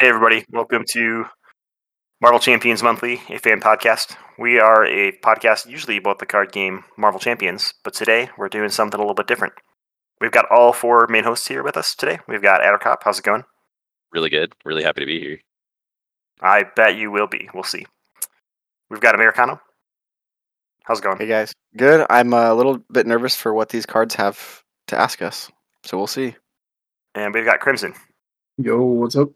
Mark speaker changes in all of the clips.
Speaker 1: everybody. Welcome to Marvel Champions Monthly, a fan podcast. We are a podcast usually about the card game Marvel Champions, but today we're doing something a little bit different. We've got all four main hosts here with us today. We've got Addercop. How's it going?
Speaker 2: Really good. Really happy to be here.
Speaker 1: I bet you will be. We'll see. We've got Americano. How's it
Speaker 3: Hey
Speaker 1: going?
Speaker 3: guys, good. I'm a little bit nervous for what these cards have to ask us, so we'll see.
Speaker 1: And we've got Crimson.
Speaker 4: Yo, what's up?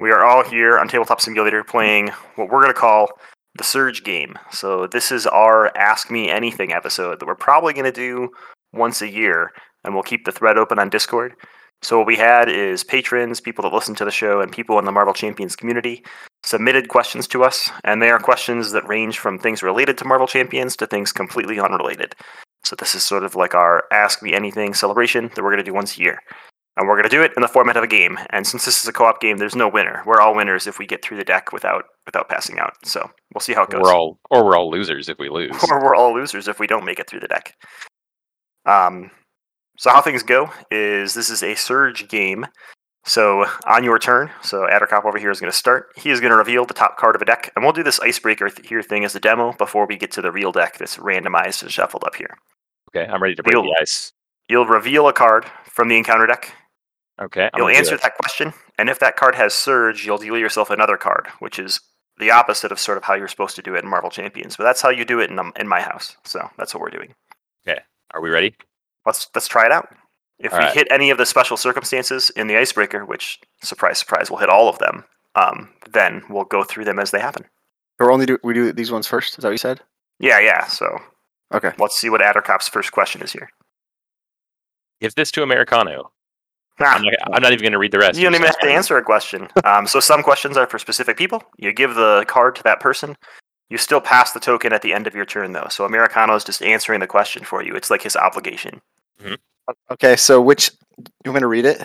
Speaker 1: We are all here on Tabletop Simulator playing what we're going to call the Surge game. So, this is our Ask Me Anything episode that we're probably going to do once a year, and we'll keep the thread open on Discord. So, what we had is patrons, people that listen to the show, and people in the Marvel Champions community submitted questions to us, and they are questions that range from things related to Marvel Champions to things completely unrelated. So, this is sort of like our Ask Me Anything celebration that we're going to do once a year. And we're going to do it in the format of a game. And since this is a co-op game, there's no winner. We're all winners if we get through the deck without without passing out. So we'll see how it goes.
Speaker 2: We're all or we're all losers if we lose.
Speaker 1: or we're all losers if we don't make it through the deck. Um, so how things go is this is a surge game. So on your turn, so Addercop over here is going to start. He is going to reveal the top card of a deck, and we'll do this icebreaker th- here thing as a demo before we get to the real deck that's randomized and shuffled up here.
Speaker 2: Okay, I'm ready to break
Speaker 1: We'll-
Speaker 2: the ice.
Speaker 1: You'll reveal a card from the encounter deck,
Speaker 2: Okay, I'm
Speaker 1: You'll
Speaker 2: gonna do
Speaker 1: answer
Speaker 2: it.
Speaker 1: that question, and if that card has Surge, you'll deal yourself another card, which is the opposite of sort of how you're supposed to do it in Marvel Champions. But that's how you do it in, um, in my house. So that's what we're doing.
Speaker 2: Are we ready?
Speaker 1: Let's let's try it out. If
Speaker 2: All
Speaker 1: we
Speaker 2: right.
Speaker 1: hit any of the special circumstances in the icebreaker, which surprise surprise, we'll hit all of them. Um, then we'll go through them as they happen.
Speaker 3: Or only do we do these ones first? Is that what you said?
Speaker 1: Yeah, yeah. So
Speaker 3: Okay.
Speaker 1: let's see what Addercop's first question is here.
Speaker 2: Give this to Americano.
Speaker 1: Ah,
Speaker 2: I'm not, I'm not even going to read the rest.
Speaker 1: You don't
Speaker 2: I'm
Speaker 1: even
Speaker 2: just
Speaker 1: have to
Speaker 2: gonna-
Speaker 1: answer a question. Um, so some questions are for specific people. You give the card to that person. You still pass the token at the end of your turn, though. So Americano is just answering the question for you. It's like his obligation.
Speaker 3: Okay, so which you want me to read it?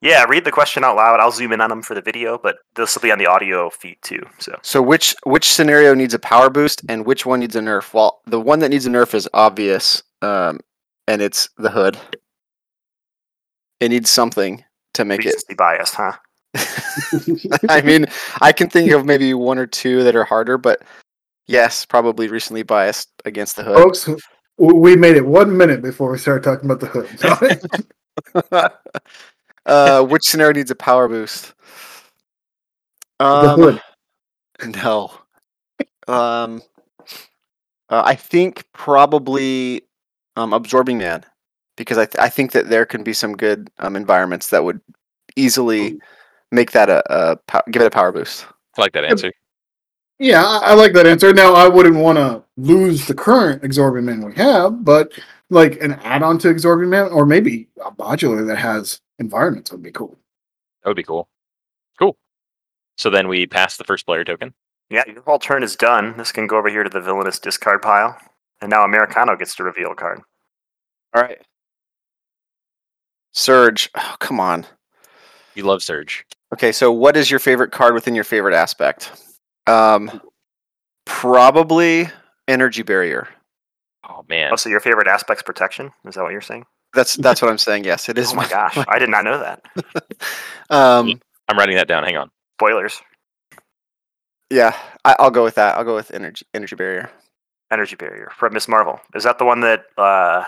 Speaker 1: Yeah, read the question out loud. I'll zoom in on him for the video, but this will be on the audio feed too. So
Speaker 3: So which which scenario needs a power boost and which one needs a nerf? Well, the one that needs a nerf is obvious, um, and it's the hood. It needs something to make it.
Speaker 1: recency biased, huh?
Speaker 3: I mean, I can think of maybe one or two that are harder, but yes, probably recently biased against the hood.
Speaker 4: folks, w- we made it one minute before we started talking about the hood.
Speaker 3: uh, which scenario needs a power boost?
Speaker 4: the
Speaker 3: Um,
Speaker 4: hood.
Speaker 3: No. Um, uh, I think probably um, absorbing man because I th- I think that there can be some good um, environments that would easily make that a, a pow- give it a power boost.
Speaker 2: I like that answer.
Speaker 4: Yeah, I, I like that answer. Now, I wouldn't want to lose the current Exorbium Man we have, but like an add-on to Exorbium Man, or maybe a modular that has environments would be cool.
Speaker 2: That would be cool. Cool. So then we pass the first player token.
Speaker 1: Yeah, your whole turn is done. This can go over here to the villainous discard pile, and now Americano gets to reveal a card.
Speaker 3: All right. Surge. Oh, come on.
Speaker 2: You love Surge.
Speaker 3: Okay, so what is your favorite card within your favorite aspect? Um, probably energy barrier.
Speaker 2: Oh man,
Speaker 1: Oh, so your favorite aspect's protection? Is that what you're saying?
Speaker 3: That's that's what I'm saying. Yes, it is.
Speaker 1: Oh my gosh, I did not know that.
Speaker 3: Um,
Speaker 2: I'm writing that down. Hang on.
Speaker 1: Spoilers.
Speaker 3: yeah, I, I'll go with that. I'll go with energy energy barrier.
Speaker 1: energy barrier from Miss Marvel. Is that the one that uh,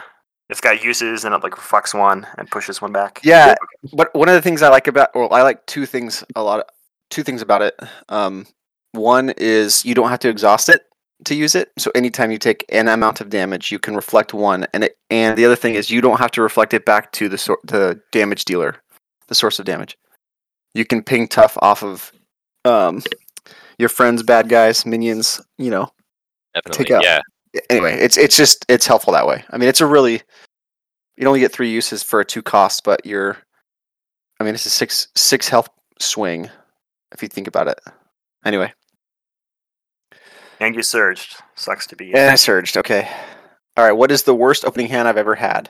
Speaker 1: this guy uses and it like reflects one and pushes one back?
Speaker 3: Yeah, but one of the things I like about, well, I like two things a lot. two things about it. Um, one is you don't have to exhaust it to use it. So anytime you take an amount of damage, you can reflect one, and it, and the other thing is you don't have to reflect it back to the sor- the damage dealer, the source of damage. You can ping tough off of um, your friends, bad guys, minions. You know,
Speaker 2: Definitely.
Speaker 3: out.
Speaker 2: Yeah.
Speaker 3: anyway, it's it's just it's helpful that way. I mean, it's a really you only get three uses for a two cost, but you're I mean, it's a six six health swing if you think about it. Anyway,
Speaker 1: And you surged. Sucks to be you.
Speaker 3: and I surged. Okay, all right. What is the worst opening hand I've ever had?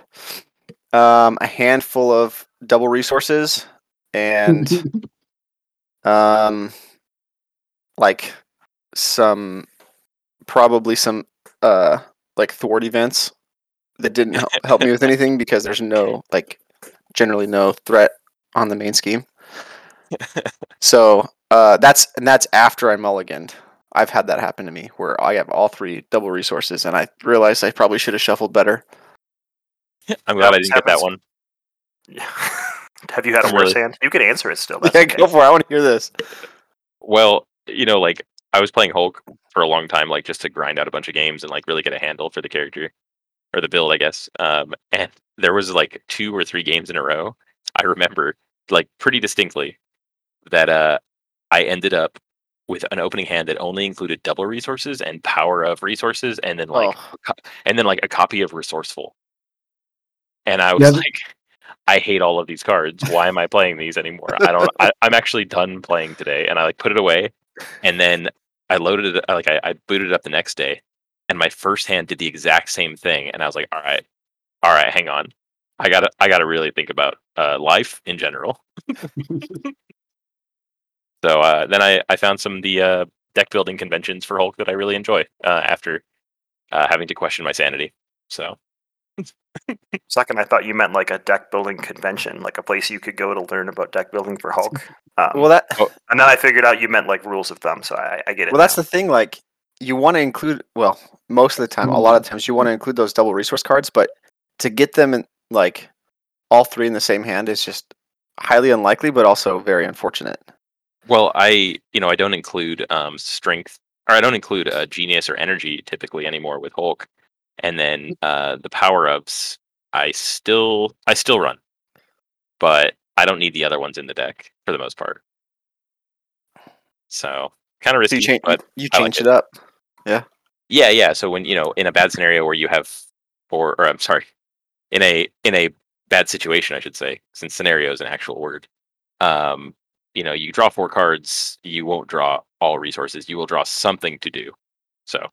Speaker 3: Um, a handful of double resources and um like some probably some uh like thwart events that didn't help, help me with anything because there's no like generally no threat on the main scheme so uh, that's and that's after I mulliganed. I've had that happen to me where I have all three double resources, and I realized I probably should have shuffled better.
Speaker 2: I'm glad I
Speaker 1: always
Speaker 2: didn't get that
Speaker 1: happens.
Speaker 2: one.
Speaker 1: Have you had a
Speaker 2: Really?
Speaker 1: worse hand? You can answer it still. That's
Speaker 3: yeah,
Speaker 1: okay.
Speaker 3: go for it. I want to hear this.
Speaker 2: Well, you know, like I was playing Hulk for a long time, like just to grind out a bunch of games and like really get a handle for the character or the build, I guess. Um, and there was like two or three games in a row. I remember like pretty distinctly that uh, I ended up with an opening hand that only included double resources and power of resources, and then like
Speaker 3: oh,
Speaker 2: and then like a copy of Resourceful. And I was
Speaker 4: Yeah, th-
Speaker 2: like, I hate all of these cards. Why am I playing these anymore? I don't. I, I'm actually done playing today. And I like put it away, and then I loaded it. Like I, I booted it up the next day, and my first hand did the exact same thing. And I was like, all right, all right, hang on. I gotta, I gotta really think about uh, life in general. so uh, then I, I found some of the uh, deck building conventions for Hulk that I really enjoy uh, after uh, having to question my sanity. So
Speaker 1: Second, I thought you meant like a deck building convention, like a place you could go to learn about deck building for Hulk. Um,
Speaker 3: well, that
Speaker 2: Oh,
Speaker 1: and then I figured out you meant like rules of thumb, so I, I get it.
Speaker 3: well, that's
Speaker 1: now.
Speaker 3: the thing. Like, you want to include. Well, most of the time, a lot of
Speaker 2: Mm.
Speaker 3: times, you want to include those double resource cards, but to get them in like all three in the same hand is just highly unlikely, but also very unfortunate.
Speaker 2: Well, I you know I don't include um, strength or I don't include uh, genius or energy typically anymore with Hulk, and then uh, the power ups I still I still run, but I don't need the other ones in the deck for the most part. So kind of risky,
Speaker 3: So you change,
Speaker 2: but
Speaker 3: you
Speaker 2: I like
Speaker 3: change
Speaker 2: it.
Speaker 3: it up.
Speaker 2: yeah, yeah. So when you know in a bad scenario where you have four or I'm sorry, in a in a bad situation I should say since scenario is an actual word. Um, you know, you draw four cards, you won't draw all resources. You will draw something to do. So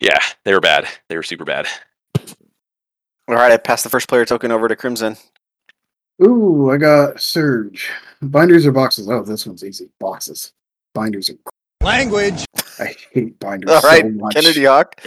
Speaker 2: yeah, they were bad. They were super bad.
Speaker 3: All right, I pass the first player token over to Crimson.
Speaker 4: Ooh, I got Surge. Binders or boxes? Oh, this one's easy. Boxes. Binders are.
Speaker 5: Language.
Speaker 4: I hate binders
Speaker 3: All right,
Speaker 4: so much.
Speaker 3: Kennedy Hawk.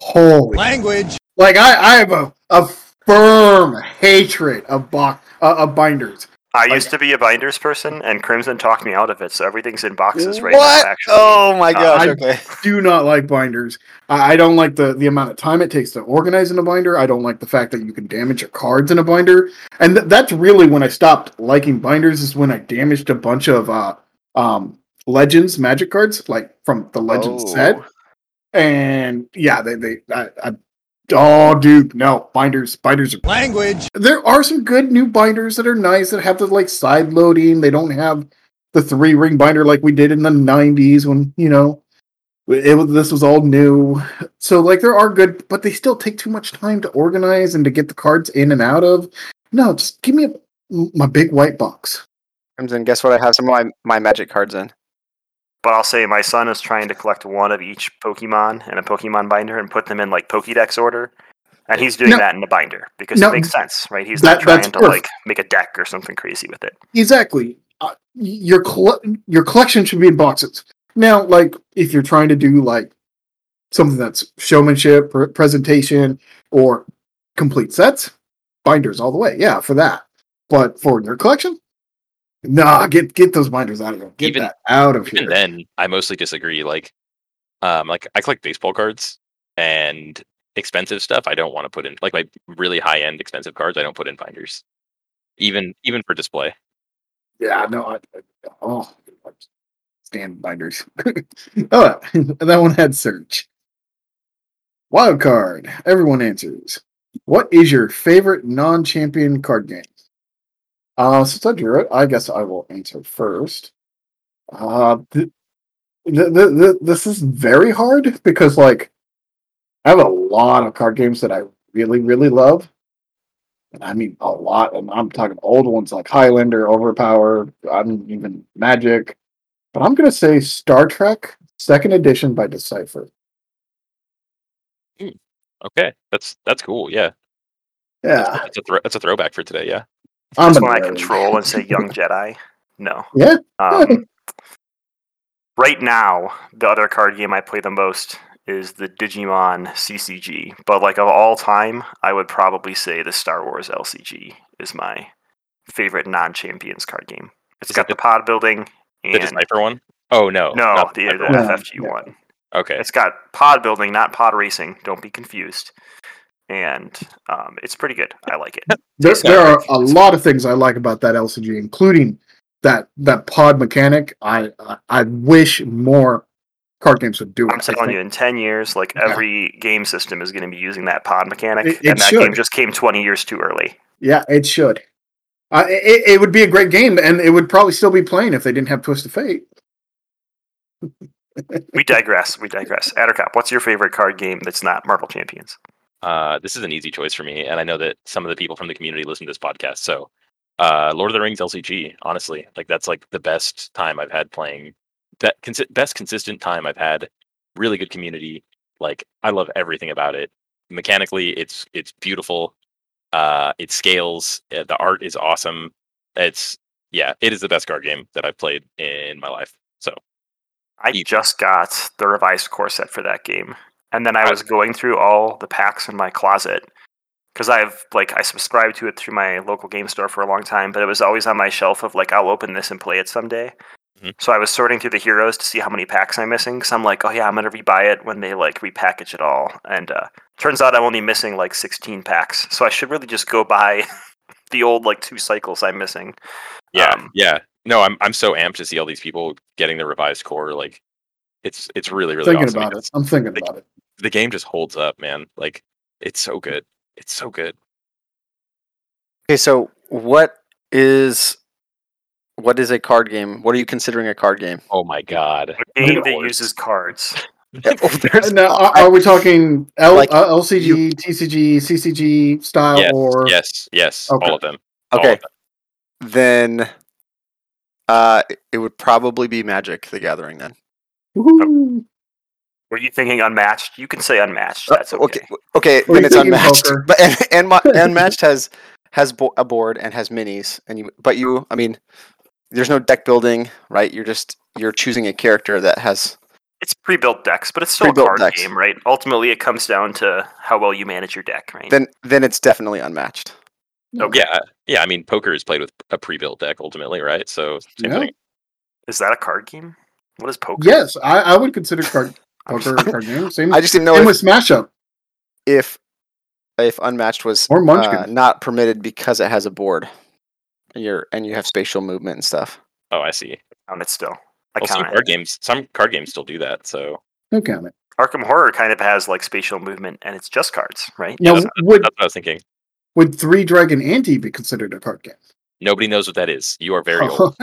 Speaker 4: Holy.
Speaker 5: Language.
Speaker 4: Like, I, I have a, a firm hatred of, box uh, of binders.
Speaker 1: I used to be a binders person, and Crimson talked me out of it, so everything's in boxes right
Speaker 3: what?
Speaker 1: now. Actually,
Speaker 3: oh
Speaker 2: Uh,
Speaker 3: my gosh!
Speaker 4: I-
Speaker 3: okay.
Speaker 4: do not like binders. I, I don't like the the amount of time it takes to organize in a binder. I don't like the fact that you can damage your cards in a binder, and th- that's really when I stopped liking binders. Is when I damaged a bunch of uh, um, legends magic cards, like from the legends set.
Speaker 3: Oh.
Speaker 4: And yeah, they they I, I oh dude, no binders binders are
Speaker 5: Language.
Speaker 4: there are some good new binders that are nice that have the like side loading. They don't have the three ring binder like we did in the '90s when you know it was this was all new. So like there are good, but they still take too much time to organize and to get the cards in and out of. No, just give me a, my big white box.
Speaker 3: Crimson, guess what? I have some of my, my magic cards in.
Speaker 1: But I'll say my son is trying to collect one of each Pokemon in a Pokemon binder and put them in like Pokédex order, and he's doing
Speaker 4: No.
Speaker 1: that in a binder because
Speaker 4: No.
Speaker 1: it makes sense, right? He's
Speaker 4: That-
Speaker 1: not trying
Speaker 4: that's
Speaker 1: to
Speaker 4: perfect.
Speaker 1: like make a deck or something crazy with it.
Speaker 4: Exactly. Uh, your colle- your collection should be in boxes. Now, like if you're trying to do like something that's showmanship, pr- presentation, or complete sets, binders all the way. Yeah, for that. But for your collection, nah, get get those binders out of here. Get
Speaker 2: Even-
Speaker 4: that out of
Speaker 2: Even
Speaker 4: here.
Speaker 2: then, I mostly disagree. Like, um, like I collect baseball cards and expensive stuff. I don't want to put in like my really high end expensive cards. I don't put in binders, even even for display.
Speaker 4: Yeah, no. I, I- oh, stand binders. oh, that one had search. Wild card. Everyone answers. What is your favorite non-champion card game? Uh, since I drew it, I guess I will answer first. Uh, th- th- th- th- this is very hard because, like, I have a lot of card games that I really, really love. And I mean, a lot. And I'm talking old ones like Highlander, Overpower, I'm even Magic. But I'm going to say Star Trek, second edition by Decipher.
Speaker 2: Okay, that's that's cool. Yeah,
Speaker 4: Yeah.
Speaker 2: that's a throw that's a throwback for today. Yeah,
Speaker 4: I'm
Speaker 1: That's
Speaker 4: a
Speaker 1: when I
Speaker 4: nerd.
Speaker 1: control and say Young Jedi. No.
Speaker 4: Yeah.
Speaker 1: Um, right now, the other card game I play the most is the Digimon CCG. But like of all time, I would probably say the Star Wars LCG is my favorite non-champions card game. It's
Speaker 2: Is
Speaker 1: got
Speaker 2: it
Speaker 1: the pod building and
Speaker 2: The Decipher one? Oh no.
Speaker 1: no,
Speaker 2: not
Speaker 1: the,
Speaker 2: Decipher
Speaker 1: the
Speaker 2: one.
Speaker 4: one.
Speaker 1: FFG
Speaker 4: No.
Speaker 1: one.
Speaker 2: Okay.
Speaker 1: It's got pod building, not pod racing. Don't be confused. And um, it's pretty good. I like it.
Speaker 4: There,
Speaker 1: It's got
Speaker 4: there are a
Speaker 1: like-
Speaker 4: lot of things I like about that LCG, including that that pod mechanic. I I, I wish more card games would do it.
Speaker 1: I'm telling you, in 10 years, like
Speaker 4: Yeah.
Speaker 1: every game system is going to be using that pod mechanic,
Speaker 4: It- it
Speaker 1: and that game
Speaker 4: should.
Speaker 1: just came 20 years too early.
Speaker 4: Yeah, it should. I, it, it would be a great game, and it would probably still be playing if they didn't have Twist of Fate.
Speaker 1: We digress. We digress. Addercop, what's your favorite card game that's not Marvel Champions?
Speaker 2: Uh, this is an easy choice for me, and I know that some of the people from the community listen to this podcast. So, uh, Lord of the Rings LCG, honestly, like that's like the best time I've had playing. That consi- best consistent time I've had. Really good community. Like I love everything about it. Mechanically, it's it's beautiful. Uh, it scales. Uh, the art is awesome. It's yeah, it is the best card game that I've played in my life. So
Speaker 1: I
Speaker 2: You-
Speaker 1: just got the revised core set for that game. And then I
Speaker 2: I-
Speaker 1: was going through all the packs in my closet because I've like I subscribed to it through my local game store for a long time, but it was always on my shelf of like I'll open this and play it someday.
Speaker 2: Mhm.
Speaker 1: So I was sorting through the heroes to see how many packs I'm missing because I'm like, oh yeah, I'm gonna rebuy it when they like repackage it all. And uh, turns out I'm only missing like 16 packs, so I should really just go buy the old like two cycles I'm missing.
Speaker 2: Yeah,
Speaker 1: Um,
Speaker 2: yeah. No, I'm I'm so amped to see all these people getting the revised core. Like, it's it's really really
Speaker 4: thinking
Speaker 2: awesome
Speaker 4: about
Speaker 2: because
Speaker 4: it. I'm thinking
Speaker 2: Like-
Speaker 4: about it.
Speaker 2: The game just holds up, man. Like, it's so good. It's so good.
Speaker 3: Okay, so what is what is a card game? What are you considering a card game?
Speaker 2: Oh my god.
Speaker 1: A game that
Speaker 2: Horse.
Speaker 1: uses cards.
Speaker 4: Now, are, are we talking L,
Speaker 3: Like,
Speaker 4: uh, LCG, TCG, CCG style,
Speaker 2: Yes,
Speaker 4: or
Speaker 2: yes, yes.
Speaker 4: Okay.
Speaker 2: All of them. All
Speaker 3: Okay,
Speaker 2: of them.
Speaker 3: then uh it would probably be Magic the Gathering then.
Speaker 4: Woohoo.
Speaker 1: Were you thinking unmatched? You can say unmatched. That's okay.
Speaker 3: Uh, okay. Okay,
Speaker 4: Or
Speaker 3: then
Speaker 4: you
Speaker 3: it's
Speaker 4: could do
Speaker 3: unmatched.
Speaker 4: poker.
Speaker 3: But and and, my, unmatched has has bo- a board and has minis and you but you I mean there's no deck building, right? You're just you're choosing a character that has
Speaker 1: It's pre-built decks, but it's still
Speaker 3: Pre-built
Speaker 1: a card
Speaker 3: decks.
Speaker 1: game, right? Ultimately, it comes down to how well you manage your deck, right?
Speaker 3: then then it's definitely unmatched.
Speaker 1: okay.
Speaker 2: Yeah, yeah. I mean, poker is played with a pre-built deck ultimately, right? So same
Speaker 4: Yeah.
Speaker 2: thing.
Speaker 1: Is that a card game? What is poker?
Speaker 4: Yes, I, I would consider card poker a card game. Same,
Speaker 3: I just didn't know
Speaker 4: same
Speaker 3: if,
Speaker 4: with Smash Up
Speaker 3: if if unmatched was
Speaker 4: or Munchkin.
Speaker 3: uh, not permitted because it has a board. And you're and you have spatial movement and stuff.
Speaker 2: Oh, I see.
Speaker 1: Count it still. I
Speaker 2: Well, some
Speaker 1: count it.
Speaker 2: card games, some card games still do that. So
Speaker 4: no comment.
Speaker 1: Arkham Horror kind of has like spatial movement, and it's just cards, right?
Speaker 4: Now,
Speaker 2: that's
Speaker 4: would
Speaker 2: that's what I was thinking.
Speaker 4: would Three Dragon Ante be considered a card game?
Speaker 2: Nobody knows what that is. You are very old.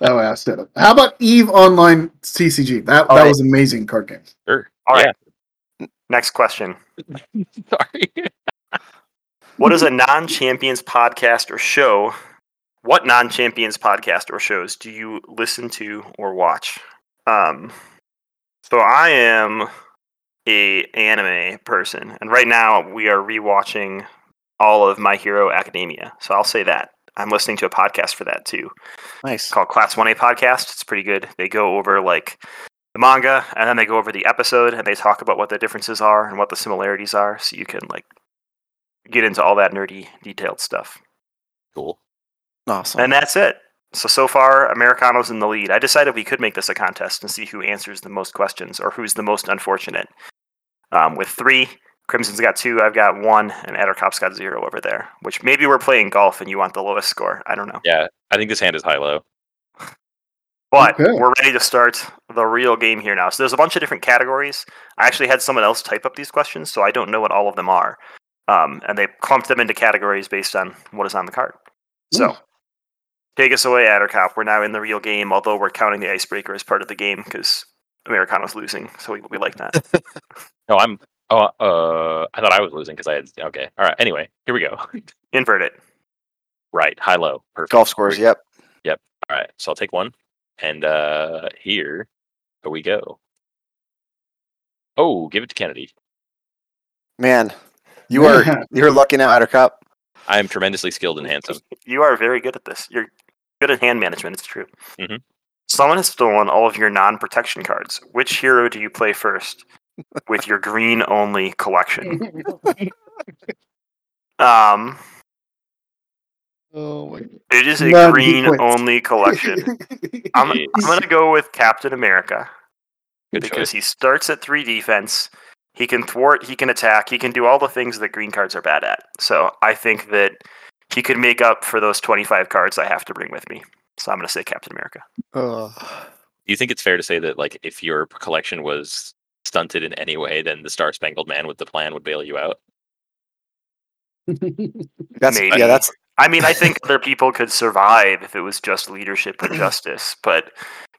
Speaker 4: oh, I said it. How about Eve Online CCG? That that
Speaker 3: Alright.
Speaker 4: was amazing card game.
Speaker 2: Sure.
Speaker 1: All right. Next question:
Speaker 2: Sorry.
Speaker 1: What is a non-champions podcast or show? What non-champions podcast or shows do you listen to or watch? Um, so I am a anime person, and right now we are rewatching all of My Hero Academia. So I'll say that I'm listening to a podcast for that too. It's
Speaker 3: Nice.
Speaker 1: called Class One A Podcast. It's pretty good. They go over like the manga, and then they go over the episode, and they talk about what the differences are and what the similarities are, so you can like get into all that nerdy, detailed stuff.
Speaker 2: Cool.
Speaker 3: Awesome.
Speaker 1: And that's it. So so far, Americano's in the lead. I decided we could make this a contest and see who answers the most questions or who's the most unfortunate. Um, with three, Crimson's got two, I've got one, and Addercop's got zero over there. Which maybe we're playing golf and you want the lowest score. I don't know.
Speaker 2: Yeah, I think this hand is high low.
Speaker 1: But
Speaker 4: Okay.
Speaker 1: we're ready to start the real game here now. So there's a bunch of different categories. I actually had someone else type up these questions, so I don't know what all of them are. Um, and they clumped them into categories based on what is on the card. So
Speaker 4: Mm.
Speaker 1: take us away, Addercop. We're now in the real game, although we're counting the icebreaker as part of the game because Americano's losing, so we, we like that.
Speaker 2: No, I'm. Oh, uh, I thought I was losing because I had. Okay, all right. Anyway, here we go.
Speaker 1: Invert it.
Speaker 2: right, high low, perfect.
Speaker 3: Golf scores, yep.
Speaker 2: All right, so I'll take one, and uh here we go. Oh, give it to Kennedy.
Speaker 3: Man, you are you're lucking out at cup.
Speaker 2: I am tremendously skilled and handsome.
Speaker 1: You are very good at this. You're good at hand management. It's true.
Speaker 2: Mhm.
Speaker 1: Someone has stolen all of your non-protection cards. Which hero do you play first with your green-only collection? Um,
Speaker 4: Oh my god.
Speaker 1: it is a
Speaker 4: None, he
Speaker 1: green
Speaker 4: quits.
Speaker 1: only collection. I'm,
Speaker 2: Yeah.
Speaker 1: I'm going to go with Captain America
Speaker 2: Good
Speaker 1: because
Speaker 2: choice.
Speaker 1: he starts at three defense. He can thwart, he can attack, he can do all the things that green cards are bad at. So I think that he could make up for those 25 cards I have to bring with me. So I'm going to say Captain America.
Speaker 2: Do you think it's fair to say that like if your p- collection was stunted in any way, then the Star Spangled Man with the plan would bail you out?
Speaker 3: That's
Speaker 1: Maybe.
Speaker 3: yeah. That's
Speaker 1: I mean, I think other people could survive if it was just leadership or justice, but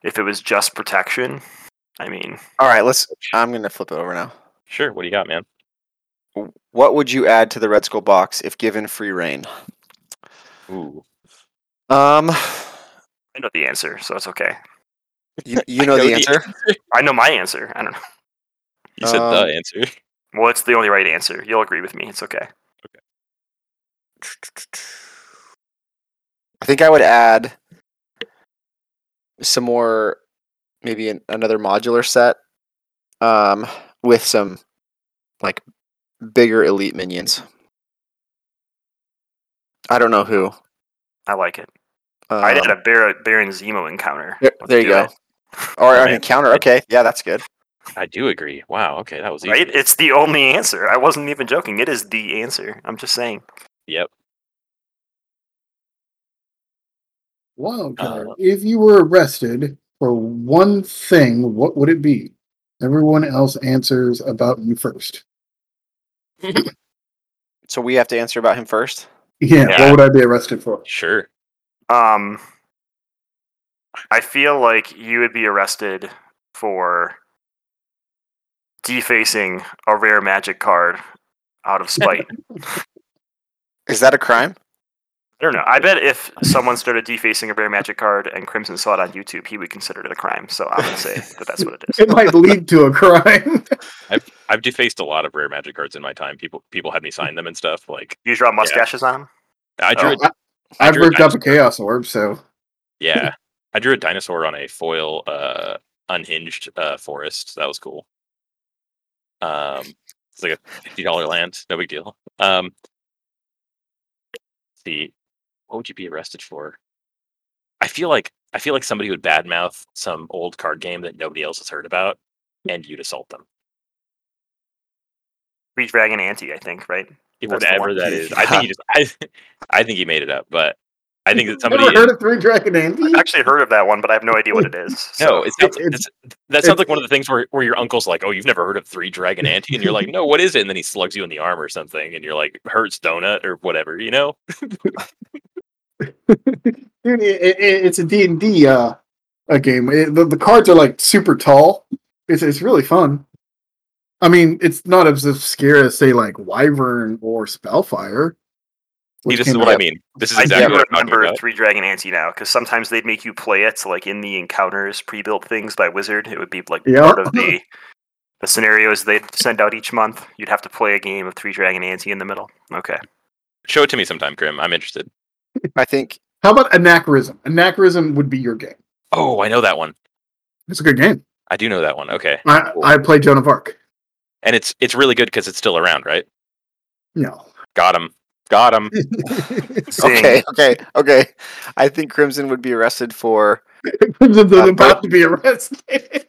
Speaker 1: if it was just protection, I mean,
Speaker 3: all right. Let's. I'm gonna flip it over now.
Speaker 2: Sure. What do you got, man?
Speaker 3: What would you add to the Red Skull box if given free reign?
Speaker 2: Ooh.
Speaker 3: Um,
Speaker 1: I know the answer, so it's okay.
Speaker 3: you,
Speaker 2: I
Speaker 3: you know, the answer.
Speaker 1: I know my answer. I don't know.
Speaker 2: You said
Speaker 3: Um,
Speaker 2: the answer.
Speaker 1: Well, it's the only right answer. You'll agree with me. It's okay.
Speaker 3: I think I would add some more, maybe an, another modular set, um, with some like bigger elite minions. I don't know who.
Speaker 1: I like it.
Speaker 3: Um,
Speaker 1: I did a Bar- Baron Zemo encounter.
Speaker 3: there,
Speaker 1: Let's
Speaker 3: there you
Speaker 1: do
Speaker 3: go.
Speaker 1: it.
Speaker 3: Or an
Speaker 2: man.
Speaker 3: encounter. Okay, yeah, that's good.
Speaker 2: I do agree. Wow. Okay, that was easy.
Speaker 1: Right? It's the only answer. I wasn't even joking. It is the answer. I'm just saying.
Speaker 2: Yep.
Speaker 4: Wild card.
Speaker 2: Uh,
Speaker 4: if you were arrested for one thing, what would it be? Everyone else answers about you first.
Speaker 3: So we have to answer about him first.
Speaker 4: Yeah,
Speaker 1: Yeah.
Speaker 4: what would I be arrested for?
Speaker 2: Sure.
Speaker 1: Um, I feel like you would be arrested for defacing a rare magic card out of spite.
Speaker 3: Is that a crime?
Speaker 1: I don't know. I bet if someone started defacing a rare magic card and Crimson saw it on YouTube, he would consider it a crime. So I'm gonna say that that's what it is.
Speaker 4: It might lead to a crime.
Speaker 2: I've defaced a lot of rare magic cards in my time. People people had me sign them and stuff. Like
Speaker 1: You draw mustaches on him.
Speaker 2: I drew. a-
Speaker 4: I,
Speaker 2: I
Speaker 4: I've
Speaker 2: drew a
Speaker 4: ripped up a
Speaker 2: dinosaur.
Speaker 4: chaos orb, so
Speaker 2: Yeah, I drew a dinosaur on a foil uh, unhinged uh, forest. That was cool. Um, it's like a fifty dollar land. No big deal. Um, let's see, what would you be arrested for? I feel like I feel like somebody would badmouth some old card game that nobody else has heard about, and you'd assault them.
Speaker 1: Three dragon ante, I think, right?
Speaker 2: Yeah,
Speaker 1: That's the
Speaker 2: whatever
Speaker 1: one.
Speaker 2: that is. I think he just I, I think he made it up, but I think that somebody
Speaker 4: never heard of three dragon ante.
Speaker 1: I've actually heard of that one, but I have no idea what it is. So
Speaker 2: no, it sounds,
Speaker 4: It- it's-
Speaker 2: that's- that sounds
Speaker 4: it's-
Speaker 2: like one of the things where, where your uncle's like, "Oh, you've never heard of three dragon ante," and you're like, "No, what is it?" And then he slugs you in the arm or something, and you're like, "Hurts donut" or whatever, you know?
Speaker 4: Dude, it, it, it's a D and D uh, a game. It, the, the cards are like super tall. It's it's really fun. I mean, it's not as obscure as say like Wyvern or Spellfire.
Speaker 2: See,
Speaker 4: which
Speaker 2: this is
Speaker 4: came
Speaker 2: what
Speaker 4: out-
Speaker 2: I mean. This is
Speaker 1: I
Speaker 2: exactly
Speaker 1: do
Speaker 2: what I'm talking
Speaker 1: remember
Speaker 2: about.
Speaker 1: Three Dragon Ante now, because sometimes they'd make you play it like in the encounters pre-built things by Wizard. It would be like
Speaker 4: Yeah.
Speaker 1: part of the the scenarios they'd send out each month. You'd have to play a game of Three Dragon Ante in the middle. Okay.
Speaker 2: Show it to me sometime, Grim. I'm interested.
Speaker 3: I think
Speaker 4: How about Anachronism? Anachronism would be your game.
Speaker 2: Oh, I know that one.
Speaker 4: It's a good game.
Speaker 2: I do know that one. Okay,
Speaker 4: I, I play Joan of Arc.
Speaker 2: and it's it's really good because it's still around, right?
Speaker 4: No.
Speaker 2: Got him. Got him.
Speaker 1: Uh, Zing.
Speaker 3: Okay, okay, okay. I think Crimson would be arrested for
Speaker 4: Crimson
Speaker 3: Uh,
Speaker 4: doesn't
Speaker 3: bur-
Speaker 4: have to be arrested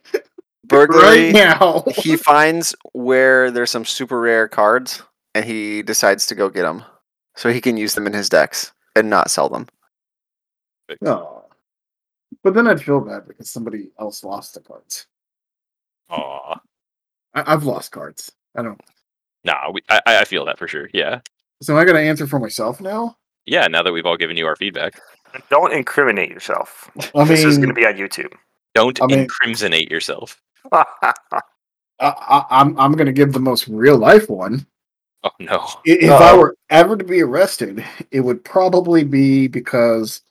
Speaker 3: burglary.
Speaker 4: right now.
Speaker 3: He finds where there's some super rare cards, and he decides to go get them, so he can use them in his decks and not sell them.
Speaker 4: No. But then I'd feel bad because somebody else lost the cards.
Speaker 2: Aw.
Speaker 4: I, I've lost cards. I don't.
Speaker 2: Nah, we, I, I feel that for sure. Yeah.
Speaker 4: So I got to answer for myself now.
Speaker 2: Yeah, now that we've all given you our feedback,
Speaker 1: Don't incriminate yourself.
Speaker 4: I mean,
Speaker 1: this is going to be on YouTube.
Speaker 2: don't
Speaker 4: I mean-
Speaker 2: incrimsinate yourself.
Speaker 4: I, I, I'm I'm going to give the most real life one.
Speaker 2: Oh, no.
Speaker 4: I- If I
Speaker 3: Uh-oh.
Speaker 4: were ever to be arrested, it would probably be because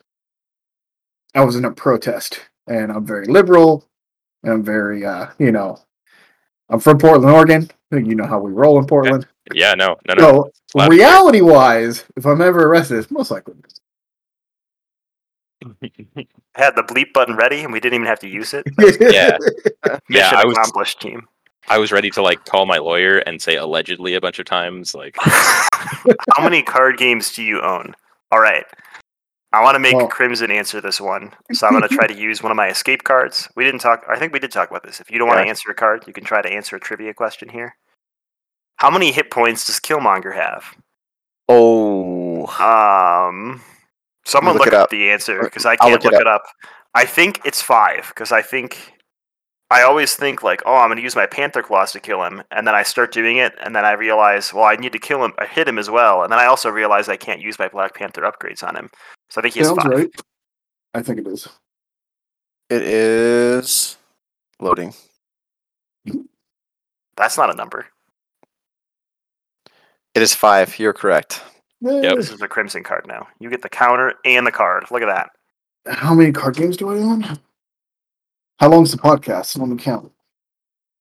Speaker 4: I was in a protest, and I'm very liberal, and I'm very, uh, you know, I'm from Portland, Oregon. You know how we roll in Portland.
Speaker 2: Yeah, no, no, no.
Speaker 4: So
Speaker 2: Slap it.
Speaker 4: reality wise, if I'm ever arrested, it's most likely. this.
Speaker 1: had the bleep button ready, and we didn't even have to use it.
Speaker 2: Yeah.
Speaker 1: Mission
Speaker 2: yeah, I was
Speaker 1: accomplished, team.
Speaker 2: I was ready to like call my lawyer and say allegedly a bunch of times. Like, "Oh
Speaker 1: How many card games do you own? All right. I want to make
Speaker 4: Well-
Speaker 1: Crimson answer this one, so I'm going to try to use one of my escape cards. We didn't talk. I think we did talk about this. If you don't want
Speaker 2: Yeah.
Speaker 1: to answer a card, you can try to answer a trivia question here. How many hit points does Killmonger have?
Speaker 3: Oh,
Speaker 1: Um, someone
Speaker 3: look
Speaker 1: look,
Speaker 3: it
Speaker 1: up
Speaker 3: up.
Speaker 1: the answer
Speaker 3: Or-
Speaker 1: because I
Speaker 3: I'll
Speaker 1: can't
Speaker 3: look
Speaker 1: look,
Speaker 3: it
Speaker 1: it, up. I think it's five because I think I always think like, oh, I'm going to use my panther claws to kill him, and then I start doing it, and then I realize, well, I need to kill him. I hit him as well, and then I also realize I can't use my black panther upgrades on him. So I think he has
Speaker 4: Sounds
Speaker 1: five.
Speaker 4: right. I think it is.
Speaker 3: it is loading.
Speaker 1: That's not a number.
Speaker 3: It is five. You're correct.
Speaker 2: Yep.
Speaker 1: This is a crimson card now. You get the counter and the card. Look at that.
Speaker 4: Eh, How many card games do I own? How long's the podcast? Let me count.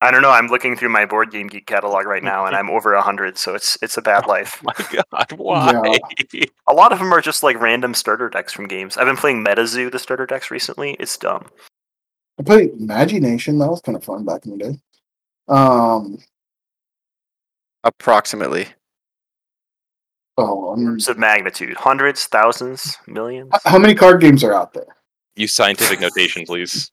Speaker 1: I don't know. I'm looking through my board game geek catalog right now, and I'm over hundred. So it's it's a bad life.
Speaker 2: my God, why?
Speaker 1: A lot of them are just like random starter decks from games. I've been playing MetaZoo, the starter decks recently. It's dumb.
Speaker 4: I played Imagination. That was kind of fun back in the day. Um.
Speaker 3: Approximately.
Speaker 4: Oh, I'm,
Speaker 1: Orders of magnitude, hundreds, thousands, millions.
Speaker 4: h- how many card games are out there?
Speaker 2: Use scientific notation, please.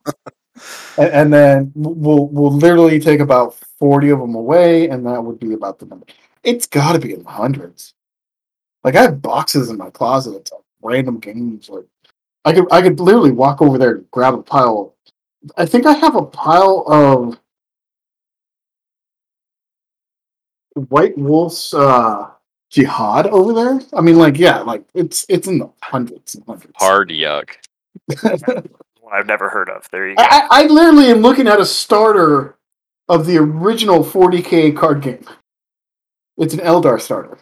Speaker 4: And, and then we'll we'll literally take about forty of them away, and that would be about the number. It's got to be in the hundreds. Like I have boxes in my closet of random games. Like I could I could literally walk over there and grab a pile. Of, I think I have a pile of White Wolf's uh, Jihad over there. I mean, like yeah, like it's it's in the hundreds and hundreds.
Speaker 2: Hard yuck.
Speaker 1: One I've never heard of. There you go.
Speaker 4: I, I I literally am looking at a starter of the original 40k card game. It's an Eldar starter.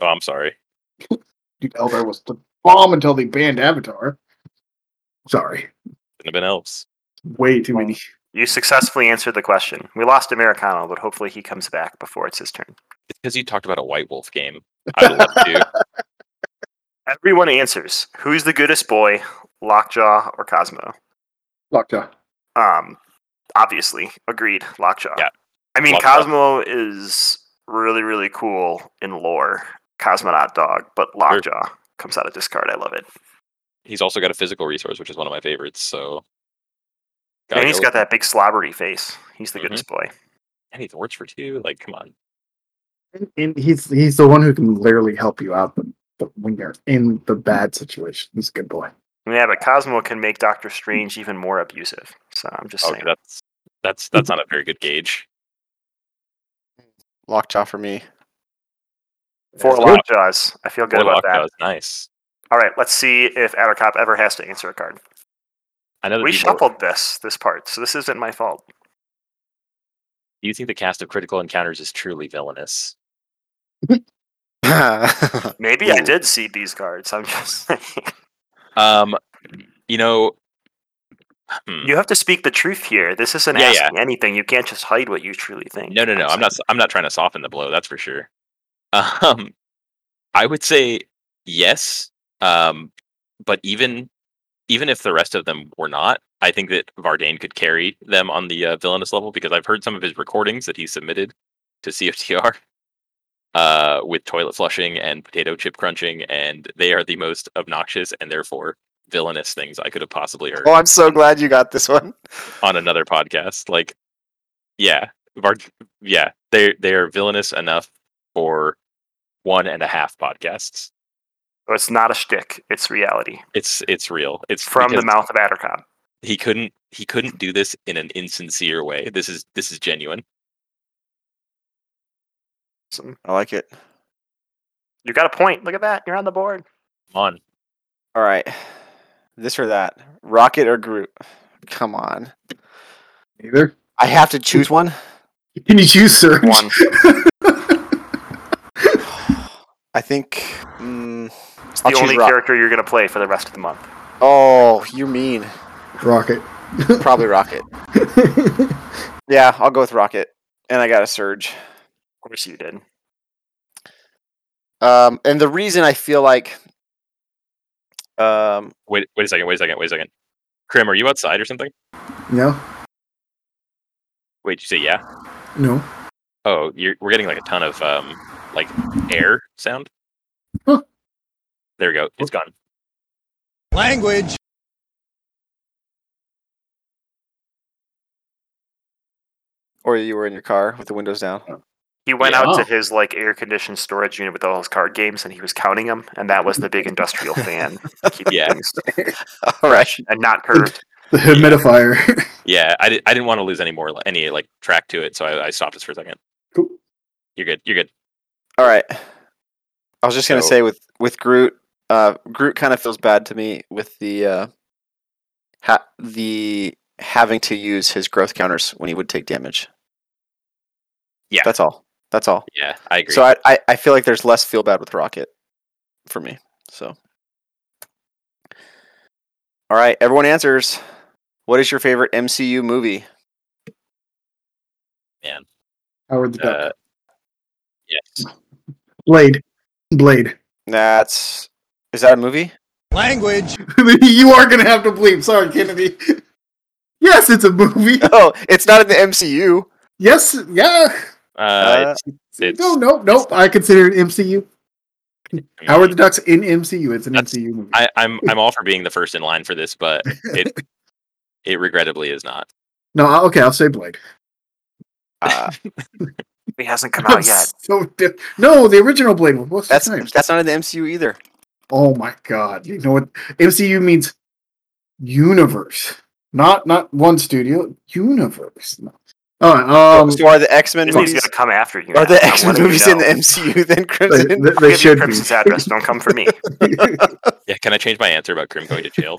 Speaker 2: Oh, I'm sorry.
Speaker 4: Dude, Eldar was the bomb until they banned Avatar. Sorry,
Speaker 2: Couldn't have been else.
Speaker 4: way too many.
Speaker 1: You successfully answered the question. We lost Americano, but hopefully he comes back before it's his turn.
Speaker 2: It's because you talked about a White Wolf game. I would love to.
Speaker 1: Everyone answers. Who's the goodest boy, Lockjaw or Cosmo?
Speaker 4: Locked up.
Speaker 1: Um, obviously, agreed. Lockjaw.
Speaker 2: Yeah.
Speaker 1: I mean,
Speaker 2: Lockjaw.
Speaker 1: Cosmo is really, really cool in lore. Cosmonaut dog, but Lockjaw comes out of discard. I love it.
Speaker 2: He's also got a physical resource, which is one of my favorites. So, Gotta
Speaker 1: and he's
Speaker 2: go
Speaker 1: got
Speaker 2: with-
Speaker 1: that big slobbery face. He's the
Speaker 2: Mhm.
Speaker 1: goodest boy.
Speaker 2: And he works for two. Like, come on.
Speaker 4: And, and he's he's the one who can literally help you out the, the, when you're in the bad situation. He's a good boy.
Speaker 1: Yeah, but Cosmo can make Doctor Strange even more abusive. So I'm just
Speaker 2: Okay,
Speaker 1: saying.
Speaker 2: that's that's that's not a very good gauge.
Speaker 3: Lockjaw for me.
Speaker 1: Four
Speaker 2: Four
Speaker 1: lockjaws. I feel good
Speaker 2: Warlock
Speaker 1: about that.
Speaker 2: was nice.
Speaker 1: All right, let's see if Addercop ever has to answer a card.
Speaker 2: I know that
Speaker 1: We
Speaker 2: people-
Speaker 1: shuffled this this part, so this isn't my fault.
Speaker 2: Do you think the cast of Critical Encounters is truly villainous?
Speaker 1: Maybe I
Speaker 3: Ooh.
Speaker 1: did see these cards. I'm just saying.
Speaker 2: Hmm. Um, you know, hmm.
Speaker 1: You have to speak the truth here. This isn't
Speaker 2: Yeah,
Speaker 1: asking anything. You can't just hide what you truly think.
Speaker 2: no, no, no. I'm not. s- I'm not trying to soften the blow. That's for sure. Um, I would say yes. Um, but even even if the rest of them were not, I think that Vardain could carry them on the uh, villainous level because I've heard some of his recordings that he submitted to CFTR uh, with toilet flushing and potato chip crunching, and they are the most obnoxious and therefore villainous things I could have possibly heard
Speaker 3: oh, I'm so glad you got this one.
Speaker 2: on another podcast. Like, yeah, Var- yeah, they they are villainous enough for one and a half podcasts.
Speaker 1: So it's not a shtick. It's reality
Speaker 2: It's it's real. It's
Speaker 1: from
Speaker 2: because
Speaker 1: the mouth of Addercop.
Speaker 2: He couldn't he couldn't do this in an insincere way. This is this is genuine.
Speaker 1: Awesome.
Speaker 3: I like it.
Speaker 1: You got a point. Look at that. You're on the board.
Speaker 2: Come on,
Speaker 3: All right. This or that. Rocket or Groot? Come on.
Speaker 4: Neither.
Speaker 3: I have to choose one.
Speaker 4: Can you choose, sir?
Speaker 3: One. I think. Mm,
Speaker 1: It's the
Speaker 3: I'll choose
Speaker 1: only
Speaker 3: Rock.
Speaker 1: character you're going to play for the rest of the month.
Speaker 3: Oh, you mean
Speaker 4: Rocket.
Speaker 3: probably Rocket. Yeah, I'll go with Rocket. And I got a Surge.
Speaker 1: Of course you did.
Speaker 3: Um, and the reason I feel like, um,
Speaker 2: wait wait a second, wait a second, wait a second. Krim, are you outside or something?
Speaker 4: no.
Speaker 2: Wait, you say yeah?
Speaker 4: No.
Speaker 2: Oh, you're, we're getting like a ton of um, like air sound.
Speaker 4: Huh.
Speaker 2: There we go. It's gone.
Speaker 5: Language.
Speaker 3: Or you were in your car with the windows down.
Speaker 1: He went
Speaker 2: Yeah.
Speaker 1: out
Speaker 4: Oh.
Speaker 1: to his like air conditioned storage unit with all his card games, and he was counting them, and that was the big industrial fan. to keep
Speaker 2: Yeah.
Speaker 1: things
Speaker 3: All right.
Speaker 1: and not curved.
Speaker 4: The humidifier.
Speaker 2: Yeah, I, di- I didn't want to lose any more any like track to it, so I, I stopped this for a second.
Speaker 4: Cool.
Speaker 2: You're good. You're good.
Speaker 3: All right. I was just gonna
Speaker 2: So-
Speaker 3: say with with Groot, uh, Groot kind of feels bad to me with the uh, ha- the having to use his growth counters when he would take damage.
Speaker 2: Yeah.
Speaker 3: that's all. That's all.
Speaker 2: Yeah, I agree. Uh,
Speaker 3: So I, I I feel like there's less feel bad with Rocket for me. So. All right, everyone answers. What is your favorite MCU movie?
Speaker 4: Howard the Duck.
Speaker 2: uh, yes.
Speaker 4: Blade. Blade.
Speaker 3: That's is that a movie?
Speaker 5: Language.
Speaker 4: you are gonna have to bleep. Sorry, Kennedy. Yes, it's a movie.
Speaker 3: Oh, it's not in the MCU.
Speaker 4: Yes, yeah.
Speaker 2: Uh,
Speaker 3: Uh,
Speaker 2: it's, it's,
Speaker 4: no, nope, nope. I consider it MCU.
Speaker 2: I mean,
Speaker 4: Howard the Duck's in MCU. It's an
Speaker 2: Mm. That's-
Speaker 4: MCU movie.
Speaker 2: I, I'm I'm all for being the first in line for this, but it it regrettably is not.
Speaker 4: no, I- okay, I'll say Blade.
Speaker 3: uh,
Speaker 1: He hasn't come
Speaker 2: Ah,
Speaker 1: out yet.
Speaker 4: So di- no, the original Blade. one. What's
Speaker 3: that's
Speaker 4: his name?
Speaker 3: that's not in the MCU either.
Speaker 4: Oh my god! You know what? MCU means universe, not not one studio. Universe. No. All right. Um,
Speaker 3: so are the X Men
Speaker 1: Disney's
Speaker 3: movies?
Speaker 1: gonna come after you. now.
Speaker 3: Are the
Speaker 1: Now,
Speaker 3: X
Speaker 1: what
Speaker 3: Men
Speaker 1: do you
Speaker 3: movies in the
Speaker 1: know?
Speaker 3: MCU then,
Speaker 4: they,
Speaker 3: Crimson?
Speaker 4: they-
Speaker 1: I'll
Speaker 4: they
Speaker 1: give you
Speaker 4: should
Speaker 1: Crimson's address. Don't come for me.
Speaker 4: be.
Speaker 2: Yeah, can I change my answer about Krim going to jail?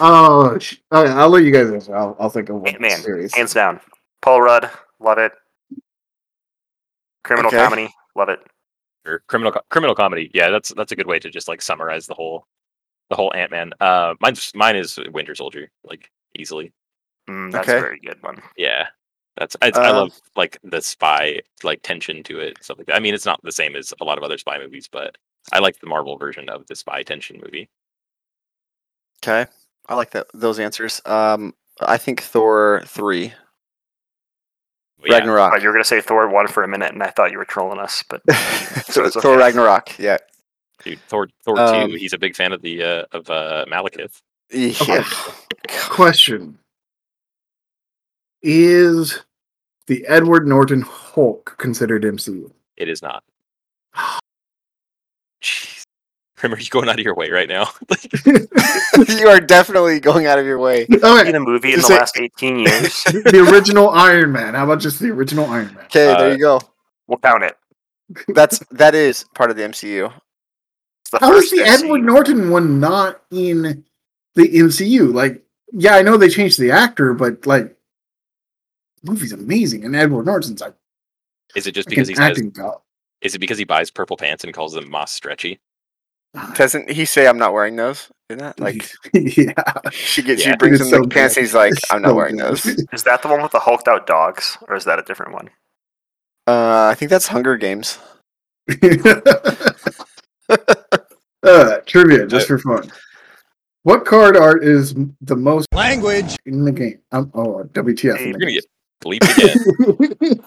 Speaker 4: oh, sh- all right, I'll let you guys answer. I'll, I'll think of one
Speaker 1: Ant-Man.
Speaker 4: series.
Speaker 1: Hands down. Paul Rudd, love it. Criminal
Speaker 3: Okay.
Speaker 1: comedy, love it.
Speaker 2: or criminal co- criminal comedy. Yeah, that's that's a good way to just like summarize the whole the whole Ant Man. Uh, mine's mine is Winter Soldier, like easily.
Speaker 1: Mm, that's
Speaker 3: Okay.
Speaker 1: a very good one.
Speaker 2: Yeah, that's I, I
Speaker 3: Um,
Speaker 2: love like the spy like tension to it, stuff like that. I mean, it's not the same as a lot of other spy movies, but I like the Marvel version of the spy tension movie.
Speaker 3: okay, I like that those answers. Um, I think Thor three
Speaker 2: But yeah,
Speaker 1: Uh,
Speaker 3: Ragnarok.
Speaker 1: you were gonna say Thor one for a minute, and I thought you were trolling us, but
Speaker 3: Thor,
Speaker 1: it's
Speaker 3: Thor
Speaker 1: okay.
Speaker 3: Ragnarok. Yeah,
Speaker 2: dude, Thor Thor
Speaker 3: Um,
Speaker 2: two. He's a big fan of the uh, of uh, Malekith.
Speaker 3: yeah.
Speaker 4: Question: Is the Edward Norton Hulk considered MCU?
Speaker 2: It is not. Jeez. Krim, are you going out of your way right now? like,
Speaker 3: you are definitely going out of your way.
Speaker 1: in
Speaker 4: Okay,
Speaker 1: a movie in
Speaker 3: Just
Speaker 1: the
Speaker 3: say-
Speaker 1: last 18 years.
Speaker 4: the original Iron Man. How about just the original Iron Man?
Speaker 3: Okay, there
Speaker 2: Uh,
Speaker 3: you go.
Speaker 1: we'll count it.
Speaker 3: That's that is part of the MCU.
Speaker 1: It's the
Speaker 4: How is
Speaker 1: first
Speaker 4: the
Speaker 1: MCU.
Speaker 4: Edward Norton one not in the MCU? Like, yeah, I know they changed the actor, but like, the movie's amazing, and Edward Norton's like
Speaker 2: is it just because
Speaker 4: an
Speaker 2: he says?
Speaker 4: acting god.
Speaker 2: Is it because he buys purple pants and calls them moss stretchy?
Speaker 3: Doesn't he say I'm not wearing those? Isn't that like
Speaker 4: yeah,
Speaker 3: she gets
Speaker 2: Yeah.
Speaker 3: she brings him
Speaker 4: It's so
Speaker 3: the pants?
Speaker 4: good.
Speaker 3: He's like I'm not
Speaker 4: So
Speaker 3: wearing
Speaker 4: good.
Speaker 3: those.
Speaker 1: Is that the one with the hulked out dogs, or is that a different one?
Speaker 3: Uh, I think that's Hunger Games.
Speaker 4: uh, trivia, just for fun. What card art is m- the most
Speaker 5: Language.
Speaker 4: in the game? Um, oh, WTF.
Speaker 1: Hey,
Speaker 4: in
Speaker 2: You're
Speaker 4: the
Speaker 2: gonna get bleeped again.
Speaker 4: game.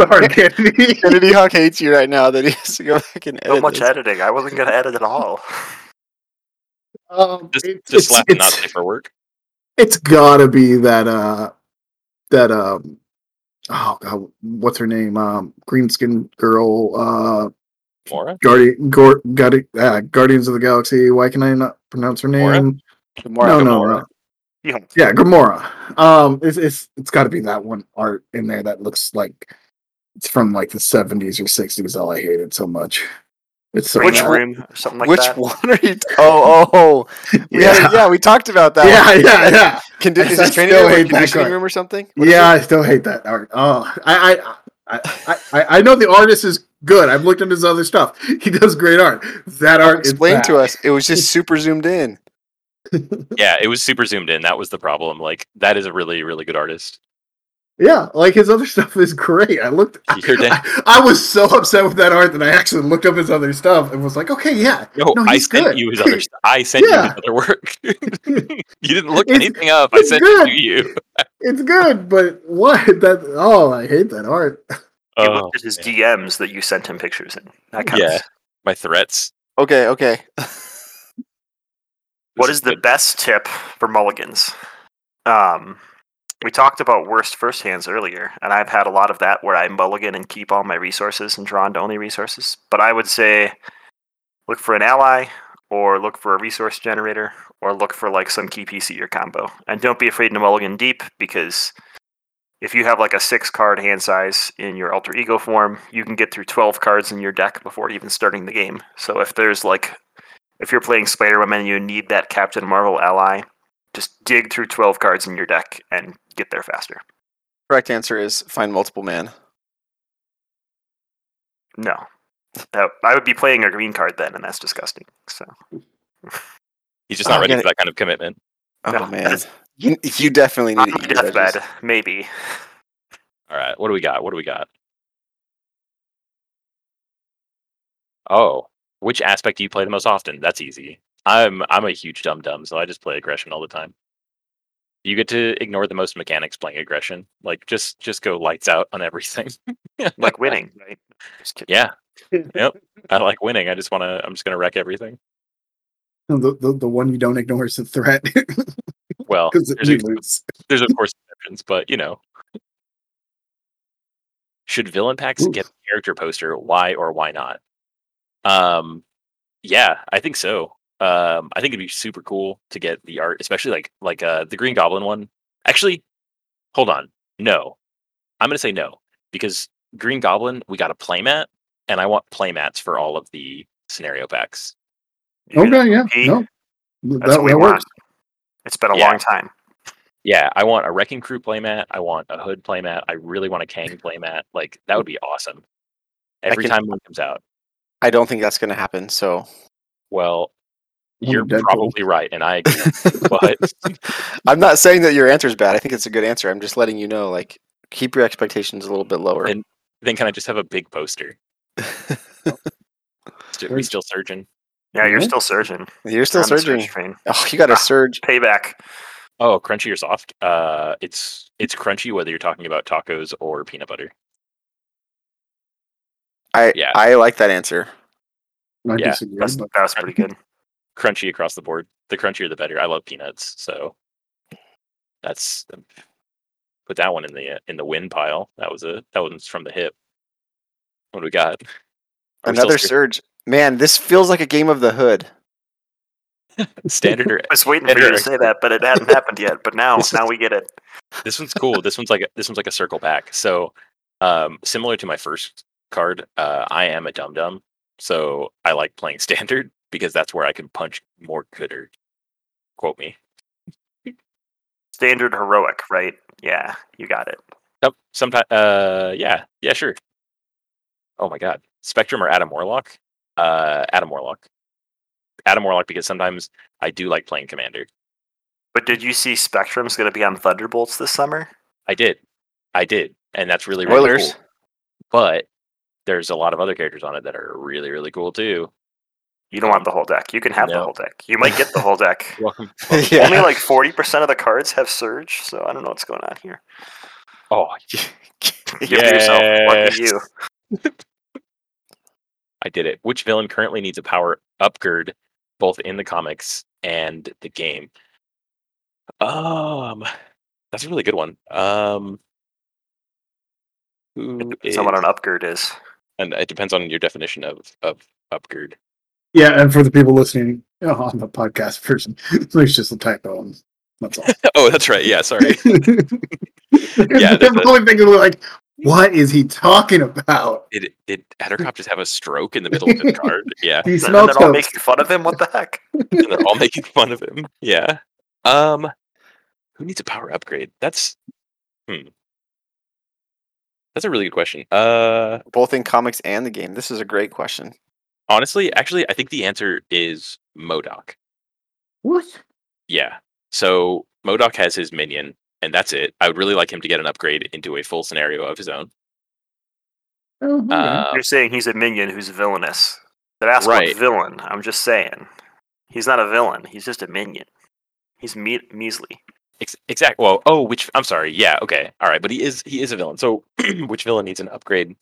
Speaker 4: Sorry, Kennedy.
Speaker 3: Kennedy Hawk hates you right now that he has to go back and edit
Speaker 1: So much
Speaker 3: this.
Speaker 1: editing. I wasn't gonna edit at all.
Speaker 4: Um,
Speaker 2: just
Speaker 4: it's-
Speaker 2: just slap
Speaker 4: it's,
Speaker 2: and not
Speaker 4: it's-
Speaker 2: say for work.
Speaker 4: it's gotta be that uh that um oh god what's her name um greenskin girl uh
Speaker 2: Mora?
Speaker 4: guardian Gor, Guardi- uh, guardians of the galaxy why can i not pronounce her
Speaker 2: Gamora?
Speaker 4: name
Speaker 3: Gamora.
Speaker 4: no no
Speaker 2: Gamora.
Speaker 4: no
Speaker 1: You know,
Speaker 4: yeah Gamora um it's it's it's got to be that one art in there that looks like it's from like the 70s or 60s all I hated so much it's so
Speaker 1: Green
Speaker 3: Which
Speaker 4: bad.
Speaker 1: room or something like
Speaker 3: Which
Speaker 1: that.
Speaker 3: one are you? oh, oh, oh. We had-
Speaker 4: yeah.
Speaker 3: yeah, we talked about that.
Speaker 4: yeah
Speaker 3: one.
Speaker 4: yeah yeah
Speaker 3: Condi-
Speaker 4: I
Speaker 3: is
Speaker 4: still
Speaker 3: it training
Speaker 4: hate
Speaker 3: room, or
Speaker 4: that
Speaker 3: conditioning
Speaker 4: guy.
Speaker 3: room or something?
Speaker 4: yeah, I still hate that art. Oh, I, I, I, I, I, I know the artist is good. I've looked at his other stuff. He does great art. That art is
Speaker 3: Explain
Speaker 4: bad.
Speaker 3: to us. It was just super zoomed in.
Speaker 2: Yeah, it was super zoomed in. That was the problem. Like that is a really, really good artist.
Speaker 4: Yeah, like his other stuff is great. I looked. I,
Speaker 2: You're dead.
Speaker 4: I was so upset with that art that I actually looked up his other stuff and was like, okay, yeah,
Speaker 2: No,
Speaker 4: No,
Speaker 2: Oh, I
Speaker 4: he's
Speaker 2: sent
Speaker 4: good.
Speaker 2: you his other. St- I sent you
Speaker 4: Yeah.
Speaker 2: his other work. you didn't look
Speaker 4: It's-
Speaker 2: anything up. I
Speaker 4: it's
Speaker 2: sent it
Speaker 4: good.
Speaker 2: to you.
Speaker 4: it's good, but what that? Oh, I hate that art.
Speaker 1: You
Speaker 2: Oh,
Speaker 1: looked at his DMs that you sent him pictures in. That counts.
Speaker 2: Yeah. my threats.
Speaker 3: Okay, okay.
Speaker 1: What
Speaker 2: This
Speaker 1: is the
Speaker 2: good.
Speaker 1: best tip for mulligans? Um, we talked about worst first hands earlier, and I've had a lot of that where I mulligan and keep all my resources and draw into only resources. But I would say look for an ally, or look for a resource generator, or look for like some key piece of your combo. And don't be afraid to mulligan deep because if you have like a six card hand size in your alter ego form, you can get through 12 cards in your deck before even starting the game. So if there's like if you're playing Spider Woman and you need that Captain Marvel ally, just dig through 12 cards in your deck and get there faster.
Speaker 3: Correct answer is find multiple man.
Speaker 1: No. That- I would be playing a green card then, and that's disgusting. So
Speaker 2: He's just not
Speaker 3: Oh,
Speaker 2: ready
Speaker 3: yeah.
Speaker 2: for that kind of commitment.
Speaker 3: Oh
Speaker 1: No,
Speaker 3: man,
Speaker 1: that's-
Speaker 3: you, you definitely
Speaker 1: on
Speaker 3: need.
Speaker 1: my
Speaker 3: to eat veggies.
Speaker 1: deathbed, maybe.
Speaker 2: All right, what do we got? What do we got? Oh, which aspect do you play the most often? That's easy. I'm I'm a huge dum dum, so I just play aggression all the time. You get to ignore the most mechanics playing aggression. Like just just go lights out on everything.
Speaker 1: Like winning, right? Just kidding.
Speaker 2: Yeah. yep. I like winning. I just want to. I'm just gonna wreck everything.
Speaker 4: The, the, the one you don't ignore is a threat because
Speaker 2: Well, there's,
Speaker 4: you
Speaker 2: ex-
Speaker 4: lose.
Speaker 2: there's of course exceptions, but you know. Should villain packs
Speaker 4: Oof.
Speaker 2: get a character poster? Why or why not? Um, yeah, I think so. Um, I think it'd be super cool to get the art, especially like like uh the Green Goblin one. Actually, hold on. No, I'm gonna say no because Green Goblin we got a playmat, and I want playmats for all of the scenario packs.
Speaker 1: You know,
Speaker 4: Okay, yeah,
Speaker 1: Pete,
Speaker 4: no,
Speaker 1: That's
Speaker 4: that,
Speaker 1: what we
Speaker 4: that
Speaker 1: want.
Speaker 4: works.
Speaker 1: It's been a
Speaker 2: Yeah.
Speaker 1: long time.
Speaker 2: Yeah, I want a Wrecking Crew playmat. I want a Hood playmat. I really want a Kang playmat. Like that would be awesome. Every
Speaker 3: can-
Speaker 2: time one comes out.
Speaker 3: I don't think that's going to happen. So
Speaker 2: Well,
Speaker 4: Only
Speaker 2: you're
Speaker 4: Deadpool.
Speaker 2: probably right, and I agree. But-
Speaker 3: I'm not saying that your answer is bad. I think it's a good answer. I'm just letting you know, like, keep your expectations a little bit lower.
Speaker 2: And- then can I just have a big poster? St- we
Speaker 4: Surge.
Speaker 2: still surgeon.
Speaker 1: Yeah, you're
Speaker 4: Mhm.
Speaker 1: still surgeon.
Speaker 3: You're still
Speaker 1: on the surge
Speaker 3: surging.
Speaker 1: train.
Speaker 3: Oh, you got
Speaker 1: Ah.
Speaker 3: to surge.
Speaker 1: Payback.
Speaker 2: Oh, crunchy or soft? Uh, it's it's crunchy whether you're talking about tacos or peanut butter.
Speaker 3: I
Speaker 2: Yeah.
Speaker 3: I like that answer.
Speaker 4: I
Speaker 2: Yeah,
Speaker 4: disagree,
Speaker 1: That's,
Speaker 4: but
Speaker 1: that was pretty good.
Speaker 2: Crunchy across the board. The crunchier the better. I love peanuts, so that's put that one in the uh, in the win pile. That was a that one's from the hip. What do we got? Are we still
Speaker 3: Another
Speaker 2: surge-
Speaker 3: surge. Man, this feels like a game of the hood.
Speaker 2: standard or
Speaker 1: I was waiting for you to
Speaker 2: Better.
Speaker 1: say that, but it hadn't happened yet. But now, now we get it.
Speaker 2: this one's cool. This one's like a, this one's like a circle back. So, um, similar to my first card, uh, I am a dum dum, so I like playing standard because that's where I can punch more gooder. Quote me.
Speaker 1: Standard heroic, right? Yeah, you got it.
Speaker 2: Sometimes, uh, yeah, yeah, sure. Oh my god, Spectrum or Adam Warlock? Uh, Adam Warlock. Adam Warlock because sometimes I do like playing Commander.
Speaker 1: But did you see Spectrum's going to be on Thunderbolts this summer?
Speaker 2: I did, I did, and that's really really
Speaker 3: Spoilers.
Speaker 2: cool. But there's a lot of other characters on it that are really really cool too.
Speaker 1: You don't want the whole deck. You can have the
Speaker 2: No.
Speaker 1: whole deck. You might get the whole deck.
Speaker 2: Welcome.
Speaker 3: yeah.
Speaker 1: Only like 40% of the cards have Surge, so I don't know what's going on here.
Speaker 2: Oh,
Speaker 1: Give it to yourself. Lucky
Speaker 2: Yes.
Speaker 1: you.
Speaker 2: I did it. Which villain currently needs a power upgrade both in the comics and the game? Um, that's a really good one. Um, who is,
Speaker 1: Someone on Upgird is.
Speaker 2: and it depends on your definition of of upgrade.
Speaker 4: yeah. And for the people listening you know, on the podcast version, there's just a typo. And that's all.
Speaker 2: Oh, that's right. Yeah, sorry.
Speaker 4: yeah,
Speaker 2: that's
Speaker 4: they're probably thinking like, what is he talking about?
Speaker 2: did did Hattercop just have a stroke in the middle of his card? Yeah,
Speaker 4: He
Speaker 1: And then
Speaker 4: smells
Speaker 1: they're all
Speaker 4: toast.
Speaker 1: making fun of him? What the heck?
Speaker 2: and they're all making fun of him. Yeah. Um, who needs a power upgrade? That's hmm. That's a really good question. Uh.
Speaker 3: Both in comics and the game. This is a great question.
Speaker 2: Honestly, actually, I think the answer is Modoc.
Speaker 4: What?
Speaker 2: Yeah. So Modoc has his minion, and that's it. I would really like him to get an upgrade into a full scenario of his own.
Speaker 4: Oh, okay.
Speaker 2: Uh,
Speaker 1: You're saying he's a minion who's villainous. They're asking
Speaker 2: Right.
Speaker 1: what villain. I'm just saying. He's not a villain. He's just a minion. He's me- measly.
Speaker 2: ex- exact. Well, oh, which I'm sorry. Yeah. Okay. All right. But he is he is a villain. So which villain needs an upgrade?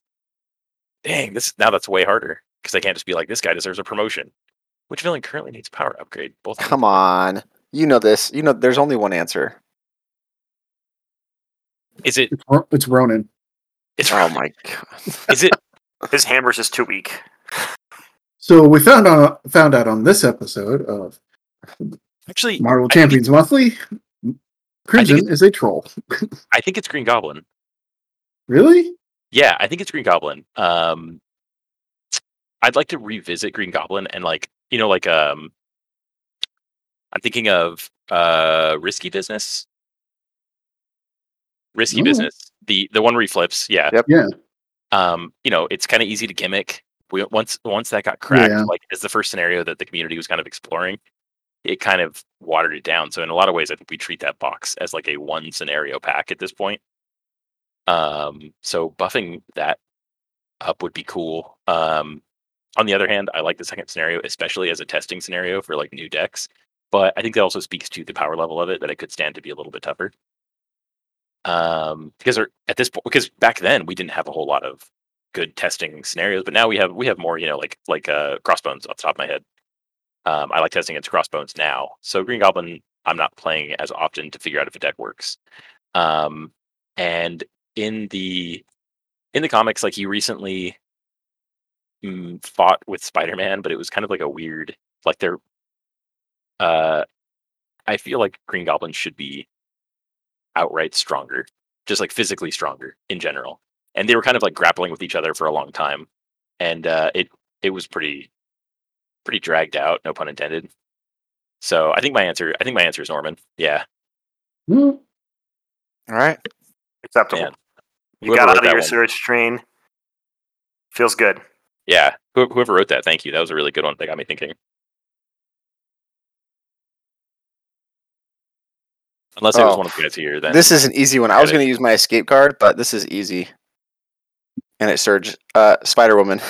Speaker 2: Dang. This now that's way harder because I can't just be like this guy deserves a promotion. Which villain currently needs power upgrade? Both. of them.
Speaker 3: Come on. You know this. You know there's only one answer.
Speaker 2: Is it?
Speaker 4: it's, Ro- it's Ronan.
Speaker 2: Is,
Speaker 3: Oh my god.
Speaker 2: is it?
Speaker 1: His hammer's just too weak.
Speaker 4: So we found out found out on this episode of
Speaker 2: Actually,
Speaker 4: Marvel
Speaker 2: I think
Speaker 4: Champions Monthly, Crimson is a troll.
Speaker 2: I think it's Green Goblin.
Speaker 4: Really?
Speaker 2: Yeah, I think it's Green Goblin. Um, I'd like to revisit Green Goblin and like you know like um, I'm thinking of uh, Risky Business. Risky
Speaker 4: Ooh.
Speaker 2: Business, the the one where he flips. Yeah.
Speaker 3: Yep.
Speaker 4: Yeah.
Speaker 2: Um, you know, it's kind of easy to gimmick. We, once once that got cracked,
Speaker 4: Yeah.
Speaker 2: like as the first scenario that the community was kind of exploring, it kind of watered it down. So in a lot of ways, I think we treat that box as like a one scenario pack at this point. Um, so buffing that up would be cool. Um, on the other hand, I like the second scenario, especially as a testing scenario for like new decks. But I think that also speaks to the power level of it that it could stand to be a little bit tougher. Um, because there- at this point, because back then we didn't have a whole lot of good testing scenarios, but now we have we have more. You know, like like uh, crossbones off the top of my head. Um, I like testing against crossbones now. So Green Goblin, I'm not playing as often to figure out if a deck works. Um, and in the in the comics, like he recently mm, fought with Spider-Man, but it was kind of like a weird, like they're. Uh, I feel like Green Goblin should be outright stronger, just like physically stronger in general. And they were kind of like grappling with each other for a long time, and uh, it it was pretty pretty dragged out, no pun intended. So I think my answer, I think my answer is Norman. Yeah,
Speaker 4: Hmm.
Speaker 3: All right.
Speaker 1: Acceptable.
Speaker 2: Man.
Speaker 1: You
Speaker 2: Whoever
Speaker 1: got
Speaker 2: wrote
Speaker 1: out of
Speaker 2: that
Speaker 1: your
Speaker 2: one.
Speaker 1: surge train. Feels good.
Speaker 2: yeah. Who- Whoever wrote that, thank you. That was a really good one. That got me thinking. Unless it was
Speaker 3: Oh.
Speaker 2: one of the guys here, then
Speaker 3: This is an easy one. I was
Speaker 2: Got it.
Speaker 3: going to use my escape card, but this is easy. And it surged. Uh, Spider Woman.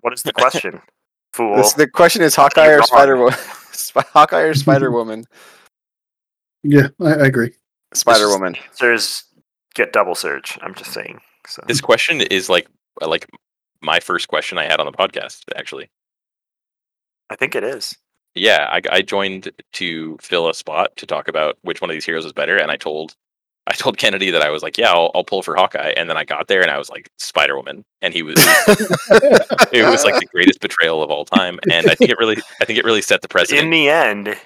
Speaker 1: What is the question? Fool.
Speaker 3: The question is Hawkeye
Speaker 1: You're
Speaker 3: or
Speaker 1: wrong.
Speaker 3: Spider Woman? Hawkeye or Spider Woman?
Speaker 4: Yeah, I, I agree.
Speaker 3: Spider Woman.
Speaker 1: Answers get double surge. I'm just saying. So
Speaker 2: this question is like like my first question I had on the podcast actually.
Speaker 1: I think it is.
Speaker 2: Yeah, I, I joined to fill a spot to talk about which one of these heroes is better, and I told I told Kennedy that I was like, yeah, I'll, I'll pull for Hawkeye, and then I got there and I was like Spider Woman, and he was it was like the greatest betrayal of all time, and I think it really I think it really set the precedent.
Speaker 1: In the end,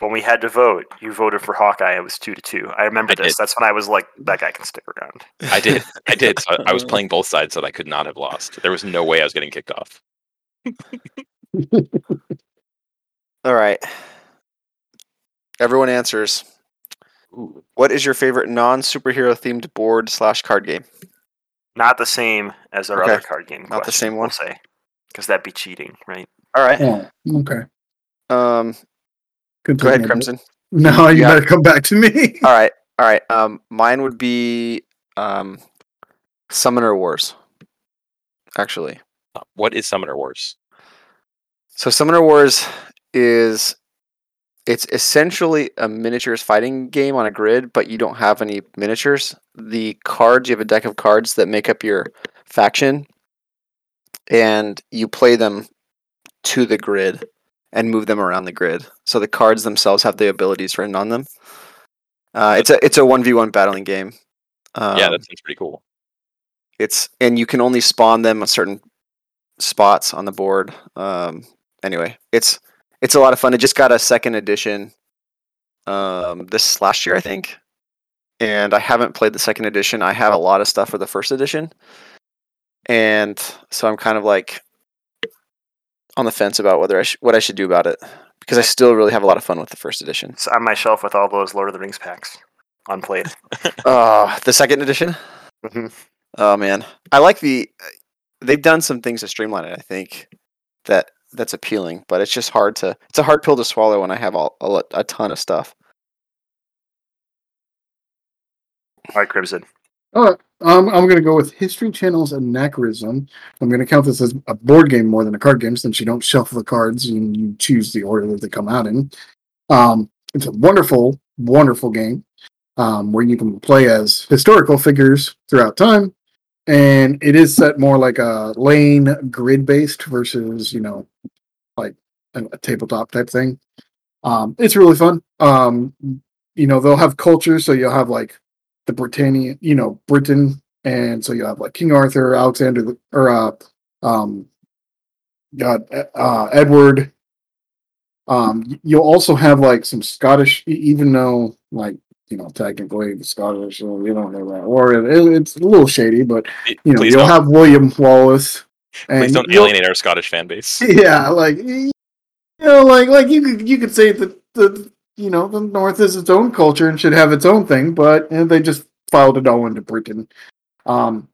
Speaker 1: when we had to vote, you voted for Hawkeye. It was two to two. I remember
Speaker 2: I
Speaker 1: this.
Speaker 2: did.
Speaker 1: That's when I was like, that guy can stick around.
Speaker 2: I did I did so I was playing both sides that I could not have lost. There was no way I was getting kicked off.
Speaker 3: All right. Everyone answers.
Speaker 2: Ooh.
Speaker 3: What is your favorite non superhero themed board slash card game?
Speaker 1: Not the same as our
Speaker 3: Okay.
Speaker 1: other card game.
Speaker 3: Not the
Speaker 1: question,
Speaker 3: same
Speaker 1: we'll
Speaker 3: one.
Speaker 1: say, because that'd be cheating, right?
Speaker 3: All right.
Speaker 4: Oh, okay.
Speaker 3: Um,
Speaker 4: Good
Speaker 3: go ahead, Crimson.
Speaker 4: No, you
Speaker 3: Yeah.
Speaker 4: better come back to me.
Speaker 3: All right. All right. Um, mine would be um, Summoner Wars, actually.
Speaker 2: Uh, What is Summoner Wars?
Speaker 3: So Summoner Wars is it's essentially a miniatures fighting game on a grid, but you don't have any miniatures. The cards you have a deck of cards that make up your faction, and you play them to the grid and move them around the grid. So the cards themselves have the abilities written on them. Uh, it's a it's a one v one battling game. Um,
Speaker 2: yeah, that seems pretty cool.
Speaker 3: it's and you can only spawn them on certain spots on the board. Um, anyway, it's it's a lot of fun. It just got a second edition um, this last year, I think. And I haven't played the second edition. I have a lot of stuff for the first edition, and so I'm kind of like on the fence about whether I sh- what I should do about it because I still really have a lot of fun with the first edition.
Speaker 1: It's on my shelf with all those Lord of the Rings packs, unplayed.
Speaker 3: Uh, the second edition.
Speaker 1: Mhm.
Speaker 3: Oh man, I like the. They've done some things to streamline it. I think that that's appealing, but it's just hard to. It's a hard pill to swallow when I have all, a, lot- a ton of stuff.
Speaker 1: All right, Crimson.
Speaker 4: Um, I'm going to go with History Channel's Anachronism. I'm going to count this as a board game more than a card game since you don't shuffle the cards and you choose the order that they come out in. Um, it's a wonderful, wonderful game um, where you can play as historical figures throughout time. And it is set more like a lane grid based versus, you know, like a, a tabletop type thing. Um, it's really fun. Um, you know, they'll have culture, so you'll have like the Britannia, you know, Britain, and so you have like King Arthur, Alexander, the- or uh, um, God, uh, Edward. Um, you'll also have like some Scottish, e- even though like you know technically the Scottish, uh, you don't know that, or it, it's a little shady, but you know
Speaker 2: please
Speaker 4: you'll
Speaker 2: don't,
Speaker 4: have William Wallace.
Speaker 2: please don't
Speaker 4: you'll-
Speaker 2: alienate our Scottish fan base.
Speaker 4: yeah, like you know, like like you could you could say that the you know the North is its own culture and should have its own thing, but you know, they just filed it all into Britain. Um,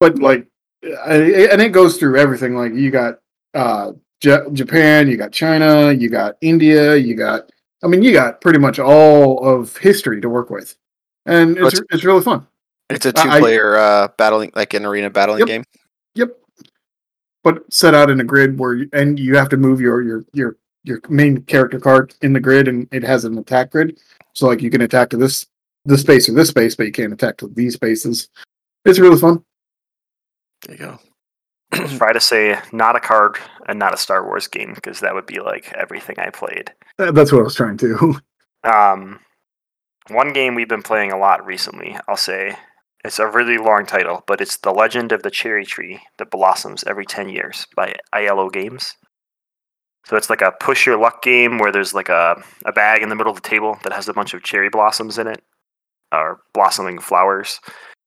Speaker 4: but like, I- I- and it goes through everything. Like you got uh Ja- Japan, you got China, you got India, you got I mean, you got pretty much all of history to work with, and it's
Speaker 3: What's-
Speaker 4: it's, really fun.
Speaker 3: It's a
Speaker 4: I- I-
Speaker 3: two-player uh, battling, like an arena battling
Speaker 4: Yep.
Speaker 3: game.
Speaker 4: Yep. But set out in a grid where you, and you have to move your your your your main character card in the grid, and it has an attack grid. So like you can attack to this this space or this space, but you can't attack to these spaces. It's really fun.
Speaker 3: There you go.
Speaker 1: Try to say not a card and not a Star Wars game because that would be like everything I played.
Speaker 4: Uh, That's what I was trying to.
Speaker 1: Um, one game we've been playing a lot recently, I'll say, it's a really long title, but it's The Legend of the Cherry Tree that Blossoms Every 10 Years by ILO Games. So it's like a push your luck game where there's like a, a bag in the middle of the table that has a bunch of cherry blossoms in it, or blossoming flowers.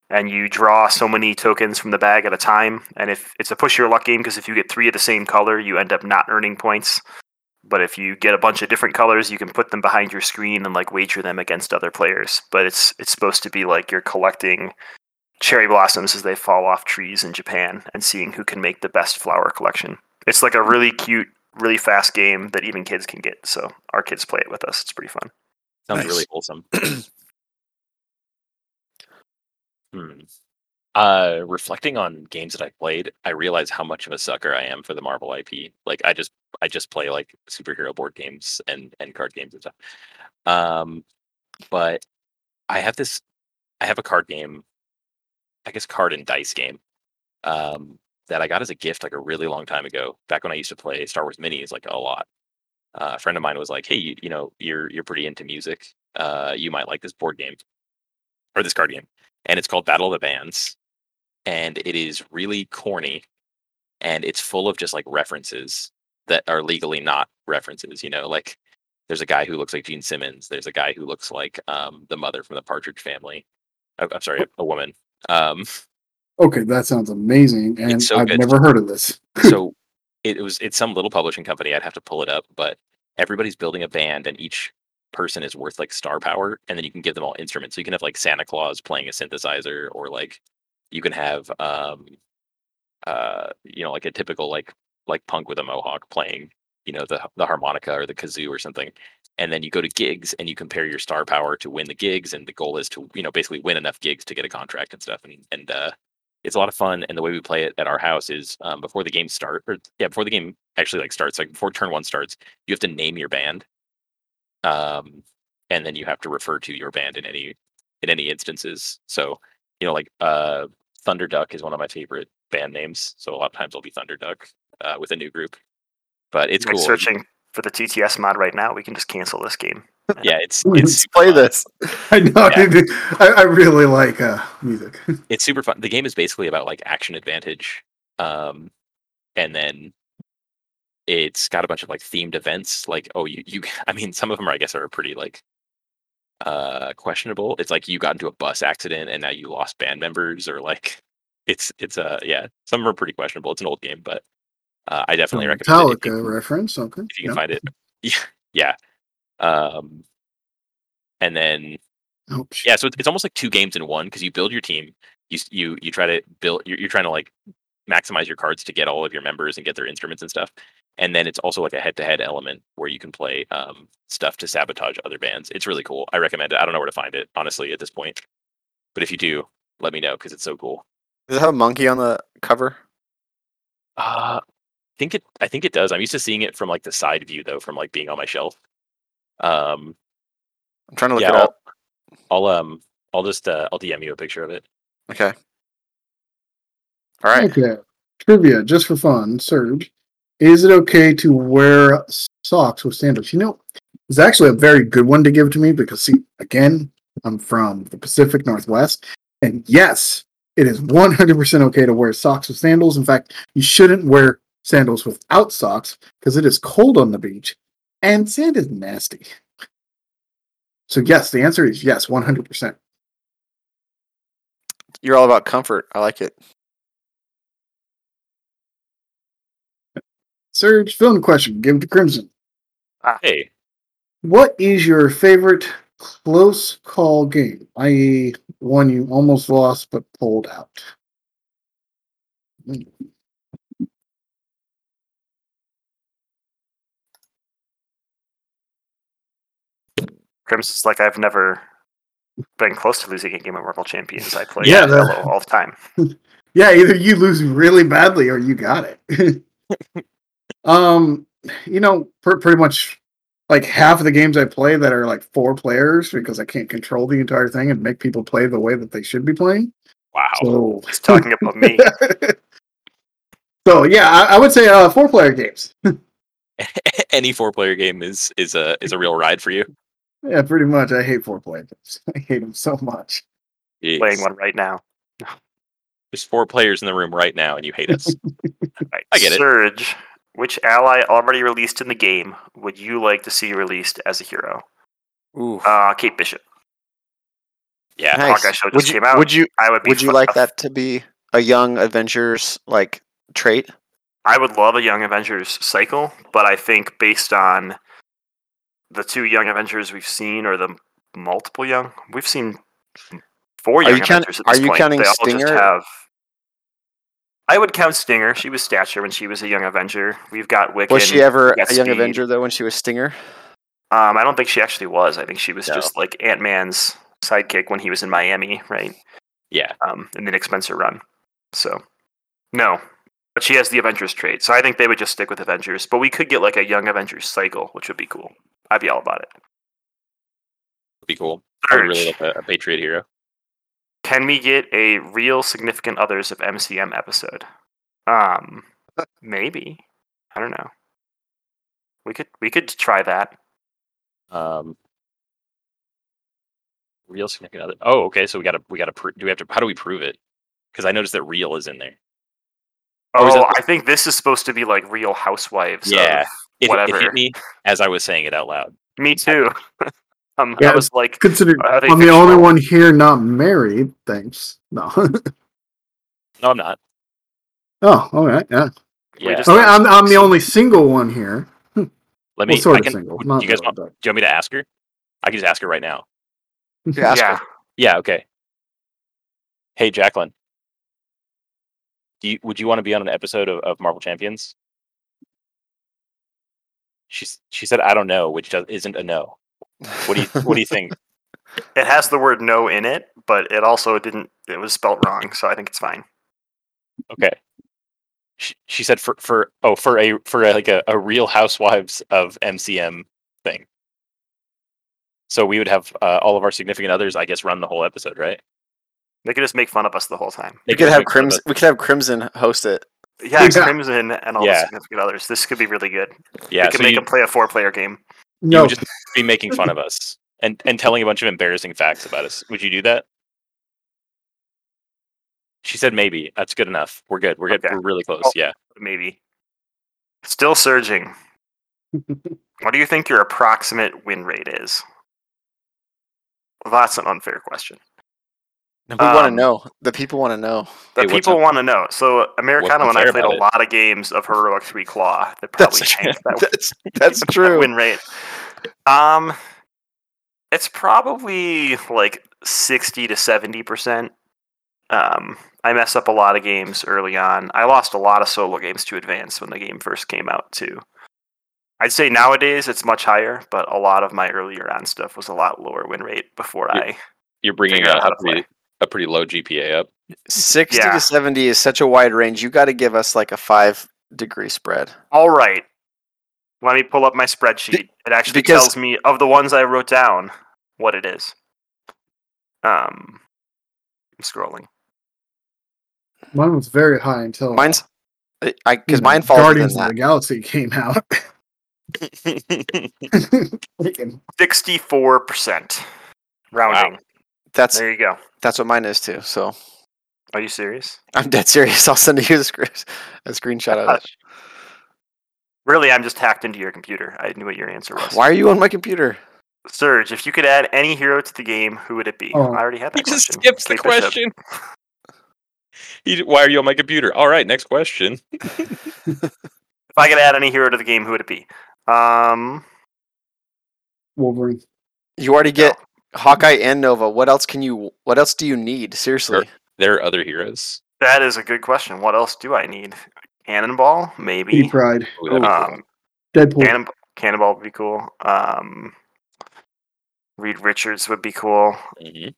Speaker 1: And you draw so many tokens from the bag at a time. And if it's a push your luck game, because if you get three of the same color, you end up not earning points but if you get a bunch of different colors you can put them behind your screen and like wager them against other players but it's it's supposed to be like you're collecting cherry blossoms as they fall off trees in japan and seeing who can make the best flower collection it's like a really cute really fast game that even kids can get so our kids play it with us it's pretty fun
Speaker 2: Sounds
Speaker 3: Nice.
Speaker 2: really wholesome. Hmm. Uh, reflecting on games that I played, I realize how much of a sucker I am for the Marvel IP. Like I just I just play like superhero board games and and card games and stuff. Um, but I have this I have a card game, I guess card and dice game, um, that I got as a gift like a really long time ago. Back when I used to play Star Wars minis like a lot. Uh, a friend of mine was like, "Hey, you, you know, you're you're pretty into music. Uh, you might like this board game or this card game, and it's called Battle of the Bands, and it is really corny, and it's full of just like references that are legally not references. You know, like there's a guy who looks like Gene Simmons. There's a guy who looks like um, the mother from the Partridge Family. I, I'm sorry, a woman. Um,
Speaker 4: Okay, that sounds amazing, and
Speaker 2: It's so
Speaker 4: I've
Speaker 2: good.
Speaker 4: never heard of this.
Speaker 2: so it, was it's some little publishing company i'd have to pull it up but everybody's building a band and each person is worth like star power and then you can give them all instruments so you can have like santa claus playing a synthesizer or like you can have um uh you know like a typical like like punk with a mohawk playing you know the the harmonica or the kazoo or something and then you go to gigs and you compare your star power to win the gigs and the goal is to you know basically win enough gigs to get a contract and stuff and and uh it's a lot of fun and the way we play it at our house is um, before the game start or yeah before the game actually like starts like before turn one starts you have to name your band um and then you have to refer to your band in any in any instances so you know like uh thunder duck is one of my favorite band names so a lot of times i'll be thunder duck uh, with a new group but it's
Speaker 1: like
Speaker 2: cool
Speaker 1: searching for the tts mod right now we can just cancel this game
Speaker 2: yeah it's it's
Speaker 4: Let's
Speaker 2: super
Speaker 3: Play
Speaker 2: fun.
Speaker 3: this.
Speaker 4: I know.
Speaker 2: Yeah.
Speaker 4: dude, I, I really like uh, music.
Speaker 2: it's super fun. The game is basically about like action advantage, um, and then it's got a bunch of like themed events. Like, oh, you, you. I mean, some of them, are, I guess, are pretty like uh questionable. It's like you got into a bus accident and now you lost band members, or like it's it's uh, yeah. Some of 'em are pretty questionable. It's an old game, but uh, I definitely recommend it. if you-
Speaker 4: Metallica reference. Okay.
Speaker 2: if you can
Speaker 4: yeah.
Speaker 2: find it. Yeah, yeah. Um, and then
Speaker 4: Oh, sh-
Speaker 2: yeah so it's, it's almost like two games in one because you build your team you s- you you try to build you're, you're trying to like maximize your cards to get all of your members and get their instruments and stuff and then it's also like a head-to-head element where you can play um, stuff to sabotage other bands it's really cool i recommend it i don't know where to find it honestly at this point But if you do, let me know because it's so cool.
Speaker 3: Does it have a monkey on the cover?
Speaker 2: Uh, I think it. I think it does. I'm used to seeing it from like the side view though, from like being on my shelf. Um,
Speaker 3: I'm trying to look
Speaker 2: yeah,
Speaker 3: it up.
Speaker 2: I'll, I'll um, I'll just uh, I'll DM you a picture of it.
Speaker 3: Okay. All right.
Speaker 4: Okay. Trivia, just for fun, Serge. Is it okay to wear socks with sandals? You know, it's actually a very good one to give to me because, see, again, I'm from the Pacific Northwest. And yes, it is 100% okay to wear socks with sandals. In fact, you shouldn't wear sandals without socks because it is cold on the beach and sand is nasty. So, yes, the answer is yes, 100%.
Speaker 3: You're all about comfort. I like it.
Speaker 4: Serge, fill in the question. Give it to Crimson.
Speaker 2: Hey,
Speaker 4: What is your favorite close call game, i.e., one you almost lost but pulled out?
Speaker 1: Crimson's like I've never been close to losing a game of Marvel Champions. I play
Speaker 4: Yeah,
Speaker 1: yeah,
Speaker 4: the-
Speaker 1: all the time.
Speaker 4: Yeah, either you lose really badly or you got it. um, you know, pr- pretty much like half of the games I play that are like four players because I can't control the entire thing and make people play the way that they should be playing.
Speaker 2: wow.
Speaker 4: So
Speaker 1: He's talking about me.
Speaker 4: so yeah, I, I would say uh, four player games.
Speaker 2: Any four player game is is a is a real ride for you.
Speaker 4: Yeah, pretty much. I hate four player games. I hate them so much.
Speaker 2: Jeez.
Speaker 1: playing one right now.
Speaker 2: There's four players in the room right now, and you hate us.
Speaker 1: Right.
Speaker 2: I get it.
Speaker 1: Surge, which ally already released in the game would you like to see released as a hero?
Speaker 3: Ooh.
Speaker 1: Uh, Kate Bishop.
Speaker 2: yeah,
Speaker 3: nice.
Speaker 1: Hawkeye show just
Speaker 3: would you,
Speaker 1: came out.
Speaker 3: Would you
Speaker 1: I would be.
Speaker 3: would you
Speaker 1: fu-
Speaker 3: like that to be a young Avengers like trait?
Speaker 1: I would love a Young Avengers cycle, but I think based on the two Young Avengers we've seen, or the multiple Young, we've seen four
Speaker 3: Are
Speaker 1: Young
Speaker 3: you count-
Speaker 1: Avengers. at this
Speaker 3: are you
Speaker 1: point.
Speaker 3: counting
Speaker 1: they all Just
Speaker 3: Stinger?
Speaker 1: have, I would count Stinger. She was stature when she was a Young Avenger. We've got Wiccan.
Speaker 3: Was she ever
Speaker 1: got
Speaker 3: a young
Speaker 1: speed.
Speaker 3: Avenger though when she was Stinger?
Speaker 1: Um, I don't think she actually was. I think she was
Speaker 2: No.
Speaker 1: just like Ant Man's sidekick when he was in Miami, right?
Speaker 2: yeah.
Speaker 1: Um, in the Nick Spencer run. So, no. But she has the Avengers trait, so I think they would just stick with Avengers. But we could get like a Young Avengers cycle, which would be cool. I'd be all about it.
Speaker 2: It'd be cool. I would
Speaker 1: Surge,
Speaker 2: really like a, a Patriot hero.
Speaker 1: can we get a real significant others of MCM episode? Um, maybe. I don't know. We could we could try that.
Speaker 2: Um, real significant other. Oh, okay. So we gotta we gotta pro- do we have to? How do we prove it? Because I noticed that real is in there. Or is
Speaker 1: Oh,
Speaker 2: that-
Speaker 1: I think this is supposed to be like Real Housewives.
Speaker 2: Yeah.
Speaker 1: Of
Speaker 2: It, it
Speaker 1: Whatever.
Speaker 2: hit me as I was saying it out loud.
Speaker 1: Me too. um,
Speaker 4: Yeah.
Speaker 1: I was like,
Speaker 4: Considered
Speaker 1: Are they
Speaker 4: I'm the only
Speaker 1: fictional?
Speaker 4: one here not married. Thanks. No.
Speaker 2: No, I'm not.
Speaker 4: oh, all right. Yeah.
Speaker 1: We
Speaker 2: Yeah.
Speaker 1: just-
Speaker 4: Okay, I'm I'm the only single one here.
Speaker 2: Let me.
Speaker 4: Well,
Speaker 2: I
Speaker 4: sort of
Speaker 2: can,
Speaker 4: single.
Speaker 2: would-
Speaker 4: Not
Speaker 2: do you guys
Speaker 4: really,
Speaker 2: want?
Speaker 4: but-
Speaker 2: Do you want me to ask her? I can just ask her right now.
Speaker 3: Yeah.
Speaker 1: yeah,
Speaker 2: Yeah. Okay. Hey, Jacqueline. Do you, would you want to be on an episode of, of Marvel Champions? She s- she said I don't know, which does, isn't a no. What do you What do you think?
Speaker 1: it has the word no in it, but it also didn't. It was spelt wrong, so I think it's fine.
Speaker 2: Okay. She, she said for for oh for a for a, like a, a Real Housewives of MCM thing. So we would have uh, all of our significant others, I guess, run the whole episode, right?
Speaker 1: They could just make fun of us the whole time.
Speaker 2: They
Speaker 3: we could have
Speaker 2: make fun of us.
Speaker 3: crimson. We could have crimson host it.
Speaker 1: Yeah,
Speaker 4: Yeah.
Speaker 1: Crimson and all
Speaker 2: Yeah.
Speaker 1: the significant others. This could be really good.
Speaker 2: Yeah,
Speaker 1: we could
Speaker 2: so
Speaker 1: make
Speaker 2: you,
Speaker 1: them play a four-player game.
Speaker 2: you
Speaker 4: No.
Speaker 2: would just be making fun of us and and telling a bunch of embarrassing facts about us. Would you do that? She said maybe. That's good enough. We're good. We're good.
Speaker 1: Okay.
Speaker 2: We're really close.
Speaker 1: Oh.
Speaker 2: Yeah.
Speaker 1: Maybe. Still surging. what do you think your approximate win rate is? Well, that's an unfair question.
Speaker 3: We want
Speaker 1: Um,
Speaker 3: to know. The people want to know.
Speaker 1: The
Speaker 2: Hey, what's
Speaker 1: people
Speaker 2: up-
Speaker 1: want to know. So, Americana, when I
Speaker 2: unfair
Speaker 1: played a
Speaker 2: about it?
Speaker 1: lot of games of Heroic Three Claw, that probably changed that
Speaker 3: that's that's
Speaker 1: that
Speaker 3: true.
Speaker 1: win rate. Um, it's probably like sixty to seventy percent. Um, I mess up a lot of games early on. I lost a lot of solo games to Advance when the game first came out too. I'd say nowadays it's much higher, but a lot of my earlier on stuff was a lot lower win rate before
Speaker 2: Yeah.
Speaker 1: I
Speaker 2: You're bringing
Speaker 1: figure out
Speaker 2: out
Speaker 1: how
Speaker 2: how
Speaker 1: to play.
Speaker 2: to a pretty low GPA up.
Speaker 3: 60
Speaker 1: Yeah.
Speaker 3: to 70 is such a wide range. You got to give us like a five degree spread.
Speaker 1: All right. Let me pull up my spreadsheet. It actually
Speaker 3: because-
Speaker 1: tells me of the ones I wrote down what it is. Um, I'm scrolling.
Speaker 4: Mine was very high until
Speaker 3: Mine's I- I because
Speaker 4: Mm,
Speaker 3: mine falls
Speaker 4: Guardians
Speaker 3: within
Speaker 4: of
Speaker 3: that.
Speaker 4: the Galaxy came out. Freaking-
Speaker 1: 64% rounding.
Speaker 3: That's
Speaker 1: There you go.
Speaker 3: that's what mine is too. So
Speaker 1: Are you serious?
Speaker 3: I'm dead serious. I'll send you a, scr- a screenshot of it.
Speaker 1: Really, I'm just hacked into your computer. I knew what your answer was.
Speaker 3: Why are you on my computer?
Speaker 1: Surge, if you could add any hero to the game, who would it be?
Speaker 4: Oh.
Speaker 1: I already had that
Speaker 2: He just
Speaker 1: question.
Speaker 2: skips the
Speaker 1: Kate Bishop.
Speaker 2: question. He d- why are you on my computer? All right, next question.
Speaker 1: If I could add any hero to the game, who would it be? Um,
Speaker 4: Wolverine.
Speaker 3: You already get Hawkeye and Nova. What else can you? What else do you need? Seriously,
Speaker 2: There are other heroes.
Speaker 1: that is a good question. What else do I need? Cannonball, maybe.
Speaker 4: He pride.
Speaker 2: Ooh, that'd be cool.
Speaker 1: Um,
Speaker 4: Deadpool.
Speaker 1: Cannonball, Cannonball would be cool. Um, Reed Richards would be cool.
Speaker 2: Mhm.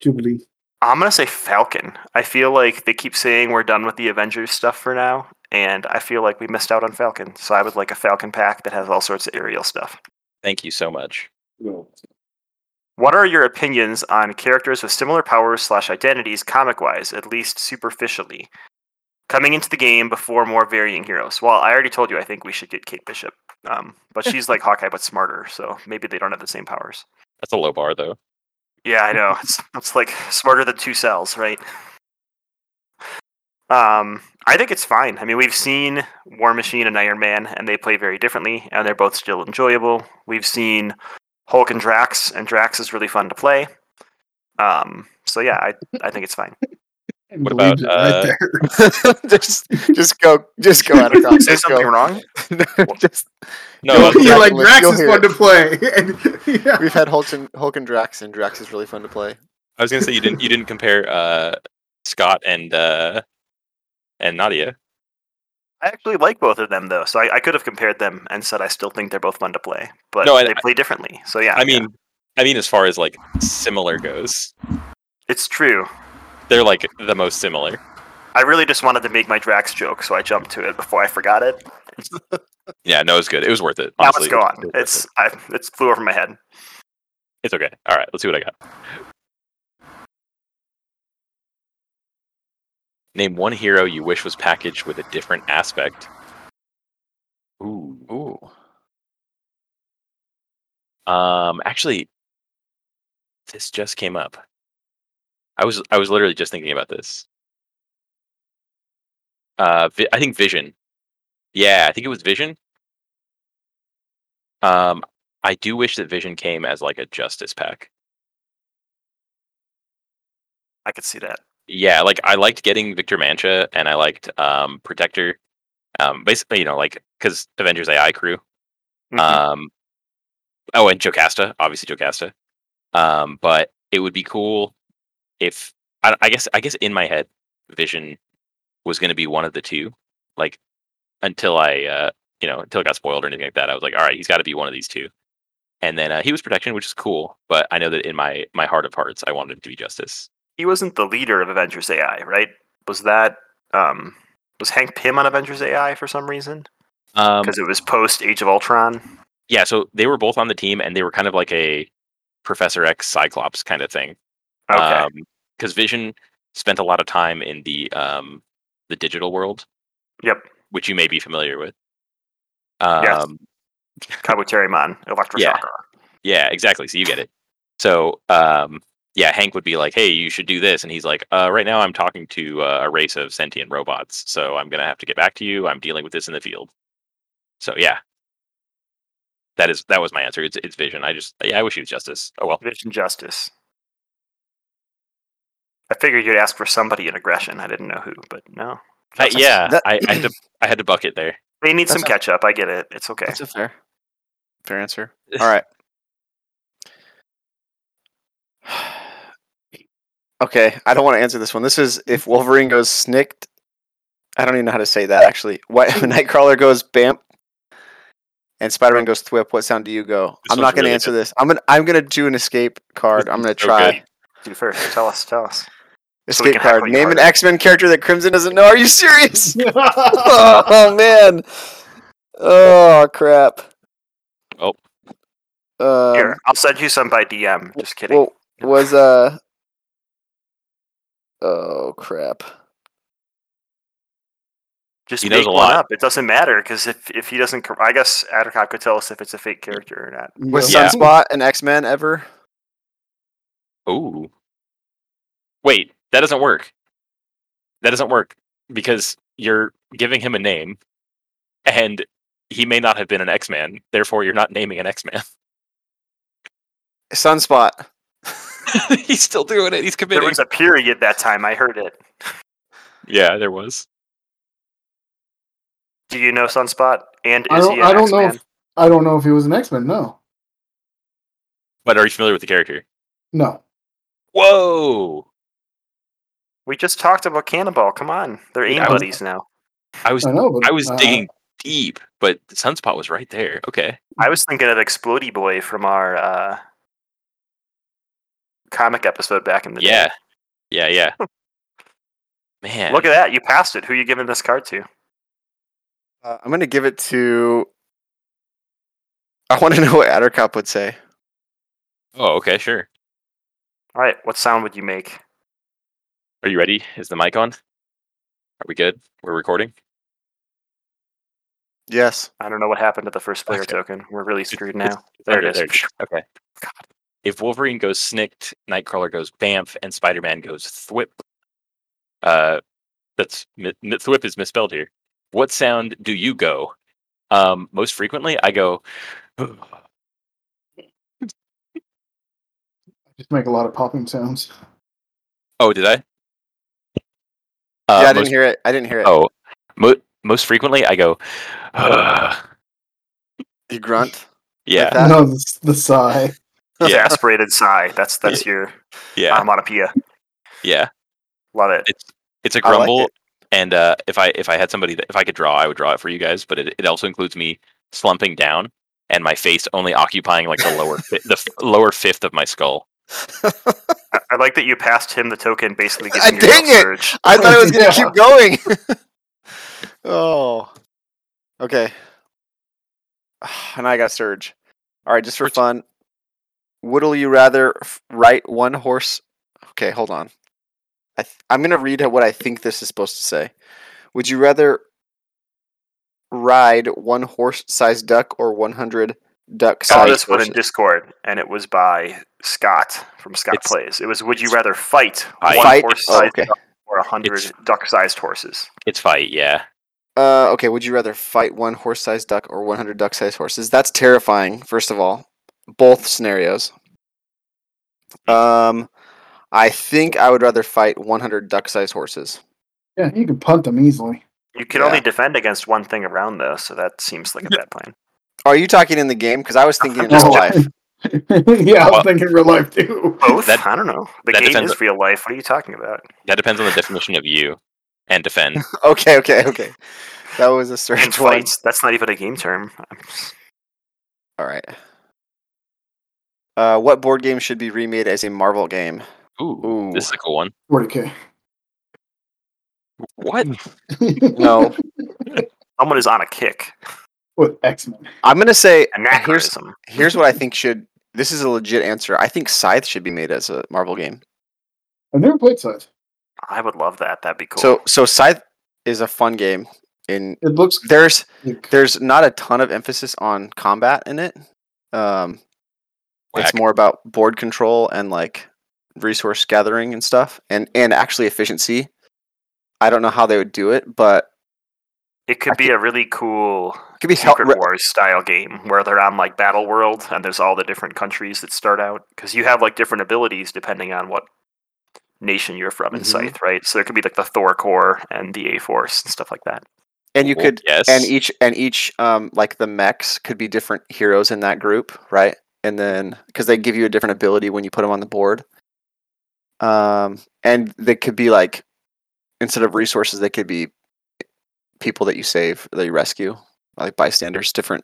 Speaker 4: Jubilee.
Speaker 1: I'm gonna say Falcon. I feel like they keep saying we're done with the Avengers stuff for now, and I feel like we missed out on Falcon. So I would like a Falcon pack that has all sorts of aerial stuff.
Speaker 2: Thank you so much.
Speaker 1: What are your opinions on characters with similar powers slash identities, comic wise, at least superficially, coming into the game before more varying heroes? Well, I already told you I think we should get Kate Bishop, um, but she's like Hawkeye but smarter, so maybe they don't have the same powers.
Speaker 2: That's a low bar though.
Speaker 1: Yeah, I know. It's, it's like smarter than two cells, right? Um, I think it's fine. I mean, we've seen War Machine and Iron Man, and they play very differently, and they're both still enjoyable. We've seen Hulk and Drax, and Drax is really fun to play. Um, so yeah, I I think it's fine.
Speaker 4: And
Speaker 2: What
Speaker 4: believed
Speaker 2: about, uh,
Speaker 4: it right
Speaker 3: just just go just go at it. Doc.
Speaker 1: Say
Speaker 3: Just
Speaker 1: something
Speaker 3: go.
Speaker 1: wrong?
Speaker 3: No, just-
Speaker 2: No,
Speaker 4: there?
Speaker 3: You'll-
Speaker 4: You're like
Speaker 3: You'll
Speaker 4: Drax is
Speaker 3: hear
Speaker 4: fun
Speaker 3: it.
Speaker 4: to play. And- yeah.
Speaker 3: We've had Hulk and Hulk and Drax, and Drax is really fun to play.
Speaker 2: I was gonna say you didn't you didn't compare uh, Scott and uh, and Nadia.
Speaker 1: I actually like both of them though, so I, I could have compared them and said I still think they're both fun to play, but
Speaker 2: No, I-
Speaker 1: they play differently. So yeah,
Speaker 2: I mean, I mean as far as like similar goes,
Speaker 1: it's true.
Speaker 2: they're like the most similar.
Speaker 1: I really just wanted to make my Drax joke, so I jumped to it before I forgot it.
Speaker 2: Yeah, no, it's good. It was worth it.
Speaker 1: Now
Speaker 2: Honestly,
Speaker 1: it's gone.
Speaker 2: It was worth
Speaker 1: It's
Speaker 2: it.
Speaker 1: I, it's flew over my head.
Speaker 2: it's okay. All right, let's see what I got. Name one hero you wish was packaged with a different aspect. Ooh.
Speaker 3: Ooh,
Speaker 2: Um, actually, this just came up. I was I was literally just thinking about this. Uh, Vi- I think Vision. Yeah, I think it was Vision. Um, I do wish that Vision came as like a Justice pack.
Speaker 1: I could see that.
Speaker 2: Yeah, like I liked getting Victor Mancha and I liked um Protector. Um, basically, you know, like because Avengers AI crew.
Speaker 1: Mhm.
Speaker 2: Um, oh, and Jocasta, obviously Jocasta. Um, but it would be cool if I, I guess I guess in my head, Vision was going to be one of the two. Like until I, uh, you know, until it got spoiled or anything like that, I was like, all right, he's got to be one of these two. And then uh, he was protection, which is cool. But I know that in my my heart of hearts, I wanted him to be justice.
Speaker 1: he wasn't the leader of Avengers AI, right? Was that um was Hank Pym on Avengers AI for some reason?
Speaker 2: Um,
Speaker 1: Because it was post Age of Ultron.
Speaker 2: yeah, so they were both on the team, and they were kind of like a Professor X Cyclops kind of thing.
Speaker 1: Okay.
Speaker 2: uh, because Um, Vision spent a lot of time in the um, the digital world.
Speaker 1: Yep.
Speaker 2: which you may be familiar with. Um,
Speaker 1: Yes. Kabuterimon, Electro
Speaker 2: yeah.
Speaker 1: Shocker.
Speaker 2: Yeah, exactly. So you get it. So um, yeah, Hank would be like, "Hey, you should do this," and he's like, uh, "Right now, I'm talking to uh, a race of sentient robots, so I'm gonna have to get back to you. I'm dealing with this in the field." So yeah, that is that was my answer. It's it's Vision. I just yeah, I wish he was Justice. Oh well.
Speaker 1: Vision Justice. I figured you'd ask for somebody in aggression. I didn't know who, but no.
Speaker 2: I,
Speaker 3: That's a-
Speaker 2: yeah,
Speaker 3: that-
Speaker 2: I, I had to I had to bucket there.
Speaker 1: They need some
Speaker 3: That's a-
Speaker 1: catch up. I get it. It's okay.
Speaker 3: that's a fair fair answer. All right. Okay, I don't want to answer this one. This is if Wolverine goes snicked. I don't even know how to say that actually. What Nightcrawler goes bamp, and Spider-Man goes thwip. What sound do you go?
Speaker 2: This one's
Speaker 3: I'm not going to
Speaker 2: really
Speaker 3: answer this. I'm gonna I'm gonna do an escape card. I'm going to
Speaker 2: So good.
Speaker 3: try.
Speaker 1: You first. Tell us. Tell us. So we
Speaker 3: Escape
Speaker 1: can
Speaker 3: card.
Speaker 1: heckle you
Speaker 3: Name an
Speaker 1: harder.
Speaker 3: X Men character that Crimson doesn't know. Are you serious? oh man. Oh crap.
Speaker 2: Oh.
Speaker 3: Um,
Speaker 1: Here, I'll send you some by DM. Just kidding.
Speaker 3: Well, was uh. Oh crap.
Speaker 1: just
Speaker 2: he knows
Speaker 1: make
Speaker 2: a
Speaker 1: one
Speaker 2: lot.
Speaker 1: up. It doesn't matter because if, if he doesn't, cor- I guess Addercock could tell us if it's a fake character or not.
Speaker 3: Was
Speaker 2: Yeah.
Speaker 3: Sunspot an X Men ever?
Speaker 2: Oh. Wait, that doesn't work. That doesn't work because you're giving him a name and he may not have been an X-Man. Therefore, you're not naming an X-Man.
Speaker 3: Sunspot.
Speaker 2: He's still doing it. He's
Speaker 1: There
Speaker 2: committing.
Speaker 1: was a period that time. I heard it.
Speaker 2: yeah, there was.
Speaker 1: Do you know Sunspot? And
Speaker 4: I
Speaker 1: is
Speaker 4: don't,
Speaker 1: he an
Speaker 4: I don't know.
Speaker 1: X-Man?
Speaker 4: If, I don't know if he was an X Men. No,
Speaker 2: But are you familiar with the character?
Speaker 4: no.
Speaker 2: Whoa!
Speaker 1: We just talked about Cannonball. Come on, they're aim
Speaker 2: Yeah, I was-
Speaker 1: buddies now.
Speaker 2: I was
Speaker 4: I know, but
Speaker 2: I was
Speaker 4: uh,
Speaker 2: digging deep, but Sunspot was right there. Okay.
Speaker 1: I was thinking of Explody Boy from our uh, comic episode back in the
Speaker 2: Yeah. Yeah, yeah. Man.
Speaker 1: day. Look at that! You passed it. Who you giving this card to?
Speaker 3: Uh, I'm gonna give it to. I want to know what Addercop would say.
Speaker 2: Oh, okay, sure.
Speaker 1: All right, what sound would you make?
Speaker 2: Are you ready? Is the mic on? Are we good? We're recording?
Speaker 3: Yes.
Speaker 1: I don't know what happened to the first player
Speaker 2: Okay.
Speaker 1: token. We're really screwed
Speaker 2: It's-
Speaker 1: now. There it
Speaker 2: Okay,
Speaker 1: is.
Speaker 2: Okay. If Wolverine goes snicked, Nightcrawler goes bamf, and Spider Man goes thwip. Uh, that's mi- mi- thwip is misspelled here. What sound do you go? Um, most frequently, I go.
Speaker 4: Just make a lot of popping sounds.
Speaker 2: Oh, did I?
Speaker 3: yeah, I
Speaker 2: Uh,
Speaker 3: didn't
Speaker 2: most,
Speaker 3: hear it. I didn't hear it.
Speaker 2: oh, mo- most frequently, I go.
Speaker 3: You grunt.
Speaker 2: yeah,
Speaker 3: That-
Speaker 4: no, the, the sigh.
Speaker 2: yeah,
Speaker 1: Exasperated sigh. That's that's your
Speaker 2: yeah,
Speaker 1: onomatopoeia.
Speaker 2: yeah.
Speaker 1: Love it.
Speaker 2: It's a
Speaker 3: I like
Speaker 2: grumble,
Speaker 3: it.
Speaker 2: and uh, if I if I had somebody that if I could draw, I would draw it for you guys. But it, it also includes me slumping down and my face only occupying like the lower fi- the f- lower fifth of my skull.
Speaker 1: I- I like that you passed him the token, basically
Speaker 3: Ah,
Speaker 1: giving yourself
Speaker 3: dang it!
Speaker 1: surge.
Speaker 3: I thought it was gonna
Speaker 4: Yeah.
Speaker 3: keep going. oh. Okay. And I got surge. All right, just for fun. Would you rather f- write one horse? Okay, hold on. I th- I'm gonna read what I think this is supposed to say. Would you rather ride one horse-sized duck or 100 duck-sized?
Speaker 1: Saw Oh, this one in
Speaker 3: horses?
Speaker 1: Discord, and it was by Scott from Scott
Speaker 2: It's-
Speaker 1: Plays. It was Would you rather fight
Speaker 2: Fight.
Speaker 1: one
Speaker 3: Fight?
Speaker 1: horse-sized
Speaker 3: Oh, okay.
Speaker 1: duck or a hundred
Speaker 2: It's-
Speaker 1: duck-sized horses?
Speaker 2: It's fight, yeah.
Speaker 3: Uh, okay, would you rather fight one horse sized duck or 100 duck sized horses? That's terrifying, first of all. Both scenarios. Um, I think I would rather fight 100 duck sized horses.
Speaker 4: Yeah, you can punt them easily.
Speaker 1: You can
Speaker 3: Yeah.
Speaker 1: only defend against one thing around, though, so that seems like a bad plan.
Speaker 3: Are you talking in the game? Because I was thinking in real
Speaker 4: Oh.
Speaker 3: life.
Speaker 4: yeah, I
Speaker 2: Well-
Speaker 4: was thinking real life too.
Speaker 1: Both?
Speaker 2: That-
Speaker 1: I don't know. The
Speaker 2: that
Speaker 1: game
Speaker 2: depends-
Speaker 1: is real life. What are you talking about?
Speaker 2: That depends on the definition of you and defend.
Speaker 3: Okay, okay, okay. That was a
Speaker 1: And
Speaker 3: strange one.
Speaker 1: fights, that's not even a game term.
Speaker 3: All right. Uh, what board game should be remade as a Marvel game?
Speaker 2: Ooh,
Speaker 3: Ooh.
Speaker 2: this is a cool one.
Speaker 4: 40k.
Speaker 2: What?
Speaker 3: No.
Speaker 1: Someone is on a kick.
Speaker 4: With X Men.
Speaker 3: I'm going to say here's,
Speaker 1: Anachronism.
Speaker 3: here's what I think should. This is a legit answer. I think Scythe should be made as a Marvel game.
Speaker 4: I've never played such.
Speaker 1: I would love that. That'd be cool.
Speaker 3: So so Scythe is a fun game and
Speaker 4: It looks
Speaker 3: there's
Speaker 4: like
Speaker 3: there's not a ton of emphasis on combat in it. Um
Speaker 2: Whack.
Speaker 3: it's more about board control and like resource gathering and stuff and and actually efficiency. I don't know how they would do it, but
Speaker 1: it could be a really cool
Speaker 3: it could be help
Speaker 1: Secret Wars style game where they're on like Battle World and there's all the different countries that start out because you have like different abilities depending on what nation you're from in
Speaker 3: Mhm.
Speaker 1: Scythe, right? So there could be like the Thor Corps and the A Force and stuff like that.
Speaker 3: and you
Speaker 2: Cool.
Speaker 3: could
Speaker 2: yes.
Speaker 3: and e each and each um like the mechs could be different heroes in that group, right? And then cuz they give you a different ability when you put them on the board. Um and they could be like instead of resources they could be people that you save, that you rescue, like bystanders, different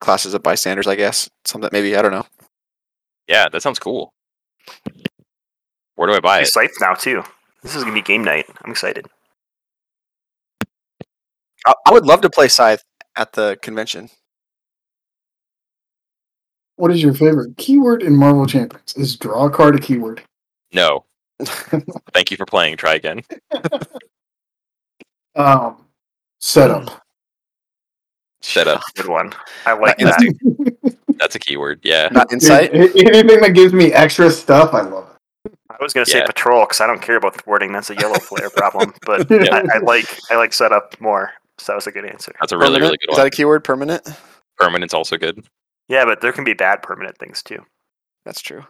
Speaker 3: classes of bystanders, I guess. Something maybe I don't know.
Speaker 2: yeah, that sounds cool. Where do I buy
Speaker 1: Do
Speaker 2: it?
Speaker 1: Scythe now too. This is gonna be game night. I'm excited.
Speaker 3: I, I would love to play Scythe at the convention.
Speaker 4: What is your favorite keyword in Marvel Champions? Is draw a card a keyword?
Speaker 2: No. Thank you for playing. Try again.
Speaker 4: Um, setup.
Speaker 2: Shut up.
Speaker 1: Good one. I like
Speaker 3: Nice.
Speaker 1: that.
Speaker 2: That's a keyword. Yeah.
Speaker 3: Not insight.
Speaker 4: Dude, a- Anything that gives me extra stuff, I love it.
Speaker 1: I was gonna say
Speaker 2: Yeah.
Speaker 1: patrol because I don't care about thwarting. That's a yellow player problem. But I, I like I like setup more. So that was a good answer.
Speaker 2: That's a really,
Speaker 3: Permanent?
Speaker 2: really good
Speaker 3: Is that
Speaker 2: one.
Speaker 3: a keyword? Permanent.
Speaker 2: Permanent's also good.
Speaker 1: Yeah, but there can be bad permanent things too.
Speaker 3: That's true.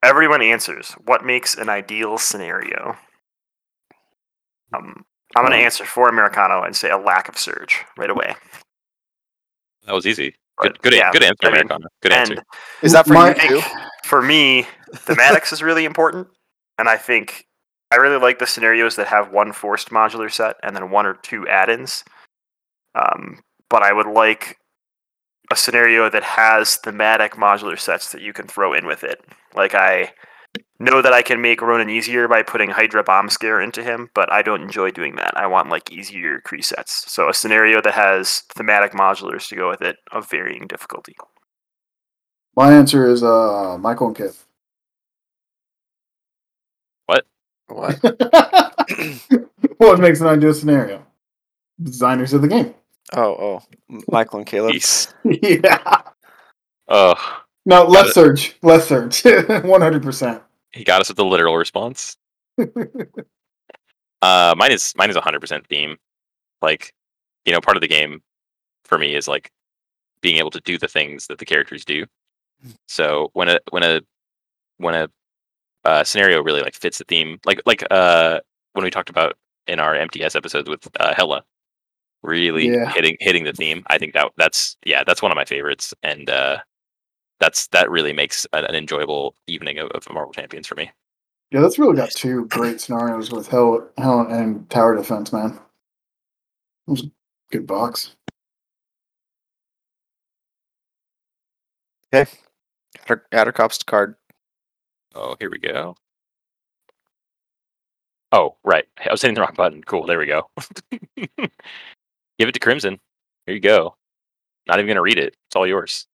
Speaker 1: Everyone answers. What makes an ideal scenario? Um, I'm
Speaker 2: Hmm.
Speaker 1: gonna answer for Americano and say a lack of surge right away.
Speaker 2: That was easy.
Speaker 1: But,
Speaker 2: Good, good, an-
Speaker 1: yeah,
Speaker 2: good answer,
Speaker 1: I mean,
Speaker 2: Americana. Good
Speaker 1: and
Speaker 2: answer.
Speaker 3: Is that for
Speaker 4: My-
Speaker 3: you too?
Speaker 1: for me, thematics is really important, and I think I really like the scenarios that have one forced modular set and then one or two add-ins. Um, but I would like a scenario that has thematic modular sets that you can throw in with it. Like I know that I can make Ronan easier by putting Hydra Bomb Scare into him, but I don't enjoy doing that. I want like easier presets. So a scenario that has thematic modulars to go with it of varying difficulty.
Speaker 4: My answer is uh, Michael and Kip.
Speaker 3: What?
Speaker 4: what makes an ideal scenario? Designers of the game.
Speaker 3: Oh, oh, M- Michael and Caleb.
Speaker 2: Peace.
Speaker 4: yeah.
Speaker 2: Oh,
Speaker 4: No, less surge. Less surge. 100%.
Speaker 2: he got us with the literal response. Uh, mine is mine is 100% theme. Like, you know, part of the game for me is like being able to do the things that the characters do. So when a when a when a uh, scenario really like fits the theme, like like uh when we talked about in our MTS episodes with uh, Hella, really
Speaker 4: Yeah.
Speaker 2: hitting hitting the theme. I think that that's yeah that's one of my favorites, and uh that's that really makes an, an enjoyable evening of, of Marvel Champions for me.
Speaker 4: Yeah, that's really got two great scenarios with Hell, Hell and Tower Defense, man. It was a good box.
Speaker 3: Adder, Addercop's card.
Speaker 2: Oh, here we go. Oh, right. I was hitting the wrong button. Cool. There we go. Give it to Crimson. Here you go. Not even going to read it. It's all yours.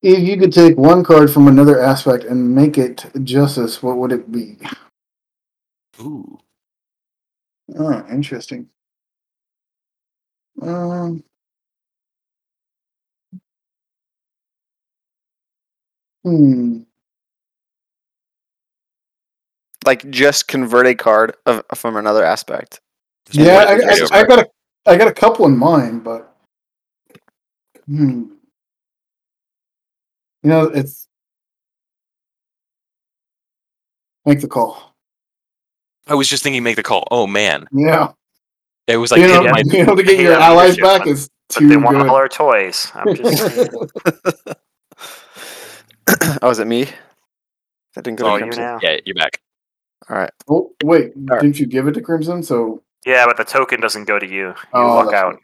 Speaker 4: If you could take one card from another aspect and make it justice, what would it be?
Speaker 2: Ooh.
Speaker 4: Oh, interesting. Um, hmm.
Speaker 3: Like just convert a card of, from another aspect.
Speaker 4: Yeah, I,
Speaker 2: Right over.
Speaker 4: I, I got a, I got a couple in mind, but hmm. You know, it's make the call.
Speaker 2: I was just thinking, make the call. Oh, man.
Speaker 4: Yeah,
Speaker 2: it was
Speaker 4: you know,
Speaker 2: in my-
Speaker 4: being able to get your
Speaker 1: Yeah,
Speaker 4: allies
Speaker 1: leadership,
Speaker 4: back
Speaker 1: but-
Speaker 4: is
Speaker 1: But
Speaker 4: too
Speaker 1: they want
Speaker 4: good.
Speaker 1: all our toys. I'm just saying.
Speaker 3: oh, is it me? That didn't
Speaker 1: It's
Speaker 3: go
Speaker 1: all
Speaker 3: to
Speaker 1: you
Speaker 3: Crimson.
Speaker 1: Oh, now.
Speaker 2: yeah, you're back.
Speaker 3: All right.
Speaker 4: oh wait,
Speaker 3: All right.
Speaker 4: didn't you give it to Crimson? So
Speaker 1: Yeah, but the token doesn't go to you. You
Speaker 4: Oh,
Speaker 1: luck
Speaker 4: that's
Speaker 1: out.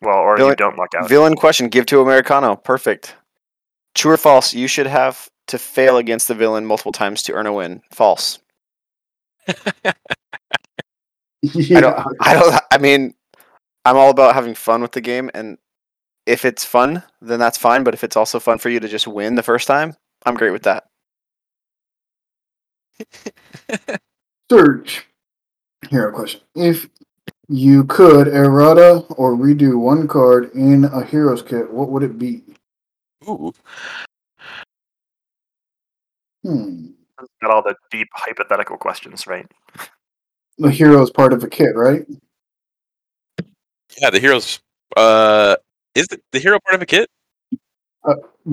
Speaker 1: Well, or you
Speaker 3: Villain-
Speaker 1: don't luck out.
Speaker 3: Villain question. Give to Americano. Perfect. True or false? You should have to fail against the villain multiple times to earn a win. False. I don't. I don't. I mean, I'm all about having fun with the game, and if it's fun, then that's fine. But if it's also fun for you to just win the first time, I'm great with that.
Speaker 4: Surge. Hero question. If you could errata or redo one card in a hero's kit, what would it be?
Speaker 2: Ooh.
Speaker 4: Hmm.
Speaker 1: Got all the deep hypothetical questions, right?
Speaker 4: The hero is part of a kit, right?
Speaker 2: Yeah, the hero's. Uh, is the, the hero part of a kit?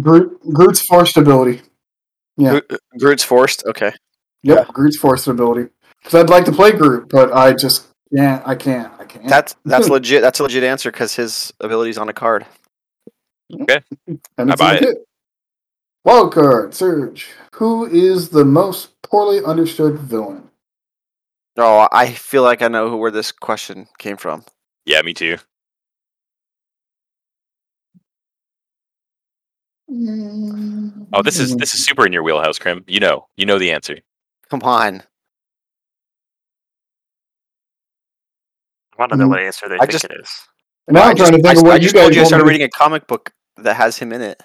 Speaker 4: Groot, Groot's forced ability. Yeah.
Speaker 3: Gro- Groot's forced. Okay.
Speaker 4: Yep, Groot's forced ability. Because I'd like to play Groot, but I just can't. I can't. I can't.
Speaker 3: That's that's legit. That's a legit answer because his ability's on a card.
Speaker 4: and it's
Speaker 2: I
Speaker 4: in
Speaker 2: buy
Speaker 4: the kit. Wild card, Surge. Who is the most poorly understood villain?
Speaker 3: Oh, I feel like I know who where this question came from.
Speaker 2: Yeah, me too. Oh, this is this is super in your wheelhouse, Crim. You know, you know the answer.
Speaker 3: Come on.
Speaker 1: want to know what answer they
Speaker 3: Mm-hmm. I
Speaker 1: think
Speaker 3: just-
Speaker 1: it is.
Speaker 4: And now I'm trying to think
Speaker 3: I,
Speaker 4: of
Speaker 3: I
Speaker 4: what you
Speaker 3: just
Speaker 4: guys
Speaker 3: told you I
Speaker 4: want me
Speaker 3: started
Speaker 4: to-
Speaker 3: reading a comic book that has him in it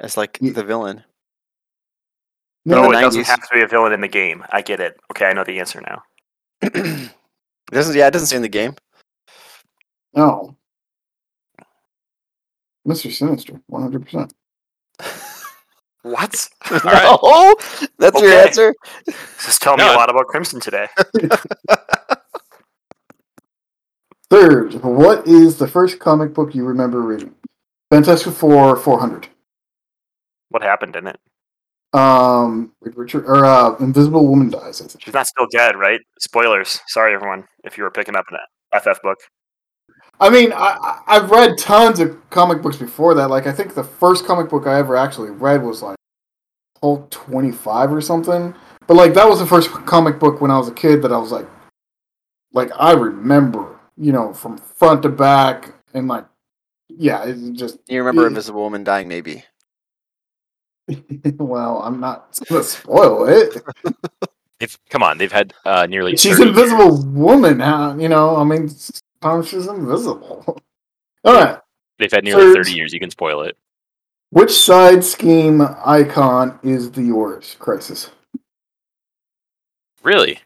Speaker 3: as like
Speaker 4: Ye-
Speaker 3: the villain.
Speaker 4: No,
Speaker 3: From
Speaker 1: No,
Speaker 3: the
Speaker 1: it doesn't
Speaker 3: 90s.
Speaker 1: have to be a villain in the game. I get it. Okay, I know the answer now.
Speaker 3: it doesn't. Yeah, it doesn't say in the game.
Speaker 4: No. Mr. Sinister, 100%.
Speaker 1: What?
Speaker 2: All right.
Speaker 3: Oh, that's your
Speaker 1: Okay.
Speaker 3: answer.
Speaker 1: This is telling me
Speaker 2: No.
Speaker 1: a lot about Crimson today.
Speaker 4: Third, what is the first comic book you remember reading? Fantastic Four 400.
Speaker 1: What happened in it?
Speaker 4: Um, Reed Richard, or uh, Invisible Woman dies. I
Speaker 1: She's
Speaker 4: think.
Speaker 1: not still dead, right? Spoilers. Sorry, everyone, if you were picking up an FF book.
Speaker 4: I mean, I, I- I've read tons of comic books before that. Like, I think the first comic book I ever actually read was like Hulk 25 or something. But like, that was the first comic book when I was a kid that I was like, like I remember, you know, from front to back, and like, yeah, it's just
Speaker 3: You remember
Speaker 4: Yeah.
Speaker 3: Invisible Woman dying? Maybe.
Speaker 4: well, I'm not gonna spoil it.
Speaker 2: If come on, they've had uh, nearly.
Speaker 4: She's
Speaker 2: 30
Speaker 4: invisible woman, huh? you know. I mean, sometimes she's invisible. All right.
Speaker 2: They've had nearly
Speaker 4: Third.
Speaker 2: thirty years. You can spoil it.
Speaker 4: Which side scheme icon is the Origins Crisis?
Speaker 2: Really?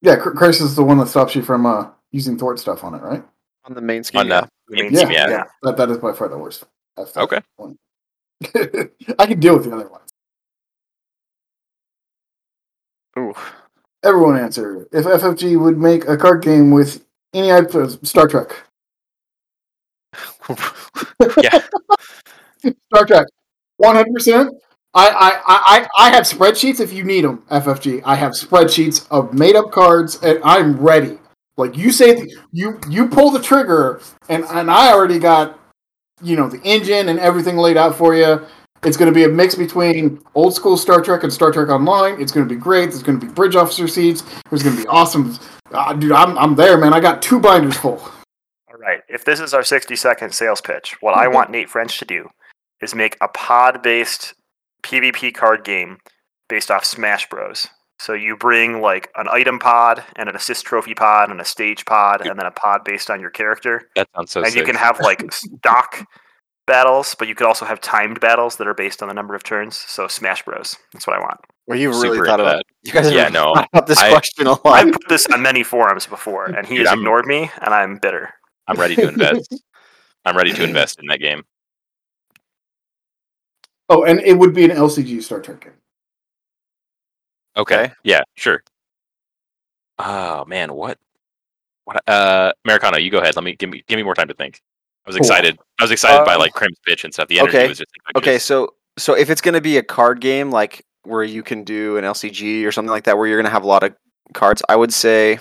Speaker 4: Yeah, Cr- Crisis is the one that stops you from uh, using thwart stuff on it, right?
Speaker 3: On the main screen.
Speaker 2: On the
Speaker 1: The main
Speaker 2: Yeah,
Speaker 1: scheme,
Speaker 2: yeah.
Speaker 4: That, that is by far the worst. That's the
Speaker 2: Okay.
Speaker 4: one. I can deal with the other ones.
Speaker 3: yeah. Ooh.
Speaker 4: Everyone answer. If FFG would make a card game with any IP Star Trek.
Speaker 2: Yeah.
Speaker 4: Star Trek. 100%. I, I, I, I I have spreadsheets if you need them, FFG. I have spreadsheets of made up cards and I'm ready. Like you say, th- you you pull the trigger and, and I already got, you know, the engine and everything laid out for you. It's going to be a mix between old school Star Trek and Star Trek Online. It's going to be great. There's going to be bridge officer seats. There's going to be awesome. Ah, dude, I'm, I'm there, man. I got two binders full.
Speaker 1: All right. If this is our 60 second sales pitch, what I want Nate French to do is make a pod based PvP card game based off Smash Bros. So you bring like an item pod and an assist trophy pod and a stage pod and then a pod based on your character.
Speaker 2: That sounds so.
Speaker 1: and you
Speaker 2: sick.
Speaker 1: can have like stock battles, but you could also have timed battles that are based on the number of turns. So Smash Bros. That's what I want.
Speaker 3: Well, you really
Speaker 2: Super
Speaker 3: thought
Speaker 2: into
Speaker 3: about.
Speaker 2: that.
Speaker 3: You guys have
Speaker 2: Yeah, no,
Speaker 3: thought about this
Speaker 2: I-
Speaker 3: question a lot.
Speaker 1: I've put this on many forums before, and he
Speaker 2: Dude,
Speaker 1: has
Speaker 2: I'm-
Speaker 1: ignored me, and I'm bitter.
Speaker 2: I'm ready to invest. I'm ready to invest in that game.
Speaker 4: Oh, and it would be an LCG Star Trek game.
Speaker 2: Okay.
Speaker 3: Okay.
Speaker 2: Yeah, sure. Oh man, what? What? Uh, Americano, you go ahead. Let me give me give me more time to think. I was
Speaker 4: Cool.
Speaker 2: excited. I was excited by
Speaker 3: Uh,
Speaker 2: like Crim's pitch and stuff. The energy
Speaker 3: okay.
Speaker 2: was just
Speaker 3: Okay,
Speaker 2: infectious.
Speaker 3: so so if it's going to be a card game like where you can do an LCG or something like that where you're going to have a lot of cards, I would say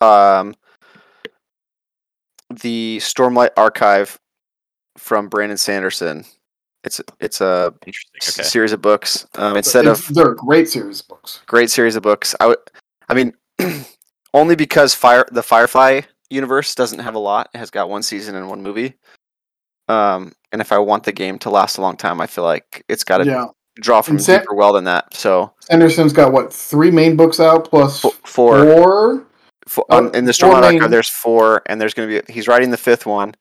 Speaker 3: um the Stormlight Archive from Brandon Sanderson. It's it's a s-
Speaker 2: Interesting. Okay.
Speaker 3: series of books. Um, instead
Speaker 4: It's-
Speaker 3: of
Speaker 4: they're a great series of books.
Speaker 3: great series of books. I would, I mean, only because Fire the Firefly universe doesn't have a lot. It has got one season and one movie. Um, and if I want the game to last a long time, I feel like it's got to
Speaker 4: Yeah,
Speaker 3: draw from a
Speaker 4: Sa-
Speaker 3: deeper well than that. So
Speaker 4: Anderson's got what three main books out plus
Speaker 3: fo-
Speaker 4: four.
Speaker 3: four, fo-
Speaker 4: oh,
Speaker 3: on, in the
Speaker 4: four
Speaker 3: Stormlight
Speaker 4: main-
Speaker 3: Archive, there's four, and there's going to be he's writing the fifth one,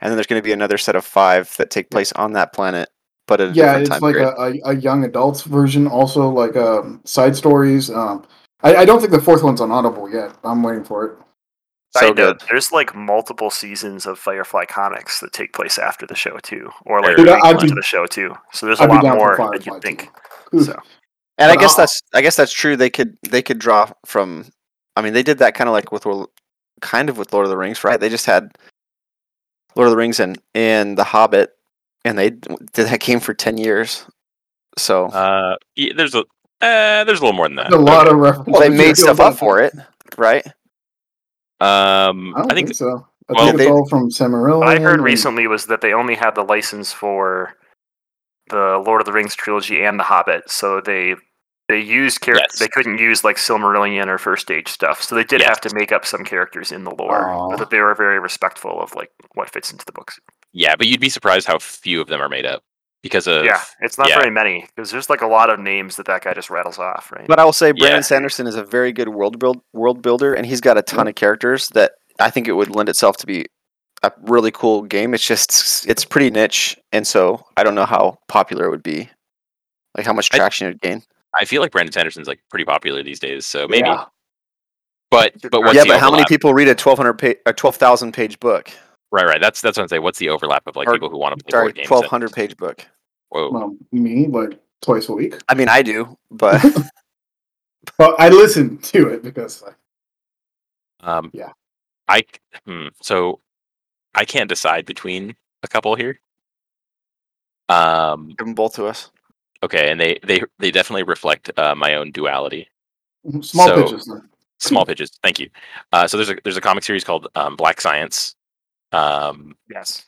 Speaker 3: and then there's going to be another set of five that take place on that planet, but at a
Speaker 4: Yeah,
Speaker 3: different
Speaker 4: it's
Speaker 3: time
Speaker 4: like
Speaker 3: period.
Speaker 4: a, a, a young adults version, also like um, side stories. Um, I, I don't think the fourth one's on Audible yet. I'm waiting for it.
Speaker 3: so
Speaker 1: Side note,
Speaker 3: good.
Speaker 1: there's like multiple seasons of Firefly comics that take place after the show too, or like
Speaker 2: Dude,
Speaker 1: leading
Speaker 4: I'd
Speaker 1: onto
Speaker 4: be-
Speaker 1: the show too. So there's a
Speaker 4: I'd be
Speaker 1: lot
Speaker 4: down for
Speaker 1: more
Speaker 4: Firefly
Speaker 1: than you
Speaker 4: too.
Speaker 1: think.
Speaker 4: Ooh.
Speaker 1: So
Speaker 3: And I
Speaker 4: But
Speaker 3: guess
Speaker 4: I'll-
Speaker 3: that's I guess that's true. They could they could draw from. I mean, they did that kind of like with Lord- kind of with Lord of the Rings, right? They just had Lord of the Rings and and The Hobbit, and they d- did that game for ten years. So
Speaker 2: Uh, yeah, there's a uh, there's a little more than that.
Speaker 4: a lot
Speaker 2: Okay.
Speaker 4: of references.
Speaker 3: they made stuff up for it, right?
Speaker 2: Um,
Speaker 4: I don't
Speaker 2: I think
Speaker 4: so. I
Speaker 2: well,
Speaker 4: think it's
Speaker 3: they-
Speaker 4: all from Samarillion.
Speaker 1: what I heard
Speaker 4: and-
Speaker 1: recently was that they only had the license for the Lord of the Rings trilogy and The Hobbit, so they they used characters.
Speaker 2: Yes.
Speaker 1: They couldn't use like Silmarillion or first age stuff, so they did
Speaker 2: Yes.
Speaker 1: have to make up some characters in the lore.
Speaker 4: Aw.
Speaker 1: But that they were very respectful of like what fits into the books.
Speaker 2: yeah, but you'd be surprised how few of them are made up. because of
Speaker 1: yeah, it's not
Speaker 2: yeah.
Speaker 1: very many because there's like a lot of names that that guy just rattles off, right?
Speaker 3: But I will say Brandon
Speaker 2: Yeah.
Speaker 3: Sanderson is a very good world build world builder, and he's got a ton of characters that I think it would lend itself to be a really cool game. It's just it's pretty niche, and so I don't know how popular it would be, like how much
Speaker 2: I-
Speaker 3: traction it would gain.
Speaker 2: I feel like Brandon Sanderson's like pretty popular these days, so maybe.
Speaker 4: Yeah.
Speaker 2: But but what's
Speaker 3: yeah,
Speaker 2: the
Speaker 3: but how many
Speaker 2: overlap?
Speaker 3: people read a twelve hundred page, a twelve thousand page book?
Speaker 2: Right, right. That's that's what I'm saying. What's the overlap of like
Speaker 3: Or-
Speaker 2: people who want to play
Speaker 3: Sorry,
Speaker 2: board games?
Speaker 3: twelve hundred page book.
Speaker 2: Whoa.
Speaker 4: Well, me like twice a week.
Speaker 3: I mean, I do, but
Speaker 4: Well, I listen to it because like,
Speaker 2: Um,
Speaker 4: Yeah.
Speaker 2: I c- hmm, so I can't decide between a couple here. Um.
Speaker 3: give them both to us.
Speaker 2: Okay, and they they they definitely reflect uh, my own duality.
Speaker 4: small
Speaker 2: So-
Speaker 4: pitches. like,
Speaker 2: Small
Speaker 3: Hmm.
Speaker 2: pitches. Thank you. Uh, so there's a there's a comic series called um, Black Science. Um,
Speaker 1: Yes.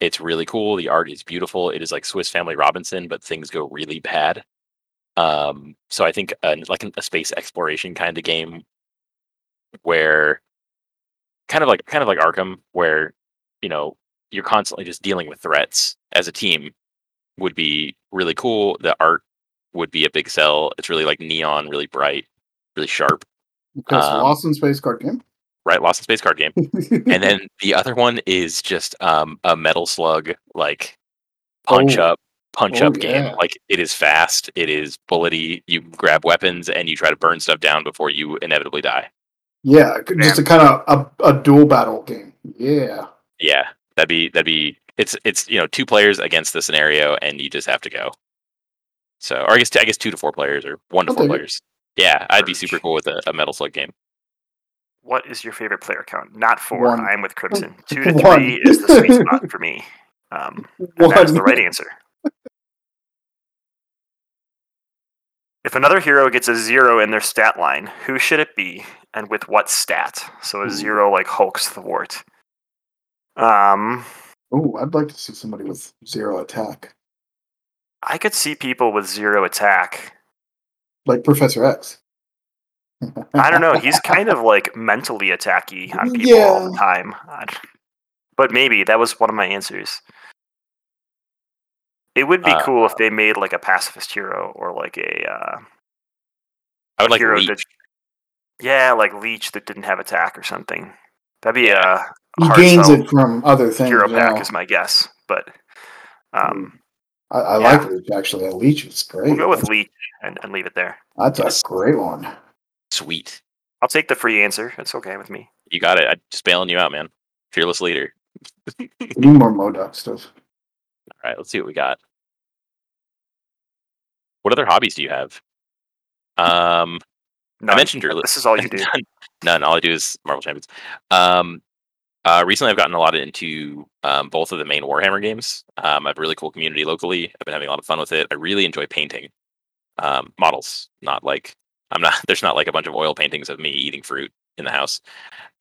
Speaker 2: it's really cool. The art is beautiful. It is like Swiss Family Robinson, but things go really bad. Um, so I think uh, like an- a space exploration kind of game, where kind of like kind of like Arkham, where you know you're constantly just dealing with threats as a team, would be really cool. The art would be a big sell. It's really like neon, really bright, really sharp.
Speaker 4: Because
Speaker 2: um,
Speaker 4: Lost in Space card game.
Speaker 2: Right, Lost in Space card game and then the other one is just um, a metal slug like punch
Speaker 4: Oh.
Speaker 2: up punch
Speaker 4: Oh,
Speaker 2: up
Speaker 4: yeah.
Speaker 2: game like it is fast it is bullety you grab weapons and you try to burn stuff down before you inevitably die
Speaker 4: yeah, just a kind of a, a dual battle game. Yeah.
Speaker 2: yeah that'd be that'd be it's it's you know two players against the scenario and you just have to go so or i guess i guess two to four players or one to
Speaker 4: I'll
Speaker 2: four
Speaker 4: take it.
Speaker 2: players yeah i'd be super
Speaker 1: Urge.
Speaker 2: cool with a, a metal slug game
Speaker 1: What is your favorite player count? Not four.
Speaker 4: One.
Speaker 1: I'm with Crimson. Two to
Speaker 4: One.
Speaker 1: three is the sweet spot for me. Um, and that is the
Speaker 4: One.
Speaker 1: right answer. If another hero gets a zero in their stat line, who should it be, and with what stat? So a
Speaker 4: Ooh.
Speaker 1: zero like Hulk's thwart. Um,
Speaker 4: Oh, I'd like to see somebody with zero attack,
Speaker 1: I could see people with zero attack.
Speaker 4: like Professor X.
Speaker 1: I don't know. He's kind of like mentally attacky on people all the
Speaker 4: Yeah.
Speaker 1: time. I d- But maybe that was one of my answers. It would be
Speaker 2: Uh,
Speaker 1: cool if they made like a pacifist hero or like a uh,
Speaker 2: i would like
Speaker 1: hero
Speaker 2: Leech.
Speaker 1: that- yeah, like leech that didn't have attack or something. That'd be uh a
Speaker 4: He
Speaker 1: hard
Speaker 4: gains
Speaker 1: sell.
Speaker 4: it from other things.
Speaker 1: hero
Speaker 4: you
Speaker 1: pack
Speaker 4: know.
Speaker 1: is my guess, but um,
Speaker 4: I, I
Speaker 1: yeah.
Speaker 4: like Leech actually. A Leech is great.
Speaker 1: we'll go with
Speaker 4: That's-
Speaker 1: leech and, and leave it there.
Speaker 4: That's
Speaker 2: Yes.
Speaker 4: a great one.
Speaker 2: sweet
Speaker 1: I'll take the free answer. It's okay with me.
Speaker 2: you got it i'm just bailing you out man fearless leader
Speaker 4: We Need more Modoc stuff.
Speaker 2: All right, let's see what we got. What other hobbies do you have? Um,
Speaker 1: No,
Speaker 2: I mentioned earlier.
Speaker 1: this is all you do.
Speaker 2: None. None. All I do is Marvel Champions. Um, uh, recently, I've gotten a lot into um, both of the main Warhammer games. Um, I have a really cool community locally. I've been having a lot of fun with it. I really enjoy painting um, models. Not like I'm not. There's not like a bunch of oil paintings of me eating fruit in the house.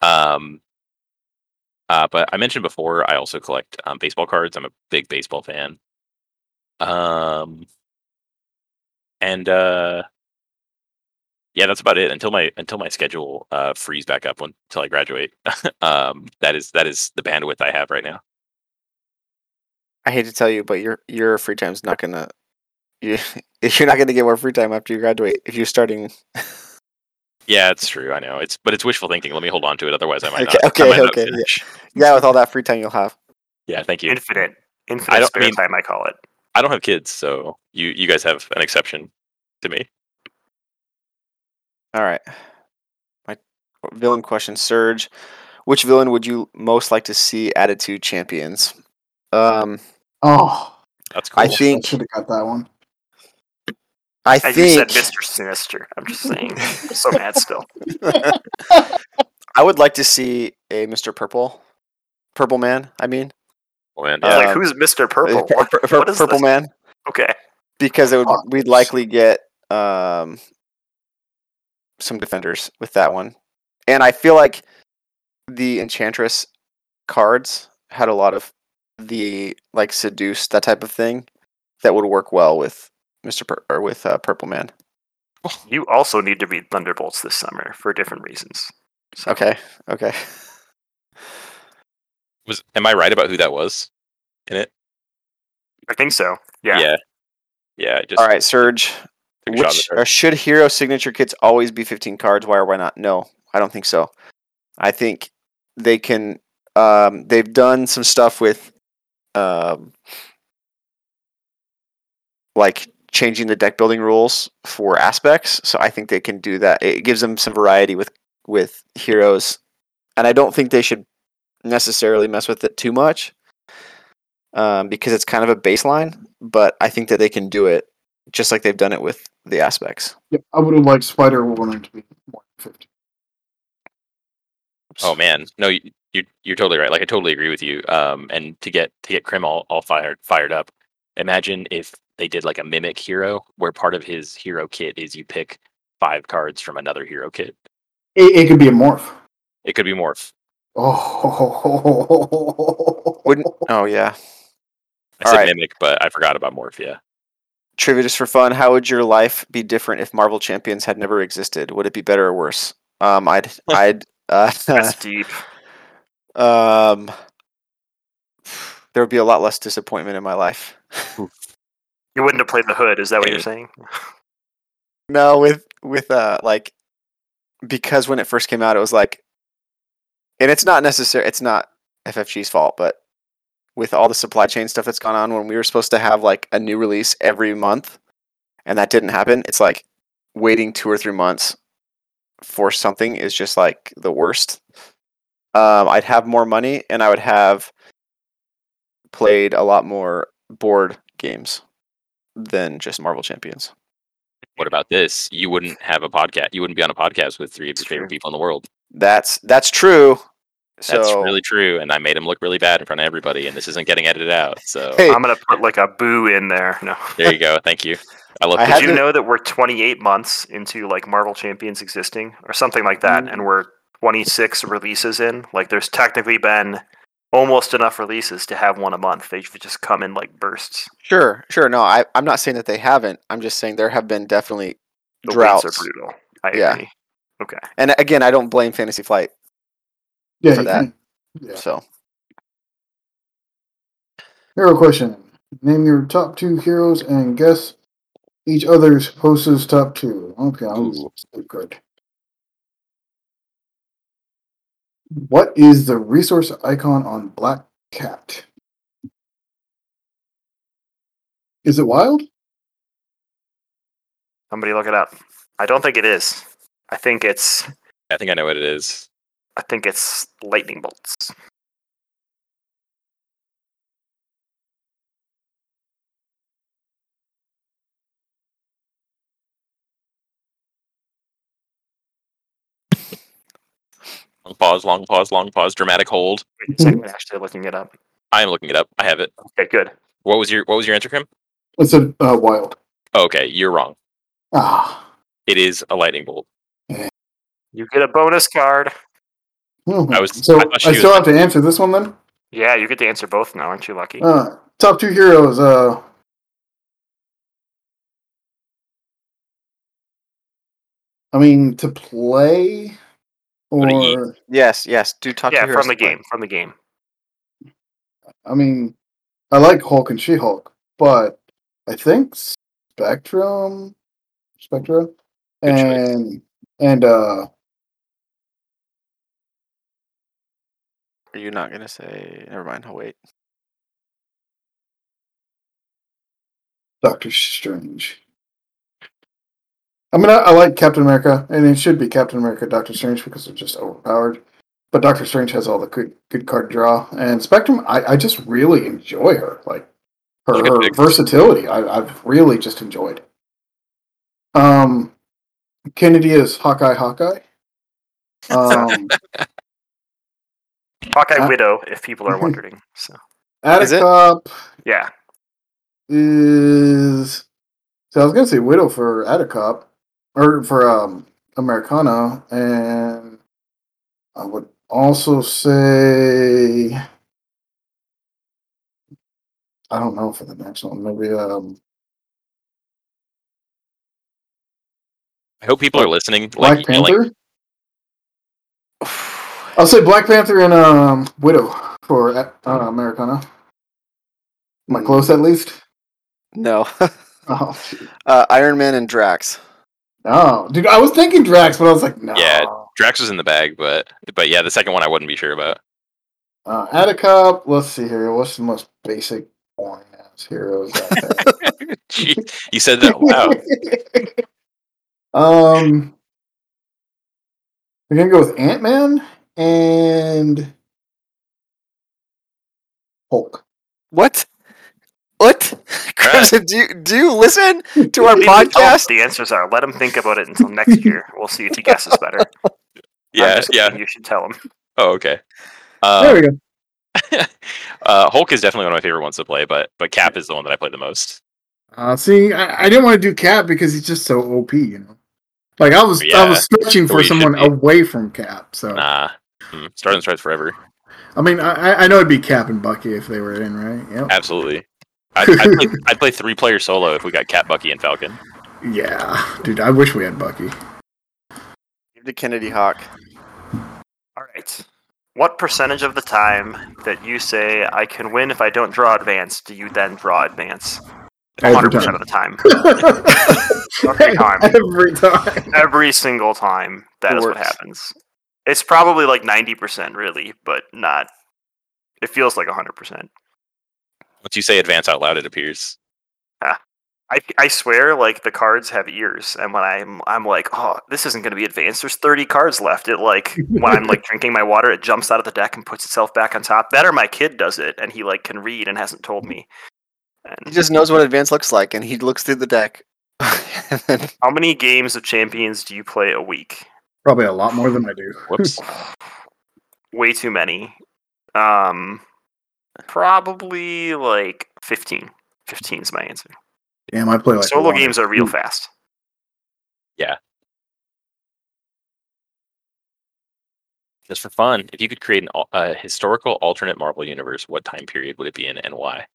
Speaker 2: Um, uh, but I mentioned before, I also collect um, baseball cards. I'm a big baseball fan. Um, and uh, yeah, that's about it until my until my schedule uh, frees back up when, until I graduate. um, that is that is the bandwidth I have right now.
Speaker 3: I hate to tell you, but your your free time's not gonna. You, you're not gonna get more free time after you graduate if you're starting.
Speaker 2: Yeah, it's true. I know it's but it's wishful thinking. Let me hold on to it, otherwise I might
Speaker 3: Okay,
Speaker 2: not. I
Speaker 3: okay,
Speaker 2: might not
Speaker 3: okay, yeah.
Speaker 2: finish.
Speaker 3: Yeah, with all that free time you'll have.
Speaker 2: yeah. Thank you.
Speaker 1: Infinite, infinite
Speaker 2: don't- I
Speaker 1: spare
Speaker 2: mean-
Speaker 1: time. I call it.
Speaker 2: I don't have kids, so you you guys have an exception to me.
Speaker 3: All right. My villain question, Surge. Which villain would you most like to see added to Champions? Um,
Speaker 4: Oh,
Speaker 2: That's cool.
Speaker 3: I think.
Speaker 4: should have got that one.
Speaker 3: I
Speaker 1: As
Speaker 3: think.
Speaker 1: you said, Mister Sinister. I'm just saying. I'm so mad still.
Speaker 3: I would like to see a Mr. Purple, Purple Man. I mean,
Speaker 2: Oh, man,
Speaker 1: I was
Speaker 2: yeah.
Speaker 1: like,
Speaker 3: Um,
Speaker 1: who's Mister Purple?
Speaker 3: Pur-
Speaker 1: What-
Speaker 3: Pur- Pur-
Speaker 1: what is
Speaker 3: Purple
Speaker 1: this?
Speaker 3: Man,
Speaker 1: Okay,
Speaker 3: because it would
Speaker 4: Oh.
Speaker 3: we'd likely get um some defenders with that one, and I feel like the Enchantress cards had a lot of the like seduce that type of thing that would work well with Mister Pur- or with uh, Purple Man.
Speaker 1: you also need to read Thunderbolts this summer for different reasons. So,
Speaker 3: Okay, okay.
Speaker 2: was am I right about who that was in it?
Speaker 1: I think so. Yeah.
Speaker 2: yeah, yeah. I just
Speaker 3: All right, Surge.
Speaker 2: took a shot at
Speaker 3: Which
Speaker 2: the
Speaker 3: or
Speaker 2: dark.
Speaker 3: should hero signature kits always be 15 cards? Why or why not? No, I don't think so. I think they can. Um, they've done some stuff with, um, like changing the deck building rules for aspects. So I think they can do that. It gives them some variety with with heroes, and I don't think they should necessarily mess with it too much, um, because it's kind of a baseline. But I think that they can do it just like they've done it with the aspects.
Speaker 4: Yep, I would have liked Spider Woman to be more than 50.
Speaker 2: Oh man, no, you, you you're totally right. Like I totally agree with you. Um, and to get to get Krim all, all fired fired up, imagine if they did like a mimic hero where part of his hero kit is you pick five cards from another hero kit.
Speaker 4: It, it could be a morph.
Speaker 2: It could be morph.
Speaker 4: Oh,
Speaker 3: Wouldn't- Oh yeah.
Speaker 2: I
Speaker 3: All
Speaker 2: said
Speaker 3: right.
Speaker 2: mimic, but I forgot about morph. Yeah,
Speaker 3: Trivia just for fun. How would your life be different if Marvel Champions had never existed? Would it be better or worse? Um, I'd, I'd, uh,
Speaker 1: That's deep.
Speaker 3: um, there would be a lot less disappointment in my life.
Speaker 1: You wouldn't have played the hood. Is that what you're
Speaker 2: Yeah.
Speaker 1: saying?
Speaker 3: No, with with uh like because when it first came out it was like and it's not necessary it's not FFG's fault, but with all the supply chain stuff that's gone on when we were supposed to have like a new release every month and that didn't happen, it's like waiting 2 or 3 months for something is just like the worst. Um I'd have more money and I would have played a lot more board games than just Marvel Champions.
Speaker 2: what about this? You wouldn't have a podcast. You wouldn't be on a podcast with three of your
Speaker 1: It's
Speaker 2: favorite
Speaker 1: true.
Speaker 2: people in the world.
Speaker 3: That's that's true.
Speaker 2: That's
Speaker 3: so,
Speaker 2: really true. And I made him look really bad in front of everybody. And this isn't getting edited out. So
Speaker 3: Hey,
Speaker 1: I'm gonna put like a boo in there. No.
Speaker 2: there you go. Thank you. I love.
Speaker 3: I
Speaker 2: that
Speaker 3: had
Speaker 1: Did
Speaker 3: to-
Speaker 1: you know that we're 28 months into like Marvel Champions existing or something like that,
Speaker 3: Mm.
Speaker 1: and we're 26 releases in? Like, there's technically been almost enough releases to have one a month. They've just come in like bursts.
Speaker 3: sure, sure. No, I, I'm not saying that they haven't. I'm just saying there have been definitely
Speaker 1: The weeks
Speaker 3: droughts.
Speaker 1: are brutal. I
Speaker 3: Yeah.
Speaker 1: agree. Okay.
Speaker 3: And again, I don't blame Fantasy Flight.
Speaker 4: yeah,
Speaker 3: for
Speaker 4: you
Speaker 3: that.
Speaker 4: can- Yeah.
Speaker 3: So
Speaker 4: Hero question. Name your top two heroes and guess each other's host's top two. Okay, I'm
Speaker 2: Ooh.
Speaker 4: so good. What is the resource icon on Black Cat? Is it wild?
Speaker 1: Somebody look it up. I don't think it is. I think it's.
Speaker 2: I think I know what it is.
Speaker 1: I think it's lightning bolts.
Speaker 2: Long pause. Long pause. Long pause. Dramatic hold.
Speaker 1: Wait a
Speaker 4: Mm-hmm.
Speaker 1: second, I'm actually looking it up.
Speaker 2: I am looking it up. I have it.
Speaker 1: Okay, good.
Speaker 2: What was your What was your answer, Krim?
Speaker 4: I said uh, wild.
Speaker 2: Oh, okay, you're wrong.
Speaker 4: Ah.
Speaker 2: It is a lightning bolt.
Speaker 1: You get a bonus card.
Speaker 4: Hmm.
Speaker 2: I was-
Speaker 4: so
Speaker 2: I
Speaker 4: I,
Speaker 2: thought she
Speaker 4: still
Speaker 2: was-
Speaker 4: have to answer this one then.
Speaker 1: Yeah, you get to answer both now. Aren't you lucky?
Speaker 4: Uh, top two heroes. Uh, I mean, to play
Speaker 2: What do you-
Speaker 4: or
Speaker 3: yes, yes. Do talk
Speaker 1: yeah,
Speaker 3: to heroes
Speaker 1: from the
Speaker 3: to play.
Speaker 1: game. From the game.
Speaker 4: I mean, I like Hulk and She Hulk, but I think Spectrum, Spectra,
Speaker 2: Good choice.
Speaker 4: and and uh,
Speaker 3: Are you not gonna say? Never mind. I'll wait.
Speaker 4: Doctor Strange. I mean, I, I like Captain America, and it should be Captain America, Doctor Strange, because they're just overpowered. But Doctor Strange has all the good good card draw, and Spectrum. I, I just really enjoy her, like her,
Speaker 2: Look at
Speaker 4: her
Speaker 2: Vix.
Speaker 4: versatility. I, I've really just enjoyed. Um, Kennedy is Hawkeye. Hawkeye. Um,
Speaker 1: Hawkeye
Speaker 4: Uh,
Speaker 1: Widow, if people are wondering. So
Speaker 3: Is it?
Speaker 4: Atticop
Speaker 1: yeah,
Speaker 4: is. So I was gonna say Widow for Atticop, or for um Americana, and I would also say I don't know for the next one. Maybe um
Speaker 2: I hope people are listening.
Speaker 4: Black
Speaker 2: Like, yelling.
Speaker 4: Panther. I'll say Black Panther and um Widow for uh, Americana. Am I close at least?
Speaker 3: No.
Speaker 4: Oh, shoot.
Speaker 3: uh, Iron Man and Drax.
Speaker 4: oh, dude, I was thinking Drax, but I was like, no.
Speaker 2: Yeah. Drax was in the bag, but but yeah, the second one I wouldn't be sure about.
Speaker 4: Uh, Atacop, let's see here. What's the most basic boring ass heroes out there?
Speaker 2: Gee, you said that wow.
Speaker 4: um, we're gonna go with Ant Man and Hulk.
Speaker 3: What? What? Crimson, do you, do you listen to our
Speaker 1: Leave it to
Speaker 3: podcast?
Speaker 1: Hulk, The answers are let him think about it until next year. We'll see if he guesses better. I'm
Speaker 2: Yeah,
Speaker 1: just
Speaker 2: yeah.
Speaker 1: kidding, You should tell him.
Speaker 2: Oh, okay.
Speaker 4: there
Speaker 2: Uh,
Speaker 4: we go.
Speaker 2: uh, Hulk is definitely one of my favorite ones to play, but but Cap is the one that I play the most.
Speaker 4: Uh, see, I, I didn't want to do Cap because he's just so OP, you know. Like I was, I
Speaker 2: Yeah,
Speaker 4: was searching
Speaker 2: the
Speaker 4: for
Speaker 2: way he should
Speaker 4: someone
Speaker 2: be.
Speaker 4: away from Cap. So
Speaker 2: Nah, mm, Starting Stripes forever.
Speaker 4: I mean, I, I- I know it'd be Cap and Bucky if they were in, right? Yep.
Speaker 2: Absolutely. I'd, I'd, play, I'd play three player solo if we got Cat, Bucky, and Falcon.
Speaker 4: Yeah, dude, I wish we had Bucky.
Speaker 3: Give to Kennedy Hawk.
Speaker 1: All right. What percentage of the time that you say I can win if I don't draw advance do you then draw advance?
Speaker 4: Every
Speaker 1: 100%
Speaker 4: time.
Speaker 1: of the time. Every time.
Speaker 4: Every time.
Speaker 1: Every single time. That
Speaker 3: It
Speaker 1: is what
Speaker 3: works.
Speaker 1: happens. It's probably like 90%, really, but not. It feels like 100%.
Speaker 2: Once you say advance out loud, it appears.
Speaker 1: I, I swear, like the cards have ears, and when I'm I'm like, oh, this isn't going to be advanced. There's 30 cards left. It like when I'm like drinking my water, it jumps out of the deck and puts itself back on top. That or my kid does it, and he like can read and hasn't told me.
Speaker 3: He
Speaker 1: And
Speaker 3: just knows what advance looks like, and he looks through the deck. And then-
Speaker 1: how many games of Champions do you play a week?
Speaker 4: Probably a lot more than I do.
Speaker 2: Whoops.
Speaker 1: Way too many. Um, probably like 15. 15 is my answer.
Speaker 4: Damn, I play like Hmm.
Speaker 1: Solo
Speaker 4: one.
Speaker 1: games are real fast.
Speaker 2: Just for fun, if you could create an, al- a historical alternate Marvel universe, what time period would it be in and why?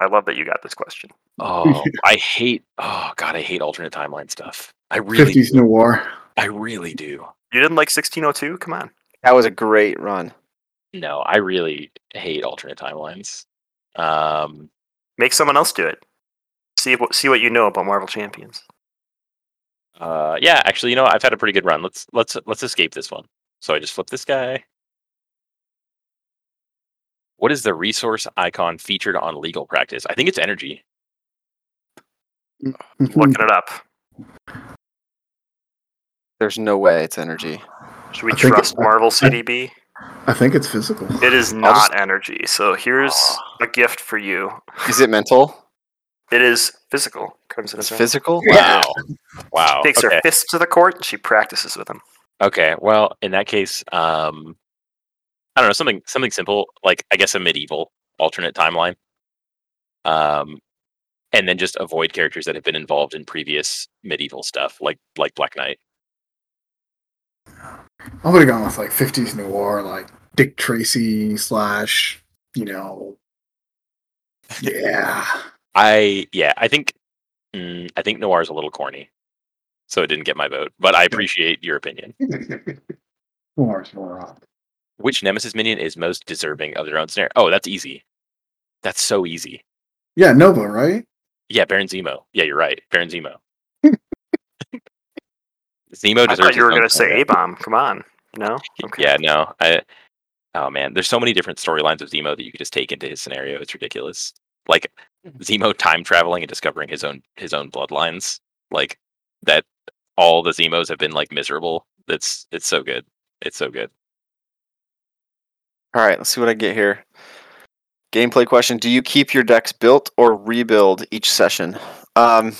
Speaker 1: I love that you got this question.
Speaker 2: Oh, I hate. Oh God, I hate alternate timeline stuff. I really,
Speaker 4: Fifties noir.
Speaker 2: I really do.
Speaker 1: You didn't like 1602? Come on.
Speaker 3: that was a great run.
Speaker 2: No, I really hate alternate timelines. Um,
Speaker 1: Make someone else do it. See what see what you know about Marvel Champions.
Speaker 2: uh, yeah, actually, you know, I've had a pretty good run. Let's let's let's escape this one. So I just flip this guy. What is the resource icon featured on legal practice? I think it's energy.
Speaker 4: Hmm. Mm-hmm.
Speaker 1: Looking it up.
Speaker 3: There's no way it's energy.
Speaker 1: Should we
Speaker 4: I think
Speaker 1: trust
Speaker 4: it-
Speaker 1: Marvel CDB?
Speaker 4: I think it's physical.
Speaker 1: It is not
Speaker 3: just-
Speaker 1: energy. So here's a gift for you.
Speaker 3: Is it mental?
Speaker 1: It is physical. Crimson
Speaker 3: It's
Speaker 1: is
Speaker 3: physical?
Speaker 4: Yeah.
Speaker 2: Wow. Wow.
Speaker 1: Takes
Speaker 2: okay.
Speaker 1: her fists to the court. and She practices with them.
Speaker 2: Okay. Well, in that case, um, I don't know something something simple like I guess a medieval alternate timeline, um, and then just avoid characters that have been involved in previous medieval stuff like like Black Knight.
Speaker 4: I would have gone with like fifties noir, like Dick Tracy slash, you know. Yeah.
Speaker 2: I yeah, I think mm, I think Noir is a little corny, so it didn't get my vote. But I appreciate your opinion.
Speaker 4: Noir's noir.
Speaker 2: Which Nemesis minion is most deserving of their own snare? Oh, that's easy. That's so easy.
Speaker 4: Yeah, Nova, right?
Speaker 2: Yeah, Baron Zemo. Yeah, you're right. Baron Zemo. Zemo
Speaker 1: I
Speaker 2: deserves.
Speaker 1: thought you
Speaker 2: his
Speaker 1: were
Speaker 2: own
Speaker 1: going to say
Speaker 2: snare.
Speaker 1: A bomb. Come on. No? Okay.
Speaker 2: Yeah, no. I oh man, there's so many different storylines of Zemo that you could just take into his scenario. It's ridiculous. Like
Speaker 1: Mm-hmm.
Speaker 2: Zemo time traveling and discovering his own his own bloodlines. Like that all the Zemos have been like miserable. That's it's so good. It's so good.
Speaker 3: All right, let's see what I get here. Gameplay question: Do you keep your decks built or rebuild each session? Um,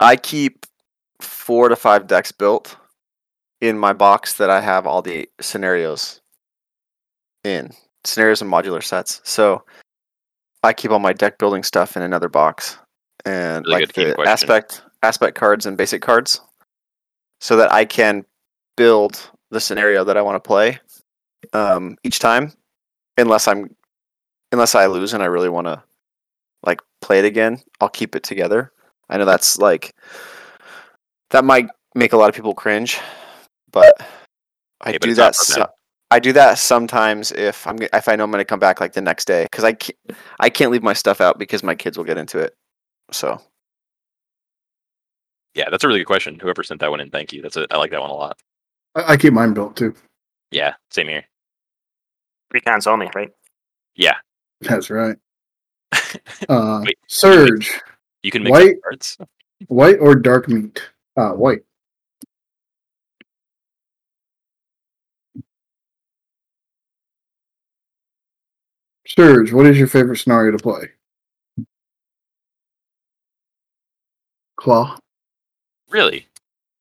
Speaker 3: I keep four to five decks built in my box that I have all the scenarios in scenarios and modular sets. So I keep all my deck building stuff in another box and
Speaker 2: Really
Speaker 3: like
Speaker 2: good game
Speaker 3: the
Speaker 2: question.
Speaker 3: aspect aspect cards and basic cards, so that I can build the scenario that I want to play um, each time, unless I'm unless I lose and I really want to like play it again, I'll keep it together. I know that's like that might make a lot of people cringe, but
Speaker 2: Yeah,
Speaker 3: I
Speaker 2: but
Speaker 3: do
Speaker 2: it's not
Speaker 3: that.
Speaker 2: for
Speaker 3: So-
Speaker 2: them.
Speaker 3: I do that sometimes if I'm g- if I know I'm going to come back like the next day because I can't, I can't leave my stuff out because my kids will get into it. So
Speaker 2: Yeah, that's a really good question. Whoever sent that one in, thank you. That's a, I like that one a lot.
Speaker 4: I, I keep mine built too.
Speaker 2: Yeah, same here.
Speaker 1: Three cons only, right?
Speaker 2: Yeah,
Speaker 4: That's right. Uh,
Speaker 2: Wait.
Speaker 4: Surge,
Speaker 2: you can make up
Speaker 4: White-
Speaker 2: cards.
Speaker 4: white or dark meat? Uh, white. Surge, what is your favorite scenario to play? Claw.
Speaker 2: Really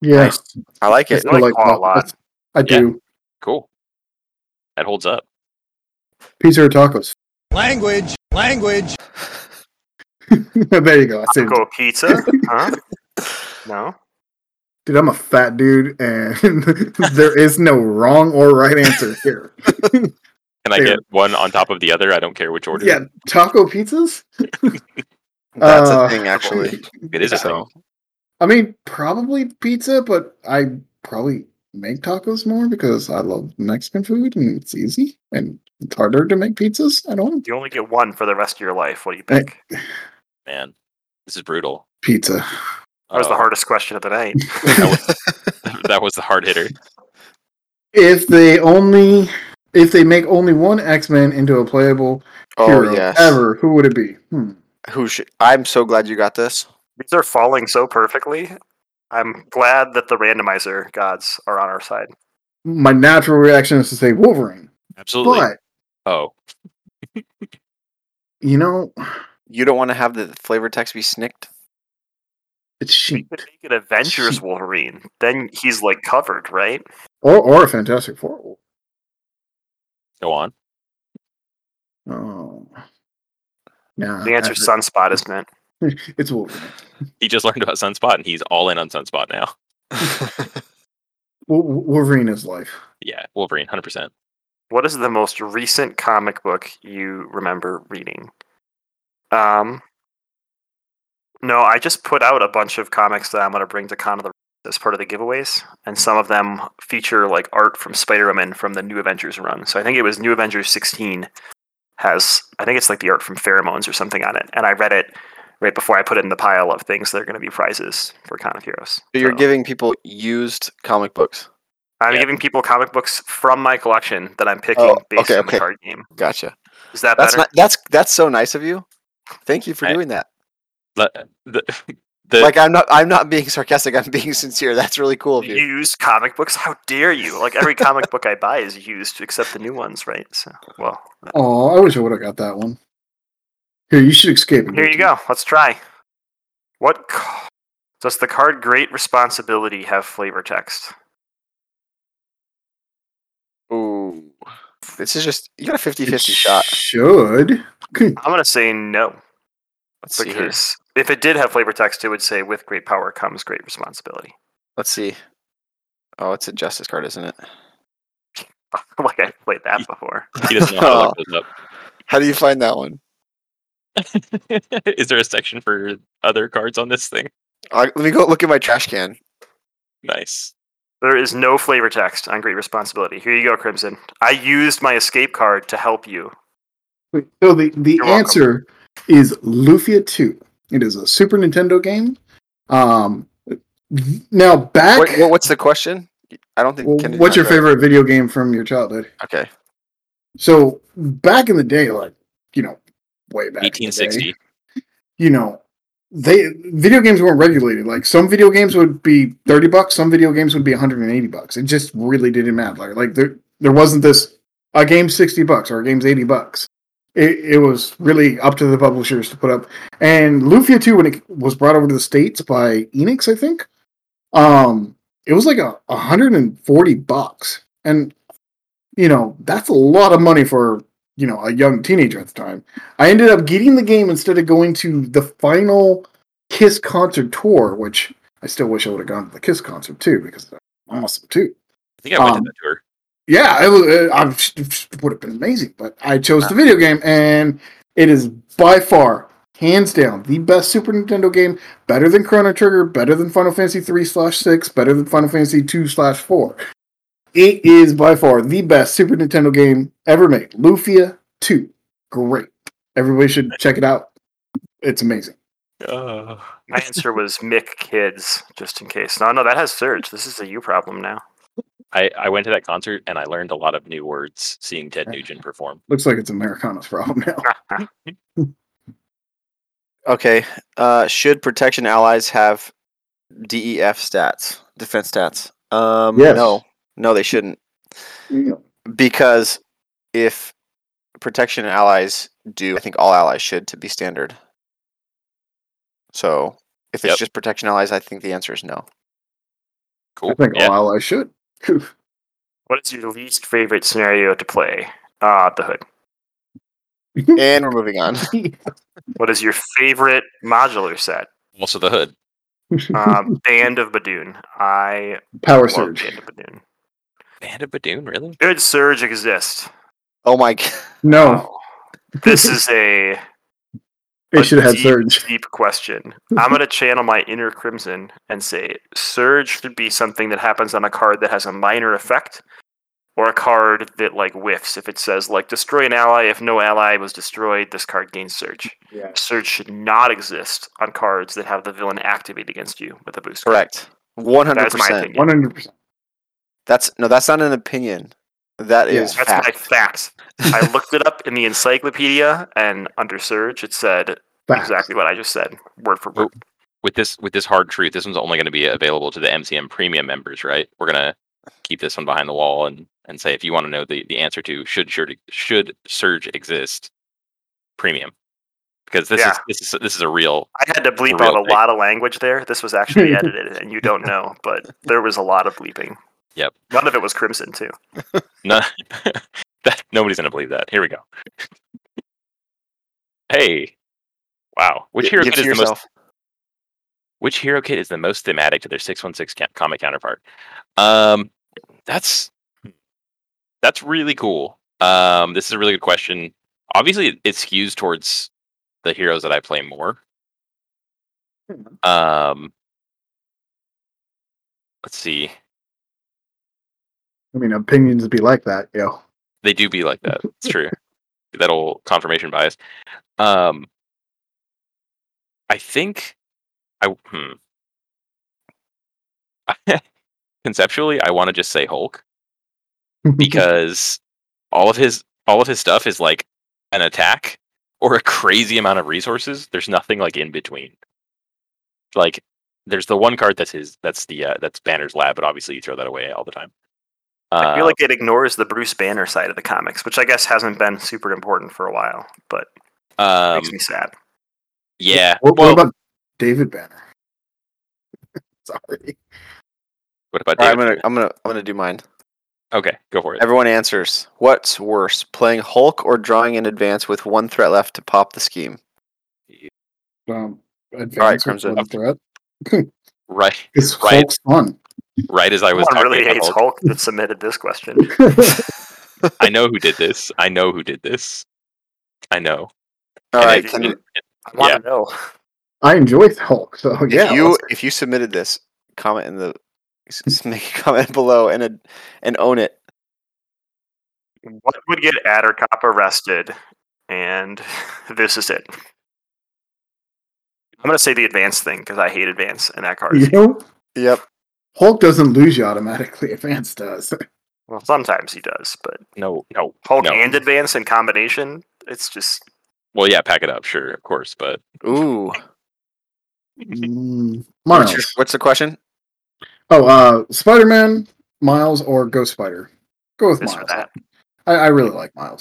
Speaker 4: Yeah,
Speaker 1: Nice.
Speaker 3: I like
Speaker 4: I
Speaker 3: it. Oh,
Speaker 1: It's
Speaker 4: still
Speaker 1: like
Speaker 4: like
Speaker 1: claw a
Speaker 4: claw.
Speaker 1: lot.
Speaker 4: That's- I
Speaker 2: Yeah.
Speaker 4: do.
Speaker 2: cool. That holds up.
Speaker 4: Pizza or tacos?
Speaker 5: Language. Language.
Speaker 4: there you go. I saved
Speaker 1: Taco pizza? Huh? No.
Speaker 4: Dude, I'm a fat dude, and there is no wrong or right answer here.
Speaker 2: Can I
Speaker 4: Fair.
Speaker 2: get one on top of the other? I don't care which order.
Speaker 4: yeah, taco pizzas?
Speaker 3: That's
Speaker 4: Uh,
Speaker 3: a thing, actually.
Speaker 2: it is a
Speaker 3: So-
Speaker 2: thing.
Speaker 4: I mean, probably pizza, but I probably make tacos more because I love Mexican food and it's easy and it's harder to make pizzas at home.
Speaker 1: You only get one for the rest of your life. What do you pick?
Speaker 2: Man, this is brutal.
Speaker 4: Pizza.
Speaker 1: That was the
Speaker 2: Uh,
Speaker 1: hardest question of the night.
Speaker 2: that was the hard hitter.
Speaker 4: If they only if they make only one X-Men into a playable
Speaker 3: Oh
Speaker 4: hero
Speaker 3: yes.
Speaker 4: ever, who would it be? Hmm.
Speaker 3: Who should? I'm so glad you got this.
Speaker 1: These are falling so perfectly. I'm glad that the randomizer gods are on our side.
Speaker 4: My natural reaction is to say Wolverine.
Speaker 2: Absolutely.
Speaker 4: But
Speaker 2: Oh,
Speaker 4: you know,
Speaker 3: You don't want to have the flavor text be snicked.
Speaker 4: it's
Speaker 1: We
Speaker 4: sheep.
Speaker 1: could make an Avengers
Speaker 4: Sheep.
Speaker 1: Wolverine. Then he's like covered, right?
Speaker 4: Or or a Fantastic Four.
Speaker 2: go on.
Speaker 4: Oh. Nah,
Speaker 1: The answer's Sunspot, isn't it?
Speaker 4: it's Wolverine.
Speaker 2: He just learned about Sunspot and he's all in on Sunspot now.
Speaker 4: Wol- Wolverine is life.
Speaker 2: Yeah, Wolverine, 100%.
Speaker 1: What is the most recent comic book you remember reading? Um, no, I just put out a bunch of comics that I'm going to bring to Con of the as part of the giveaways, and some of them feature like art from Spider Woman from the New Avengers run. So I think it was New Avengers 16 has I think it's like the art from Pheromones or something on it, and I read it right before I put it in the pile of things that are going to be prizes for Comic Heroes.
Speaker 3: So you're
Speaker 1: So-
Speaker 3: giving people used comic books.
Speaker 1: I'm
Speaker 2: Yeah.
Speaker 1: giving people comic books from my collection that I'm picking
Speaker 3: Oh,
Speaker 1: based
Speaker 3: okay,
Speaker 1: on the
Speaker 3: okay.
Speaker 1: card game.
Speaker 3: Gotcha.
Speaker 1: Is that
Speaker 3: That's
Speaker 1: better?
Speaker 3: not, that's that's so nice of you. Thank you for
Speaker 2: I-
Speaker 3: doing that.
Speaker 2: The, the, the,
Speaker 3: like I'm not I'm not being sarcastic. I'm being sincere. That's really cool of you.
Speaker 1: used comic books? How dare you? Like every comic book I buy is used except the new ones, right? So, well,
Speaker 4: Oh, I wish I would have got that one. Here, you should escape. and
Speaker 3: Mm-hmm.
Speaker 1: here
Speaker 4: give
Speaker 1: you
Speaker 4: it to me.
Speaker 1: go. Let's try. What ca- does the card "Great Responsibility" have flavor text?
Speaker 3: Ooh. This is just you got a 50-50 shot.
Speaker 4: Should.
Speaker 1: I'm gonna say no
Speaker 3: Let's see. here.
Speaker 1: because if it did have flavor text, it would say "With great power comes great responsibility."
Speaker 3: Let's see. Oh, it's a justice card, isn't it?
Speaker 1: like I played that before.
Speaker 2: he doesn't know how to look those up.
Speaker 3: How do you find that one?
Speaker 2: is there a section for other cards on this thing?
Speaker 3: I, Uh, let me go look at my trash can.
Speaker 2: Nice.
Speaker 1: There is no flavor text on great responsibility. Here you go, Crimson. I used my escape card to help you.
Speaker 4: Wait, So the, the
Speaker 1: You're welcome.
Speaker 4: answer is Lufia 2. It is a Super Nintendo game. Um, now back.
Speaker 3: Wait, what, what's the question? I don't think.
Speaker 4: Well,
Speaker 3: Kennedy
Speaker 4: what's
Speaker 3: got
Speaker 4: your
Speaker 3: that.
Speaker 4: favorite video game from your childhood?
Speaker 3: Okay.
Speaker 4: So back in the day, like you know, way back, in the day,
Speaker 2: 1860.
Speaker 4: you know, they video games weren't regulated. Like some video games would be thirty bucks, some video games would be one hundred and eighty bucks. It just really didn't matter. Like, like there there wasn't this a game sixty bucks or a game's eighty bucks. It, it was really up to the publishers to put up. And Lufia two, when it was brought over to the states by Enix, I think, um, it was like a hundred and forty bucks, and you know that's a lot of money for you know a young teenager at the time. I ended up getting the game instead of going to the final Kiss concert tour, which I still wish I would have gone to the Kiss concert too because that's awesome too.
Speaker 2: I think I went
Speaker 4: um,
Speaker 2: to that tour.
Speaker 4: Yeah, it, was, it, I would have been amazing, but I chose the video game, and it is by far, hands down, the best Super Nintendo game. Better than Chrono Trigger, better than Final Fantasy three slash six, better than Final Fantasy two slash four. It is by far the best Super Nintendo game ever made. Lufia 2. Great. Everybody should check it out. It's amazing.
Speaker 1: My answer was Mick Kids, just in case. No, no, that has Surge. This is a you problem now.
Speaker 2: I, I went to that concert and I learned a lot of new words seeing Ted Nugent perform.
Speaker 4: Looks like it's Americana's problem now.
Speaker 3: Okay. Uh, should protection allies have DEF stats, defense stats? Um,
Speaker 4: Yes.
Speaker 3: No, no, they shouldn't.
Speaker 4: Yeah.
Speaker 3: Because if protection allies do, I think all allies should to be standard. So if it's
Speaker 2: Yep.
Speaker 3: just protection allies, I think the answer is no.
Speaker 2: Cool.
Speaker 4: I think
Speaker 2: Yeah.
Speaker 4: all allies should.
Speaker 1: What is your least favorite scenario to play? Ah, the hood.
Speaker 3: And we're moving on.
Speaker 1: What is your favorite modular set?
Speaker 2: Also the hood.
Speaker 1: Uh, Band of Badoon. I
Speaker 4: Power
Speaker 1: love
Speaker 4: Surge.
Speaker 1: Band of Badoon.
Speaker 2: Band of Badoon, really?
Speaker 1: Should Surge exist?
Speaker 3: Oh my! g-
Speaker 4: No,
Speaker 1: This is a
Speaker 4: it should have had
Speaker 1: deep,
Speaker 4: Surge.
Speaker 1: Deep question. I'm going to channel my inner Crimson and say Surge should be something that happens on a card that has a minor effect or a card that like whiffs. If it says like destroy an ally, if no ally was destroyed, this card gains Surge.
Speaker 4: Yeah.
Speaker 1: Surge should not exist on cards that have the villain activate against you with a boost. card.
Speaker 3: Correct. One hundred
Speaker 1: That's my
Speaker 3: percent.
Speaker 1: opinion.
Speaker 4: 100%.
Speaker 3: That's no. That's not an opinion. That
Speaker 4: Yeah,
Speaker 3: is
Speaker 1: That's
Speaker 3: fact.
Speaker 1: my fact. I looked it up in the encyclopedia, and under Surge, it said
Speaker 4: Facts.
Speaker 1: exactly what I just said, word for word.
Speaker 2: With this with this hard truth, this one's only going to be available to the MCM premium members, right? We're gonna keep this one behind the wall and, and say if you want to know the, the answer to should should should surge exist, premium. Because this
Speaker 1: Yeah.
Speaker 2: is this is this is a real
Speaker 1: I had to bleep
Speaker 2: real
Speaker 1: out a
Speaker 2: thing.
Speaker 1: lot of language there. This was actually edited, and you don't know, but there was a lot of bleeping.
Speaker 2: Yep.
Speaker 1: None of it was Crimson, too.
Speaker 2: No, that nobody's gonna believe that. Here we go. hey, wow. Which
Speaker 3: Gi-
Speaker 2: hero
Speaker 3: give
Speaker 2: kid
Speaker 3: to
Speaker 2: is the most?
Speaker 3: yourself.
Speaker 2: Which hero kid is the most thematic to their six one six comic counterpart? Um, that's that's really cool. Um, this is a really good question. Obviously, it- it skews towards the heroes that I play more. Um, let's see.
Speaker 4: I mean, opinions be like that, yo.
Speaker 2: they do be like that. It's true. that old confirmation bias. Um, I think I hmm. conceptually I want to just say Hulk because all of his all of his stuff is like an attack or a crazy amount of resources. There's nothing like in between. Like there's the one card that's his that's the uh, that's Banner's lab, but obviously you throw that away all the time.
Speaker 1: I
Speaker 2: Uh,
Speaker 1: feel like it ignores the Bruce Banner side of the comics, which I guess hasn't been super important for a while, but
Speaker 2: um,
Speaker 1: makes me sad.
Speaker 2: yeah.
Speaker 4: What,
Speaker 2: well,
Speaker 4: what about David Banner? Sorry.
Speaker 2: what about
Speaker 3: All right,
Speaker 2: David?
Speaker 3: I'm gonna, I'm gonna, I'm gonna do mine.
Speaker 2: Okay, go for it.
Speaker 3: Everyone answers. What's worse, playing Hulk or drawing in advance with one threat left to pop the scheme?
Speaker 4: Um, advance with
Speaker 3: Crimson.
Speaker 4: one threat.
Speaker 2: Right,
Speaker 4: It's
Speaker 2: Right.
Speaker 4: Hulk's fun.
Speaker 2: right as I was
Speaker 1: Someone
Speaker 2: talking
Speaker 1: really
Speaker 2: about
Speaker 1: hates
Speaker 2: Hulk.
Speaker 1: Hulk that submitted this question.
Speaker 2: I know who did this. I know who did this. I know.
Speaker 3: All
Speaker 2: And
Speaker 3: right.
Speaker 2: it-
Speaker 3: Can,
Speaker 2: it-
Speaker 1: I want to know.
Speaker 4: I enjoy Hulk, so yeah.
Speaker 3: if you
Speaker 4: let's-
Speaker 3: if you submitted this, comment in the s- s- make a comment below and ad- and own it.
Speaker 1: What would get Addercop arrested? And this is it. I'm going to say the advance thing because I hate advance and that card.
Speaker 4: you know,
Speaker 3: Yep.
Speaker 4: Hulk doesn't lose you automatically. Advance does.
Speaker 1: Well, sometimes he does, but
Speaker 2: no, no.
Speaker 1: Hulk
Speaker 2: No.
Speaker 1: and advance in combination, it's just
Speaker 2: Well, yeah, pack it up, sure, of course, but
Speaker 3: Ooh.
Speaker 4: Mm,
Speaker 3: What's, your-
Speaker 4: Miles.
Speaker 3: what's the question?
Speaker 4: Oh, uh, Spider Man, Miles, or Ghost Spider? Go with
Speaker 1: this or
Speaker 4: Miles.
Speaker 1: that.
Speaker 4: I, I really like Miles.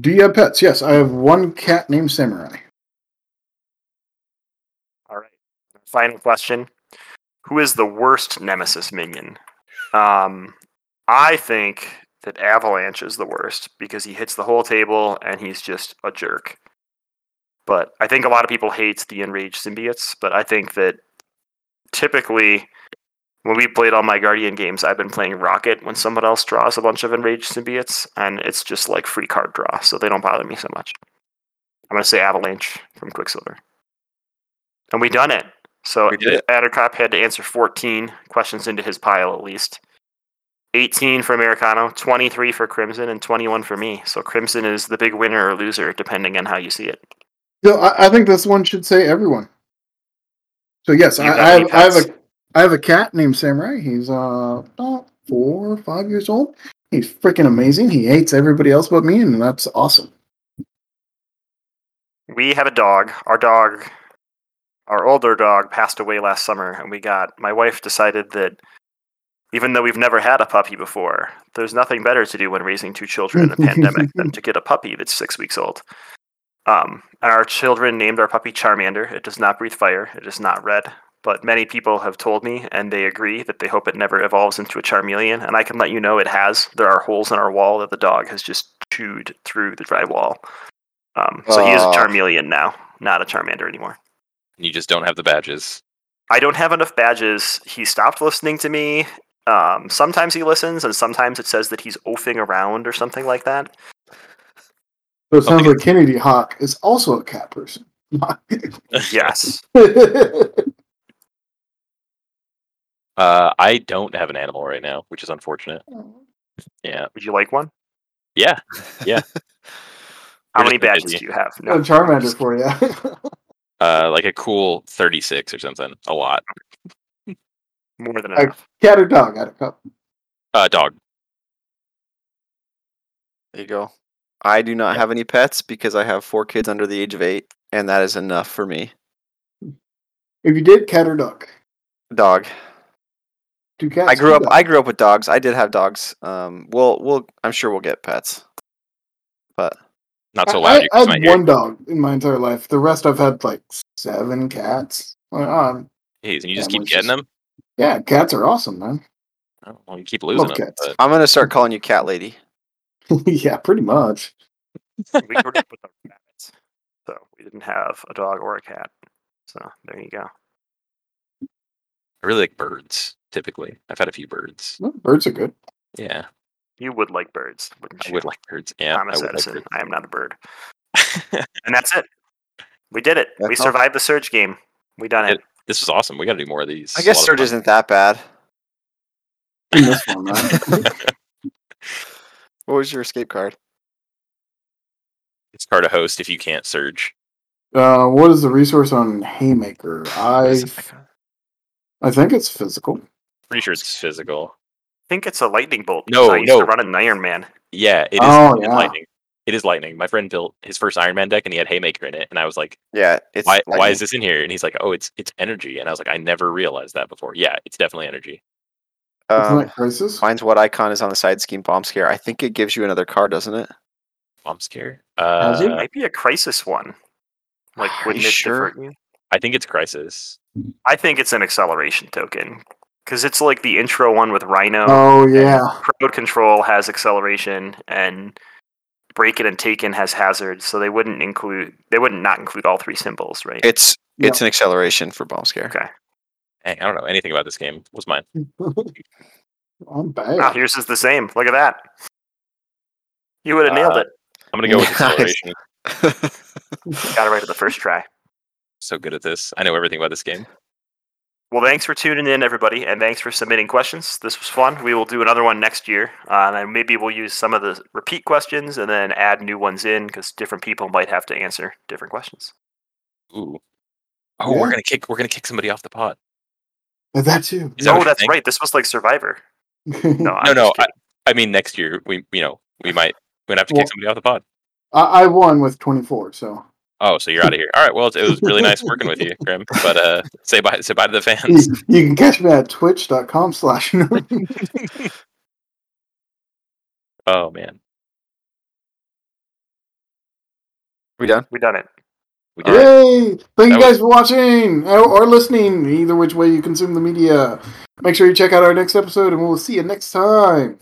Speaker 4: Do you have pets? Yes, I have one cat named Samurai.
Speaker 1: All right. Final question: Who is the worst nemesis minion? Um, I think that Avalanche is the worst because he hits the whole table and he's just a jerk. But I think a lot of people hate the enraged symbiotes. But I think that typically, when we played all my Guardian games, I've been playing Rocket when someone else draws a bunch of enraged symbiotes, and it's just like free card draw, so they don't bother me so much. I'm gonna say Avalanche from Quicksilver. And we done it. So
Speaker 2: We did it.
Speaker 1: Addercop had to answer 14 questions into his pile at least. 18 for Americano, 23 for Crimson, and 21 for me. So Crimson is the big winner or loser, depending on how you see it.
Speaker 4: So I, I think this one should say everyone. So yes,
Speaker 1: You
Speaker 4: I,
Speaker 1: got
Speaker 4: I,
Speaker 1: any
Speaker 4: have, I have
Speaker 1: pets?
Speaker 4: a I have a cat named Samurai. He's uh about four or five years old. He's freaking amazing. He hates everybody else but me, and that's awesome.
Speaker 1: We have a dog. Our dog, our older dog, passed away last summer, and we got my wife decided that even though we've never had a puppy before, there's nothing better to do when raising two children in a pandemic than to get a puppy that's six weeks old. Um, and our children named our puppy Charmander. It does not breathe fire. It is not red. But many people have told me, and they agree, that they hope it never evolves into a Charmeleon. And I can let you know it has. There are holes in our wall that the dog has just chewed through the drywall. Um, so he is a
Speaker 3: Aw.
Speaker 1: Charmeleon now, not a Charmander anymore.
Speaker 2: You just don't have the badges.
Speaker 1: I don't have enough badges. He stopped listening to me. Um, sometimes he listens, and sometimes it says that he's oafing around or something like that.
Speaker 4: So it sounds
Speaker 2: Okay.
Speaker 4: like Kennedy Hawk is also a cat person.
Speaker 1: Yes.
Speaker 2: Uh, I don't have an animal right now, which is unfortunate. Yeah.
Speaker 1: Would you like one?
Speaker 2: Yeah.
Speaker 1: How
Speaker 2: We're
Speaker 1: many
Speaker 2: just gonna
Speaker 1: badges
Speaker 2: busy.
Speaker 1: do you have?
Speaker 4: a Charmander for you.
Speaker 2: Uh, like a cool 36 or something. A lot.
Speaker 1: more than
Speaker 4: Okay.
Speaker 1: enough.
Speaker 4: cat or dog? Out of cup.
Speaker 2: Uh, dog.
Speaker 3: There you go. I do not have any pets because I have four kids under the age of eight, and that is enough for me.
Speaker 4: If you did, cat or dog?
Speaker 3: Dog.
Speaker 4: Two cats.
Speaker 3: I grew
Speaker 4: two
Speaker 3: up.
Speaker 4: dogs.
Speaker 3: I grew up with dogs. I did have dogs. Um, we'll, we'll. I'm sure we'll get pets. But
Speaker 2: Not so
Speaker 4: I-
Speaker 2: loud.
Speaker 4: I,
Speaker 2: you can
Speaker 4: I had
Speaker 2: might hear
Speaker 4: one dog in my entire life. The rest I've had like seven cats. Well, um,
Speaker 2: Jeez, and you just
Speaker 4: Yeah,
Speaker 2: keep
Speaker 4: mine's
Speaker 2: getting
Speaker 4: just-
Speaker 2: them.
Speaker 4: yeah, cats are awesome, man.
Speaker 2: Oh, well, you keep losing
Speaker 4: Love
Speaker 2: them.
Speaker 4: cats.
Speaker 2: but-
Speaker 3: I'm gonna start calling you Cat Lady.
Speaker 4: yeah, pretty much.
Speaker 1: we grew up with our rabbits, so we didn't have a dog or a cat. So there you go.
Speaker 2: I really like birds. Typically, I've had a few birds.
Speaker 4: Well, Birds are good.
Speaker 2: Yeah,
Speaker 1: You would like birds, wouldn't
Speaker 2: I
Speaker 1: you?
Speaker 2: would like birds. Yeah,
Speaker 1: Thomas
Speaker 2: I would
Speaker 1: Edison.
Speaker 2: like
Speaker 1: I am not a bird.
Speaker 2: birds.
Speaker 1: And that's it. We did it. we
Speaker 3: That's all.
Speaker 1: survived the surge game. We done it.
Speaker 2: this was awesome. We got to do more of these. It's
Speaker 3: I
Speaker 2: a
Speaker 3: guess
Speaker 2: lot of
Speaker 3: Surge
Speaker 2: fun.
Speaker 3: isn't that bad.
Speaker 4: In this one, man.
Speaker 3: What was your escape card?
Speaker 2: It's hard to host if you can't surge.
Speaker 4: uh, what is the resource on Haymaker?
Speaker 3: What
Speaker 4: I
Speaker 3: is that card?
Speaker 4: I think it's physical.
Speaker 2: Pretty sure it's physical.
Speaker 1: I think it's a lightning bolt.
Speaker 2: No,
Speaker 1: because I used
Speaker 2: no.
Speaker 1: to run an Iron Man.
Speaker 2: Yeah, it is
Speaker 4: Oh,
Speaker 2: it is
Speaker 4: yeah.
Speaker 2: lightning. It is lightning. My friend built his first Iron Man deck and he had Haymaker in it, and I was like,
Speaker 3: Yeah. It's
Speaker 2: "Why? Why
Speaker 3: lightning.
Speaker 2: is this in here?" And he's like, "Oh, it's it's energy." And I was like, "I never realized that before." Yeah, it's definitely energy.
Speaker 4: Isn't
Speaker 3: Um,
Speaker 4: that crisis?
Speaker 3: Mine's what icon is on the side scheme bomb scare. I think it gives you another card, doesn't it?
Speaker 2: I'm scared.
Speaker 4: Has
Speaker 1: It
Speaker 2: Uh,
Speaker 1: might be a crisis one. Like,
Speaker 3: Are
Speaker 1: wouldn't
Speaker 3: you
Speaker 1: it
Speaker 3: sure?
Speaker 1: divert you?
Speaker 2: I think it's Crisis.
Speaker 1: I think it's an acceleration token because it's like the intro one with Rhino.
Speaker 4: Oh yeah.
Speaker 1: Crowd control has acceleration and break it and taken has hazard so they wouldn't include they wouldn't not include all three symbols right
Speaker 3: It's
Speaker 4: Yeah.
Speaker 3: it's an acceleration for bomb scare.
Speaker 1: okay
Speaker 2: Dang, I don't know anything about this game. What's mine?
Speaker 4: I'm
Speaker 1: wow,
Speaker 4: bad.
Speaker 1: Ah, yours is the same look at that you would have nailed
Speaker 2: Uh,
Speaker 1: it
Speaker 2: I'm gonna go with
Speaker 3: Nice.
Speaker 2: acceleration.
Speaker 1: got it right at the first try
Speaker 2: So good at this. I know everything about this game.
Speaker 1: well thanks for tuning in everybody and thanks for submitting questions this was fun we will do another one next year uh, and maybe we'll use some of the repeat questions and then add new ones in because different people might have to answer different questions
Speaker 2: Ooh. Oh, we're
Speaker 4: Yeah.
Speaker 2: gonna kick. We're gonna kick somebody off the pot.
Speaker 4: that too.
Speaker 2: Is that what
Speaker 1: oh
Speaker 2: you
Speaker 1: that's
Speaker 2: think?
Speaker 1: right this was like survivor no
Speaker 2: No,
Speaker 1: I'm
Speaker 2: no.
Speaker 1: just
Speaker 2: I,
Speaker 1: kidding.
Speaker 2: I mean, next year we, you know, we might we might have to
Speaker 4: Well-
Speaker 2: kick somebody off the pod.
Speaker 4: I, I won with 24, so
Speaker 2: Oh, so you're out of here. All right. Well, it was really nice working with you, Grim. But uh, say bye. Say bye to the
Speaker 4: you,
Speaker 2: fans.
Speaker 4: you can catch me at twitch.com slash
Speaker 2: Oh man,
Speaker 3: we done?
Speaker 1: we done it
Speaker 2: we did. it.
Speaker 4: Yay! Thank
Speaker 2: That
Speaker 4: you guys for watching or, or listening, either which way you consume the media. Make sure you check out our next episode, and we'll see you next time.